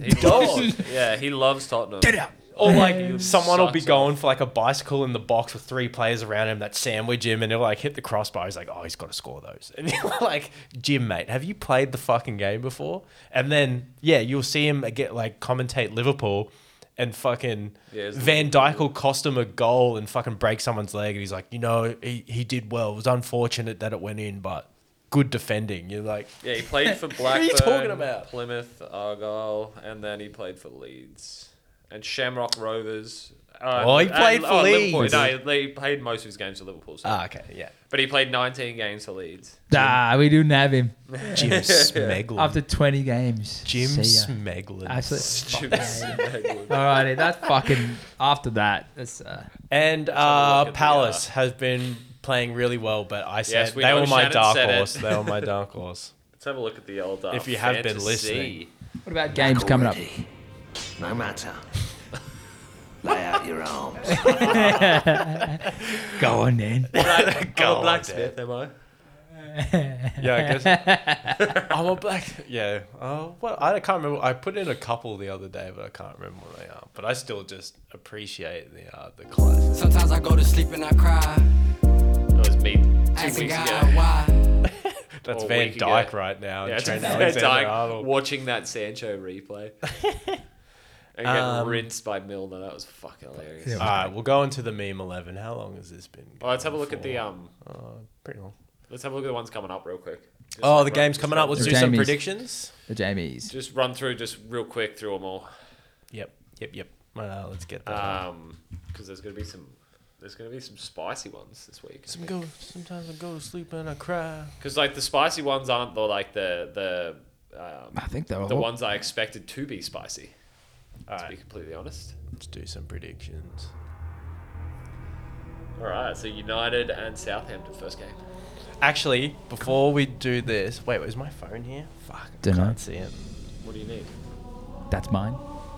B: [LAUGHS] He
A: dog."
B: loves- yeah, he loves Tottenham.
C: Get out.
A: Or like someone will
B: sucks
A: be
B: off.
A: going for like a bicycle in the box with three players around him that sandwich him and he'll like hit the crossbar. He's like, oh, he's got to score those. [LAUGHS] And you're like, Jim, mate, have you played the fucking game before? And then, yeah, you'll see him get like commentate Liverpool and fucking
B: Yeah, it's
A: Van Dyke will cost him a goal and fucking break someone's leg. And he's like, you know, he, he did well. It was unfortunate that it went in, but good defending. You're like,
B: Yeah, he played for Blackburn,
A: are you talking about?
B: Plymouth, Argyle, and then he played for Leeds and Shamrock Rovers. Uh,
A: Oh, he
B: and-
A: played for
B: oh, Liverpool.
A: Leeds.
B: No, he played most of his games for Liverpool. So.
A: ah, okay, yeah.
B: But he played 19 games for Leeds.
C: Nah, we do nab him [LAUGHS]
A: Jim Smeglin.
C: after 20 games.
A: Jim
C: See ya.
A: Smeglin.
C: Absolutely.
B: [LAUGHS] Jim Smeglin.
C: Alrighty, that's fucking. After that, that's. Uh,
A: And
B: have a
A: uh,
B: look at the,
A: Palace has been playing really well, but I said
B: we
A: they
B: know
A: were my
B: Shannon
A: dark
B: said it.
A: horse. They were
B: [LAUGHS]
A: my dark horse.
B: Let's have a look at the old. Uh,
A: If you have been
B: fantasy.
A: listening.
C: what about games coming up?
F: No matter. [LAUGHS] Lay out your arms.
C: [LAUGHS] Go on then.
A: [LAUGHS]
B: I'm
A: on,
B: a blacksmith, am I?
A: Yeah,
B: [LAUGHS]
A: I guess I'm a black. Yeah. Uh, what I can't remember. I put in a couple the other day, but I can't remember what they are. But I still just appreciate the uh, the class.
D: Sometimes I go to sleep and I cry.
B: That was me two
D: Asking
B: weeks
D: God
B: ago.
D: why.
A: That's
B: Or
A: Van
B: week ago.
A: Dyke right now.
B: Yeah,
A: and Trent
B: it's dying,
A: Alexander-Arnold.
B: watching that Sancho
A: [LAUGHS]
B: replay and getting
A: Um,
B: rinsed by Milner. That was fucking hilarious.
C: Yeah.
A: All right, we'll go into the meme eleven. How long has this been?
B: Well, let's have a
A: going
B: look at the
A: for?
B: um.
A: Uh, pretty long.
B: Let's have a look at the ones coming up real quick. Just
A: Oh,
B: like
A: the
B: run-
A: game's
B: just
A: coming
B: run
A: up. Let's
B: through-
A: do some
C: Jamie's.
A: predictions.
C: The Jamies.
B: Just run through, just real quick through them all.
A: Yep, yep, yep. Uh, let's get that.
B: Um, because there's gonna be some, there's gonna be some spicy ones this week.
A: Some go. Sometimes I go to sleep and I cry.
B: Because like the spicy ones aren't the like the the um,
C: I think they were
B: the
C: all-
B: ones I expected to be spicy. to be
A: Alright.
B: completely honest.
A: Let's do some predictions.
B: All right, so United and Southampton first game.
A: Actually, before we do this, wait, is my phone here? Fuck, I
C: Dunno.
A: can't see it. [LAUGHS]
B: What do you need?
C: That's mine.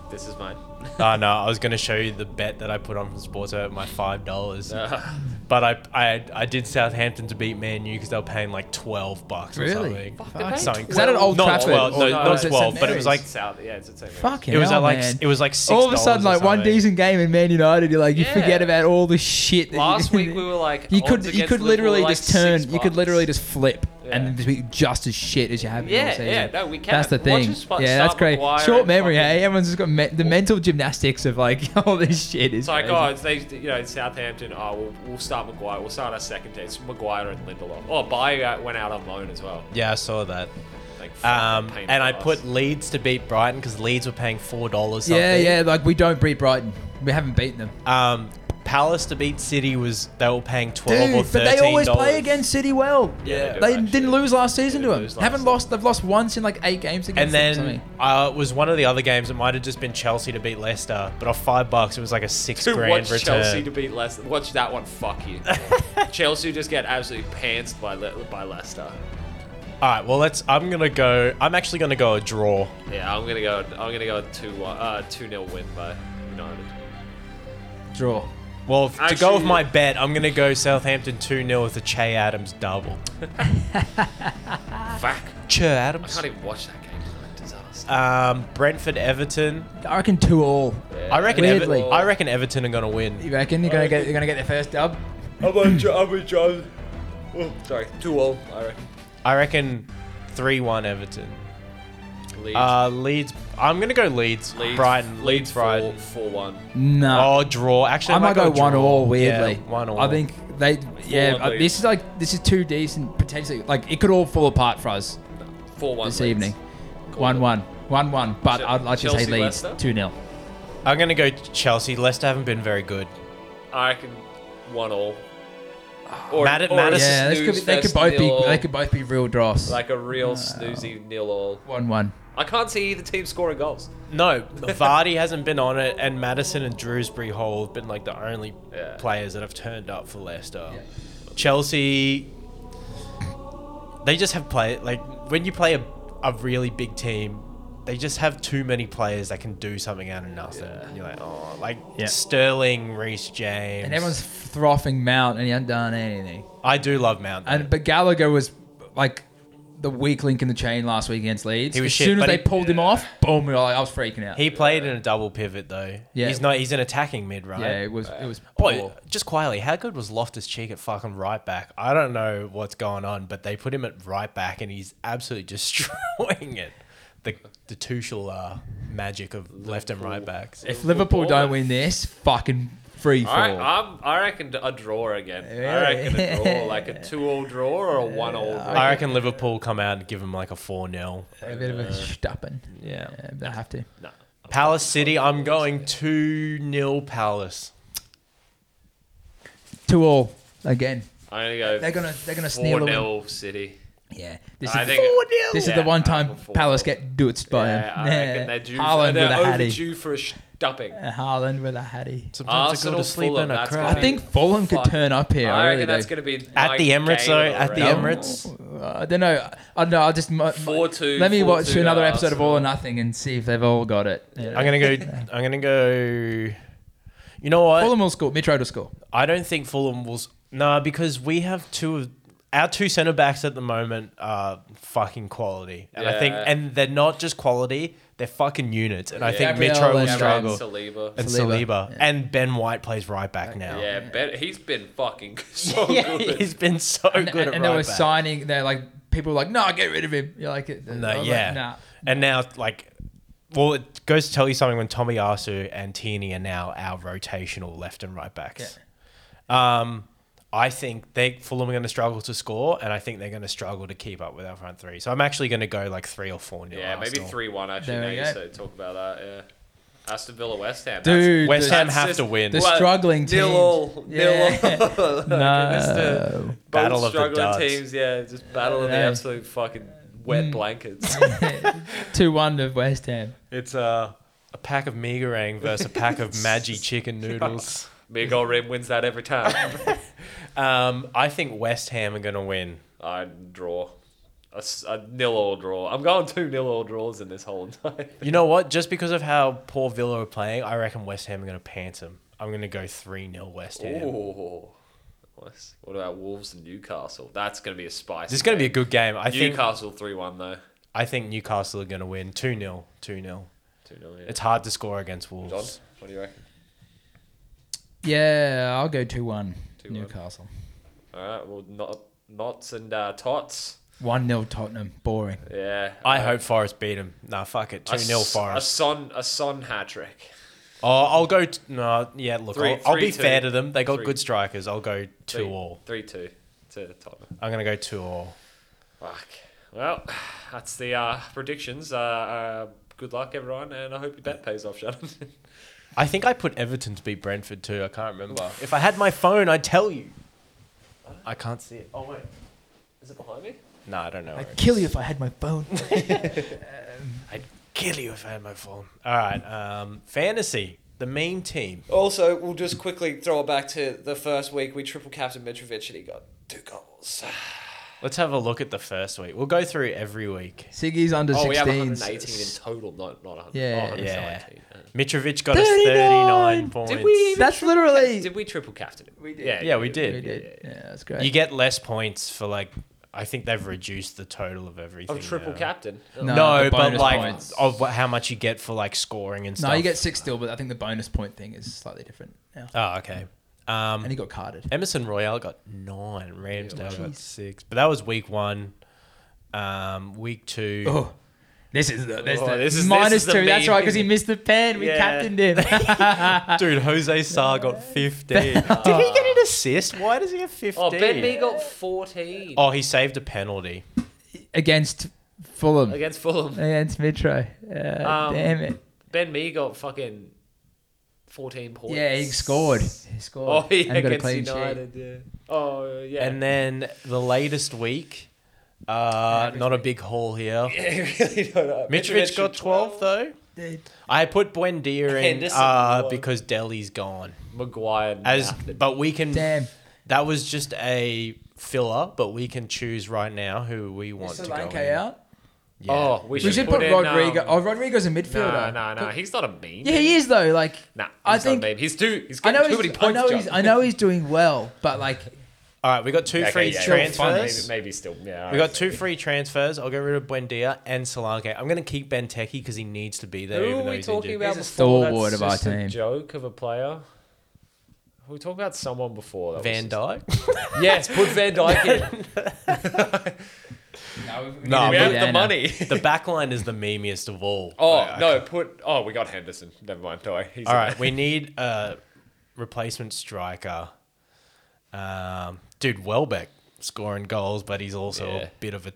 B: This is [LAUGHS] mine.
A: Oh no, I was gonna show you the bet that I put on from Sports at my five dollars,
B: Uh,
A: but I, I I did Southampton to beat Man U because they were paying like twelve bucks or something.
C: Fuck.
A: Something.
C: Was that at Old
A: Not
C: Trafford?
A: twelve, no,
C: or
A: not
C: was it St.
A: twelve, but it
C: Mary's?
A: was like
B: South, yeah, it's at St. Mary's.
C: Fucking
A: it was
C: hell,
A: at like
C: man.
A: it was like six.
C: all of a sudden,
A: or
C: like one
A: something.
C: decent game in Man United, you're like you
B: Yeah.
C: forget about all the shit. that you- [LAUGHS]
B: Last week we were like
C: you
B: odds
C: could you
B: against
C: could
B: Liverpool
C: literally
B: were like
C: just turn.
B: six
C: You could
B: bucks.
C: literally just flip, and
B: Yeah.
C: then just be just as shit as you have. in the
B: Yeah,
C: whole season.
B: yeah, no, we
C: That's
B: can.
C: the
B: Watch
C: thing.
B: us fu-
C: yeah,
B: start
C: that's great.
B: Maguire
C: Short
B: and
C: memory,
B: fucking-
C: hey. Everyone's just got me- the mental gymnastics of like [LAUGHS] all this shit. Is
B: It's like,
C: crazy.
B: oh, it's they, you know, Southampton. Oh, we'll, we'll start Maguire. We'll start our second team. It's Maguire and Lindelof. Oh, Bayer went out on loan as well.
A: Yeah, I saw that.
B: Like, fucking
A: Um,
B: pain
A: and I
B: in the
A: put
B: ass.
A: Leeds to beat Brighton because Leeds were paying four dollars.
C: yeah, yeah. Like we don't beat Brighton. We haven't beaten them.
A: Um, Palace to beat City was they were paying twelve or
C: Dude, but
A: thirteen.
C: they always play
A: dollars.
C: against City well.
B: Yeah, they do,
C: they
B: actually.
C: didn't lose last season
B: They didn't
C: to them.
B: lose last
C: Haven't
B: season.
C: lost. They've lost once in like eight games
A: And
C: against them.
A: then
C: something.
A: uh, it was one of the other games. It might have just been Chelsea to beat Leicester, but off five bucks, it was like a six
B: Dude,
A: grand
B: watch
A: return.
B: Chelsea to beat Leicester. Watch that one. Fuck
A: [LAUGHS]
B: you. Chelsea just get absolutely pantsed by Le- by Leicester.
A: All right, well let's. I'm gonna go. I'm actually gonna go a draw.
B: Yeah, I'm gonna go. I'm gonna go two one, uh, two 0 win by United.
C: draw.
A: Well, if- to go with
B: Actually-
A: my bet, I'm gonna go Southampton two 0 with a Che Adams double.
B: Fuck.
A: Che
B: I
A: Adams.
B: can't even watch that game. It's like disaster.
A: Um, Brentford Everton.
C: I reckon two all.
A: I reckon. Ever-
C: Weirdly.
A: I reckon Everton are gonna win.
C: You reckon you're gonna get you're gonna get their first dub?
B: I'm on. Jo- I'm on. Jo- Oh, sorry. Two all. I reckon.
A: I reckon three one Everton.
B: Leeds.
A: Uh, Leeds. I'm gonna go Leeds.
B: Leeds.
A: Brighton.
B: Leeds.
A: Leeds. Brighton.
B: Four one.
C: No.
A: Oh, draw. Actually,
C: I might go, one
A: draw.
C: all.
A: Yeah,
C: Weirdly,
A: one all.
C: I think they. Yeah,
B: one
C: uh,
B: Leeds.
C: this is like this is too decent potentially. Like it could all fall apart for us
B: Four one.
C: this evening. One
B: it.
C: one. One one. But
B: Che-
C: I'd like to
B: Chelsea,
C: say Leeds
B: Leicester?
C: two 0
A: I'm gonna go Chelsea. Leicester haven't been very good.
B: I reckon one all. Or,
A: Mad-
B: or a
A: Madison-
C: Yeah, this could be,
B: snooze
C: they could
B: fest
C: both
B: nil,
C: be they could Uh, both be real dross. Like
B: like a real snoozy nil all.
C: one one.
B: I can't see either team scoring goals.
A: [LAUGHS] No, Vardy hasn't been on it, and Madison and Drewsbury Hall have been like the only
B: Yeah.
A: players that have turned up for Leicester. Chelsea, they just have play like when you play a, a really big team, they just have too many players that can do something out of nothing. And You're like, oh, like
C: Yeah.
A: Sterling, Reece James,
C: And everyone's frothing Mount, and he hadn't done anything.
A: I do love Mount.
C: And but Gallagher was like the weak link in the chain last week against Leeds.
A: He was
C: as
A: shit,
C: soon as
A: but
C: they
A: he-
C: pulled him off, boom! we were like- I was freaking out.
A: he played in a double pivot though.
C: Yeah.
A: he's not. He's an attacking mid, right?
C: yeah, it was it was poor.
A: Boy, just quietly, how good was Loftus Cheek at fucking right back? I don't know what's going on, but they put him at right back and he's absolutely [LAUGHS] destroying it. The the Tuchel uh, magic of left and right backs.
C: if Liverpool don't win this, fucking free fall.
B: I, I'm, I reckon a draw again. I reckon a
C: [LAUGHS]
B: draw, like a two-all draw or a one-all draw.
A: I reckon Liverpool come out and give him like a 4 0.
C: a bit of a stupping.
A: Yeah.
C: yeah they have to.
B: Nah.
A: Palace City, I'm going 2 0 Palace.
C: Two all again.
B: I'm gonna go.
C: They're gonna they're gonna
B: four
C: sneal a win.
B: nil City.
C: Yeah, this is
B: I
C: the,
B: think-
C: this is
B: Yeah,
C: the one
B: I
C: time
B: think four
C: Palace
B: nil.
C: get dutzed by
B: Yeah,
C: him.
B: I reckon they're due. For,
C: Haaland with a
B: they're
C: hattie.
B: overdue for a stuffing.
C: And Haaland with a hattie.
A: Sometimes I go
B: Arsenal,
A: to sleep
B: Fulham,
A: and I
B: that's
A: cry.
B: gonna
C: I
B: be-
C: think Fulham could
B: Fuck.
C: turn up here.
B: I
C: really
B: reckon that's
C: do.
B: gonna be
A: At
B: my
A: the Emirates,
B: game
A: though,
B: of the
A: at the
B: round.
A: Emirates.
C: Uh, I don't know. I don't know. I'll just mo-
B: 4-2,
C: let me
B: 4-2
C: watch
B: to
C: another episode of
B: Arsenal.
C: All or Nothing and see if they've all got it. Yeah.
A: I'm going to go. I'm going to go. You know what?
C: Fulham will score. Mitro will score.
A: I don't think Fulham will. s- No, because we have two of our two centre backs at the moment are fucking quality, and I think,
B: Yeah.
A: and they're not just quality; they're fucking units. And I think
C: Gabriel
A: Mitro will
C: and-
B: Gabriel
A: struggle,
B: Saliba.
A: and
C: Saliba.
A: Saliba, and Ben White plays right back now.
B: Yeah, Ben, he's been fucking [LAUGHS] so
A: Yeah,
B: good.
A: [LAUGHS] he's been so
C: And,
A: good at
C: and
A: right
C: they were
A: back.
C: signing. They're like people were like, "No, get rid of him." You're like,
A: No,
C: I'm like,
A: yeah,
C: nah.
A: and now like. Well, it goes to tell you something when Tommy Asu and Tierney are now our rotational left and right backs. Um, I think they Fulham are going to struggle to score, and I think they're going to struggle to keep up with our front three. So I'm actually going to go like three or four nil.
B: Yeah, maybe
A: Arsenal.
B: three one. Actually,
C: There
B: now
C: we
B: you
C: go.
B: say talk about that. Yeah, Aston Villa, West Ham. that's-
C: Dude,
A: West
C: the-
A: Ham
B: that's
A: have
B: just-
A: to win.
C: the struggling
B: nil
C: teams.
B: all, nil
C: [LAUGHS]
B: all. [LAUGHS] Like, it's the-
C: no.
B: both
A: Battle of the
B: struggling
A: duds.
B: teams. Yeah, just battle of the
C: Yeah. Mm.
B: absolute fucking wet blankets.
C: [LAUGHS] Two one to West Ham.
A: It's a a pack of megarang versus a pack [LAUGHS] of Maggi chicken noodles.
B: Miguel Rim wins that every
C: [LAUGHS]
B: time.
A: Um, I think West Ham are going to win.
B: I draw. A, s- a nil all draw. I'm going two nil all draws in this whole [LAUGHS] night.
A: You know what? Just because of how poor Villa are playing, I reckon West Ham are going to pants them. I'm going to go three 0 West Ham.
B: Ooh. Nice. What about Wolves and Newcastle? That's going to be a spicy.
A: This is going to be a good game. I think
B: Newcastle 3 1, though.
A: I think Newcastle are going to win 2 0 2 0
B: 2 0.
A: It's hard to score against
B: John,
A: Wolves.
B: what do you reckon?
C: Yeah, I'll go two one.
B: 2-1.
C: Newcastle.
B: All right. Well, not, Knots and uh, Tots.
C: One 0 Tottenham. Boring.
B: Yeah.
A: I
B: Uh,
A: hope Forest beat him. Nah, fuck it.
B: a
A: 2 0
B: s- A
A: Forest.
B: son, a son hat trick.
A: Oh, I'll go. T- no, yeah, look,
B: Three-
A: I'll, I'll be
B: three, two.
A: fair to them. They got
B: Three.
A: good strikers. I'll go 2 all.
B: 3 2 to Tottenham.
A: I'm going to go 2 all.
B: Fuck. Well, that's the uh, predictions. Uh, uh, good luck, everyone, and I hope your bet pays off, Shannon. [LAUGHS]
A: I think I put Everton to beat Brentford too. I can't remember. If I had my phone, I'd tell you. I can't see it.
B: oh, wait. Is it behind me?
A: No, I don't know. where it
C: Kill
A: is.
C: you if I had my phone.
A: I'd kill you if I had my phone. All right. Um, fantasy. The main team.
B: Also, we'll just quickly throw it back to the first week. We triple captain Mitrovic and he got two goals.
A: Let's have a look at the first week. We'll go through every week.
C: Siggy's under
B: [SIGHS] Oh, we have
C: sixteen.
B: 118 in total, not, not 100.
C: Yeah.
B: oh, 119.
A: Yeah. Mitrovic got us 39
C: 39
A: points.
B: Did we?
C: That's literally.
B: Did we triple captain him? We did.
A: Yeah, we
C: We
A: did.
C: did. Yeah, that's great.
A: You get less points for like, I think they've reduced the total of everything.
B: Of triple
A: now.
B: captain.
C: No.
A: No,
C: the
A: but
C: bonus
A: like
C: points.
A: of wh- how much you get for like scoring and
C: no,
A: stuff.
C: you get six still, but I think the bonus point thing is slightly different now.
A: Oh, okay. Um,
C: and he got carded.
A: Emerson Royale got nine. Ramsdale got six. But that was week one. Um, week two.
C: Oh, this is the, this,
B: Oh,
C: the
B: this is- this
C: minus
B: is the
C: two. That's
B: meme.
C: right, because he missed the pen. We
B: Yeah.
C: captained him.
B: Ah.
A: Dude, Jose Sarr got
B: [LAUGHS]
A: 15. Did he get an assist? Why does he have 15?
B: Oh, Ben Mee got 14
A: Oh, he saved a penalty.
C: against Fulham.
B: against Fulham.
C: Against Mitro. Uh,
B: Um,
C: damn it.
B: Ben Mee got fucking 14 points.
C: Yeah, he scored. He scored.
B: Oh, yeah,
C: and got a
B: against
C: clean sheet.
B: United. Yeah. Oh, yeah. [LAUGHS]
A: And then the latest week, uh, not a big haul here.
B: really don't know.
A: Mitrovic got 12, though.
C: Dude.
A: I put Buendia in
B: Henderson
A: uh,
B: won.
A: because Delhi's gone.
B: Maguire.
A: As
B: nothing.
A: but we can
C: Damn.
A: that was just a filler, but we can choose right now who we want to go.
C: Solanke
A: in.
C: out.
A: Yeah.
B: Oh, we should,
C: We should
B: put,
C: put,
B: in,
C: Rodrigo.
B: Um,
C: oh, Rodrigo's a
B: no,
C: midfielder.
B: no, no. He's not a meme.
C: Yeah, he is though. Like,
B: Nah, he's
C: I
B: not a
C: think
B: meme. He's too. He's
C: I
B: getting
C: know
B: too
C: he's.
B: many
C: I
B: points.
C: know he's.
B: John.
C: I know he's doing well, but like,
A: All right, we got
B: [LAUGHS]
A: two
B: Okay,
A: free
B: yeah,
A: transfers.
B: Maybe, maybe still. Yeah.
A: We got two free transfers. I'll get rid of Buendia and Solanke. I'm going to keep Benteke because he needs to be there.
B: Who
A: even
B: are
A: though
B: we
A: he's
B: talking
A: injured.
B: about
C: He's a
B: before?
C: stalwart
B: That's
C: of our
B: just a
C: team.
B: joke of a player. We talked about someone before. That
A: Van
B: was [LAUGHS]
A: Dijk.
B: just- Yes, put Van Dyke
A: [LAUGHS]
B: in.
C: no,
A: No,
B: we
A: but-
B: have
C: Oh,
B: the
A: [LAUGHS]
B: money.
A: the back line is the memeiest of all.
B: Oh
A: I- I
B: no, put. Oh, we got Henderson. Never mind. Sorry. He's
A: All right, we need a replacement striker. Um, dude, Welbeck scoring goals, but he's also
B: Yeah.
A: a bit of a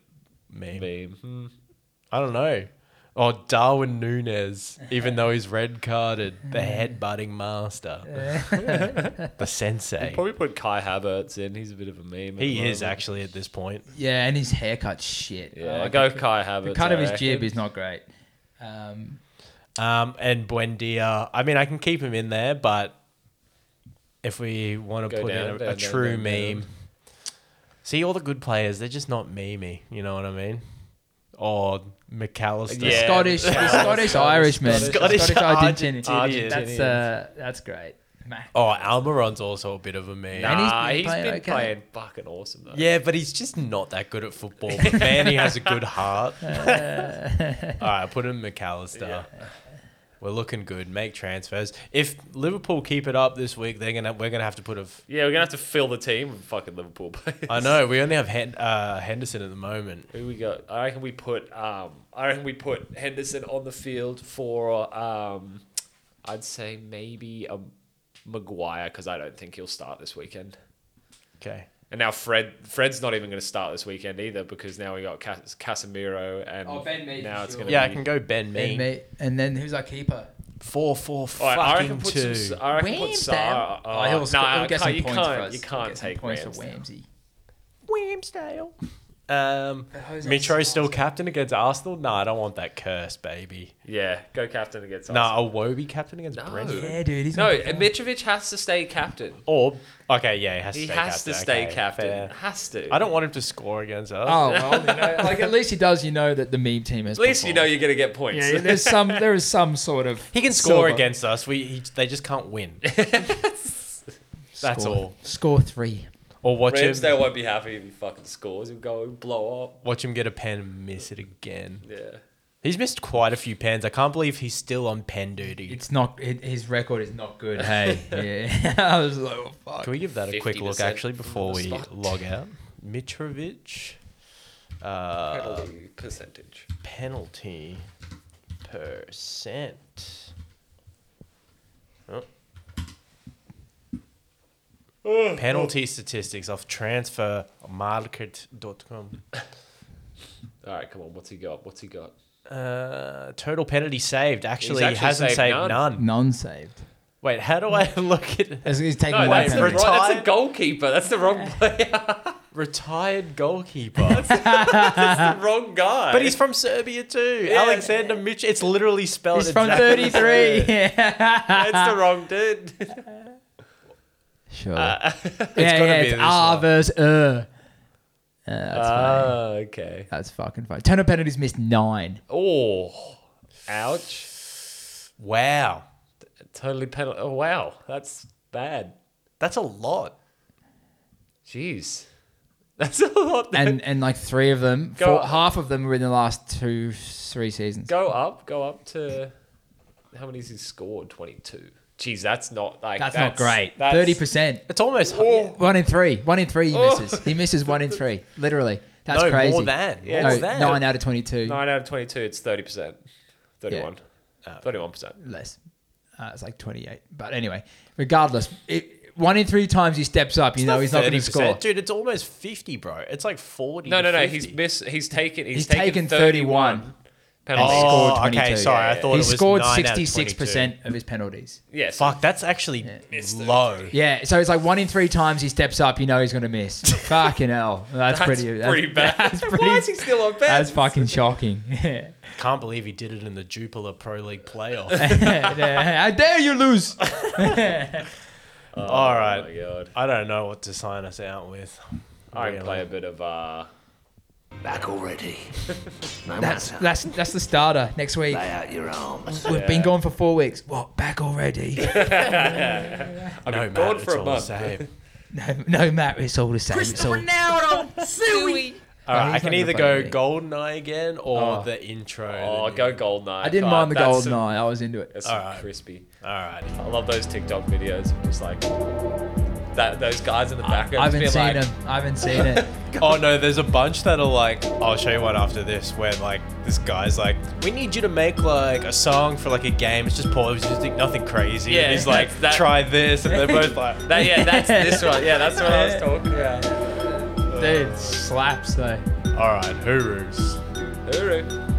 A: meme.
B: Meme.
A: I don't know. Or Darwin Nunez, even though he's red carded, the headbutting master, [LAUGHS] the sensei.
B: Probably put Kai Havertz in. He's a bit of a meme. at
A: He
B: the
A: is
B: moment.
A: actually at this point.
C: Yeah, and his haircut shit.
B: Yeah,
C: I like
B: go eh?
C: the,
B: Kai Havertz.
C: the cut of
B: I
C: his
B: reckon.
C: jib is not great. Um,
A: Um, and Buendia, I mean, I can keep him in there, but if we want to
B: Go
A: put
B: down,
A: in a,
B: down,
A: a
B: down,
A: true
B: down, down.
A: meme, see all the good players, they're just not memey. You know what I mean? Or McAllister.
B: Yeah. [LAUGHS]
C: Scottish, the Scottish Irishman,
A: Scottish
C: Argentinian.
A: Argentinian.
C: That's uh, that's great. Mac-
A: Oh, Almiron's also a bit of a meme.
C: And he's
B: Nah,
C: been
B: he's been,
C: playing okay.
B: playing fucking awesome though.
A: Yeah, but he's just not that good at football. But man, he has a good heart. [LAUGHS] All right, put in McAllister. We're looking good. Make transfers. If Liverpool keep it up this week, they're gonna we're gonna have to put a. f-
B: Yeah, we're gonna have to fill the team with fucking Liverpool players.
A: I know we only have Hen- uh, Henderson at the moment.
B: Who we got? I reckon we put um, I reckon we put Henderson on the field for um, I'd say maybe a Maguire because I don't think he'll start this weekend.
A: Okay.
B: And now Fred Fred's not even going to start this weekend either because now we got Cas- Casemiro and
C: Oh, Ben Mee
B: now
C: for
B: it's
C: sure.
B: going to
A: Yeah, I
B: be,
A: can go Ben
C: And,
A: me.
C: mate, and then who's our keeper?
A: Four, four,
B: All right, I reckon
A: fucking
B: put
A: two.
B: some. uh, I reckon
C: Wham,
B: put Sar.
C: bam.
B: Oh,
C: Oh, he'll sc-
B: nah,
C: he'll get
B: can't-
C: some
B: you
C: points
B: can't.
C: for us.
B: You
C: He'll
B: can't
C: get some
B: take
C: points for
B: Ramsdale.
C: Whamsy.
A: Whamsdale. Um,
C: But Jose's
A: Mitro's still
C: Arsenal.
A: captain against Arsenal. No, I don't want that curse, baby.
B: Yeah, go captain against.
A: No,
B: Arsenal.
A: nah, a Wobie captain against
B: No.
A: Brentford.
C: Yeah, dude. He's
B: No,
C: on
B: and Mitrovic has to stay captain.
A: Or okay, yeah, he has to
B: He
A: stay
B: has
A: captain.
B: to stay
A: okay,
B: captain.
A: fair.
B: Has to.
A: I don't want him to score against us.
C: Oh well, you [LAUGHS] know, like at least he does. You know that the meme team has.
B: At least you know
C: performed.
B: you're going to get points. [LAUGHS]
C: Yeah, there's some. There is some sort of.
A: He can score
C: silver.
A: against us. We he, they just
B: [LAUGHS]
A: can't win. That's
C: Score-
A: all.
C: Score three.
A: Or watch
B: Ramsdale
A: him
B: won't be happy if he fucking scores. He'll go blow up.
A: watch him get a pen and miss it again.
B: Yeah.
A: He's missed quite a few pens. I can't believe he's still on pen duty.
C: It's not. hi- his record is not good. Hey, [LAUGHS] yeah. I was like, oh, fuck.
A: Can we give that a quick look
B: 50%
A: actually
B: from
A: before
B: the
A: we
B: spot. [LAUGHS]
A: log out? Mitrovic uh,
G: Penalty percentage.
A: penalty percent. Oh.
B: Oh.
A: Penalty statistics off transfermarket.com.
B: All right, come on. What's he got? What's he got?
A: Uh, total penalty saved. Actually,
B: actually
A: hasn't
B: saved
A: saved
B: none.
A: none.
C: None saved.
A: Wait, how do I [LAUGHS] look at
C: As he's taking
B: No,
C: one
B: that's the, wrong,
C: penalty.
B: that's a
A: Retired.
B: goalkeeper. That's the
C: [LAUGHS]
B: wrong player. [LAUGHS]
A: retired goalkeeper?
B: That's the wrong guy.
A: but he's from Serbia too. Alexander Mitch. It's literally spelled.
C: He's from
A: exactly the [LAUGHS]
C: 33. Yeah.
B: That's
C: [LAUGHS]
B: the wrong dude.
C: Sure. it's
A: gotta be this
C: R
A: one.
C: versus Er. Uh, that's, funny.
B: okay.
C: that's fucking fine. Turner penalties missed nine.
B: Oh, ouch.
A: same. Wow,
B: Totally penalty. Oh, wow. That's bad.
A: that's a lot.
B: Jeez. [LAUGHS] That's a lot. dude.
C: [LAUGHS] And and like three of them,
B: Go-
C: four, half of them were in the last two, three seasons.
B: go up. Go up to how many has he scored? 22. Jeez, that's not like.
C: That's, not great.
B: that's-
C: Thirty percent.
A: It's almost
C: One in three. One in three. He
A: Oh.
C: misses. He misses one in three. Literally. That's
A: no
C: crazy.
A: more than
B: Yeah,
A: more
C: No,
B: it's
A: than.
C: nine out of twenty-two.
B: 9 out of 22, it's 30%. 31.
C: Oh.
B: 31%.
C: less. Uh, it's like 28. But anyway, regardless, it, one in three times he steps up, you know he's not going to
A: 30%.
C: score.
A: dude. It's almost fifty, bro. It's like forty.
B: No, no,
A: to
B: no.
A: 50.
B: He's miss. He's taken. He's,
C: He's
B: taken,
C: taken 31
B: 31
C: And
B: penalties.
A: Oh,
C: he scored
A: okay.
C: 22.
A: Sorry,
B: Yeah,
A: I
B: yeah.
A: thought
C: He
A: it was
C: scored
A: 9 out of 22.
C: 66% of his penalties.
B: yes.
A: Fuck, that's actually low.
C: Yeah, so it's like one in three times he steps up, you know he's going
A: [LAUGHS]
C: to miss. Fucking hell. That's,
B: That's
C: pretty,
B: pretty bad.
C: [LAUGHS] That's pretty,
B: [LAUGHS] Why is he still on bench?
C: That's fucking shocking. Yeah.
A: Can't believe he did it in the Jupiler Pro League playoff.
C: [LAUGHS] [LAUGHS] How dare you lose?
A: All
B: Oh my
A: right.
B: god.
A: I don't know what to sign us out with.
B: I can
A: Really.
B: play a bit of uh.
H: Back
A: [LAUGHS]
H: already. No
C: That's,
H: matter.
C: that's, that's the starter next week.
H: Lay out your arms.
C: We've been gone for four weeks. What, back already? [LAUGHS]
A: I've no, been
B: gone for a month. [LAUGHS]
C: no, no, Matt, it's all the same. It's all,
A: All right,
C: he's
A: I can
C: not gonna
A: either go
C: play me.
A: Goldeneye again or
B: Oh.
A: the intro.
B: Oh,
A: The
B: go
A: new-
B: Goldeneye.
C: I didn't
B: God,
C: mind the
B: that's
C: golden
B: some-
C: eye. I was into it.
B: That's
A: All
B: some
A: right.
B: crispy. [LAUGHS]
A: All right.
B: I love those TikTok videos. of Just like that. Those guys in the back.
C: I haven't
B: just
C: seen
B: being
C: him.
B: like,
C: I haven't seen it.
B: [LAUGHS]
A: Oh no, there's a bunch that are like, I'll show you one after this, where like this guy's like, we need you to make like a song for like a game. It's just Paul, it's just like, nothing crazy.
B: Yeah,
A: and he's like,
B: that's that-
A: try this, and
B: [LAUGHS]
A: they're both like,
B: That, yeah, that's this one. Yeah, that's what I
C: [LAUGHS]
B: was talking about.
C: Dude, slaps though.
A: all right, hoorus.
B: Hooroo.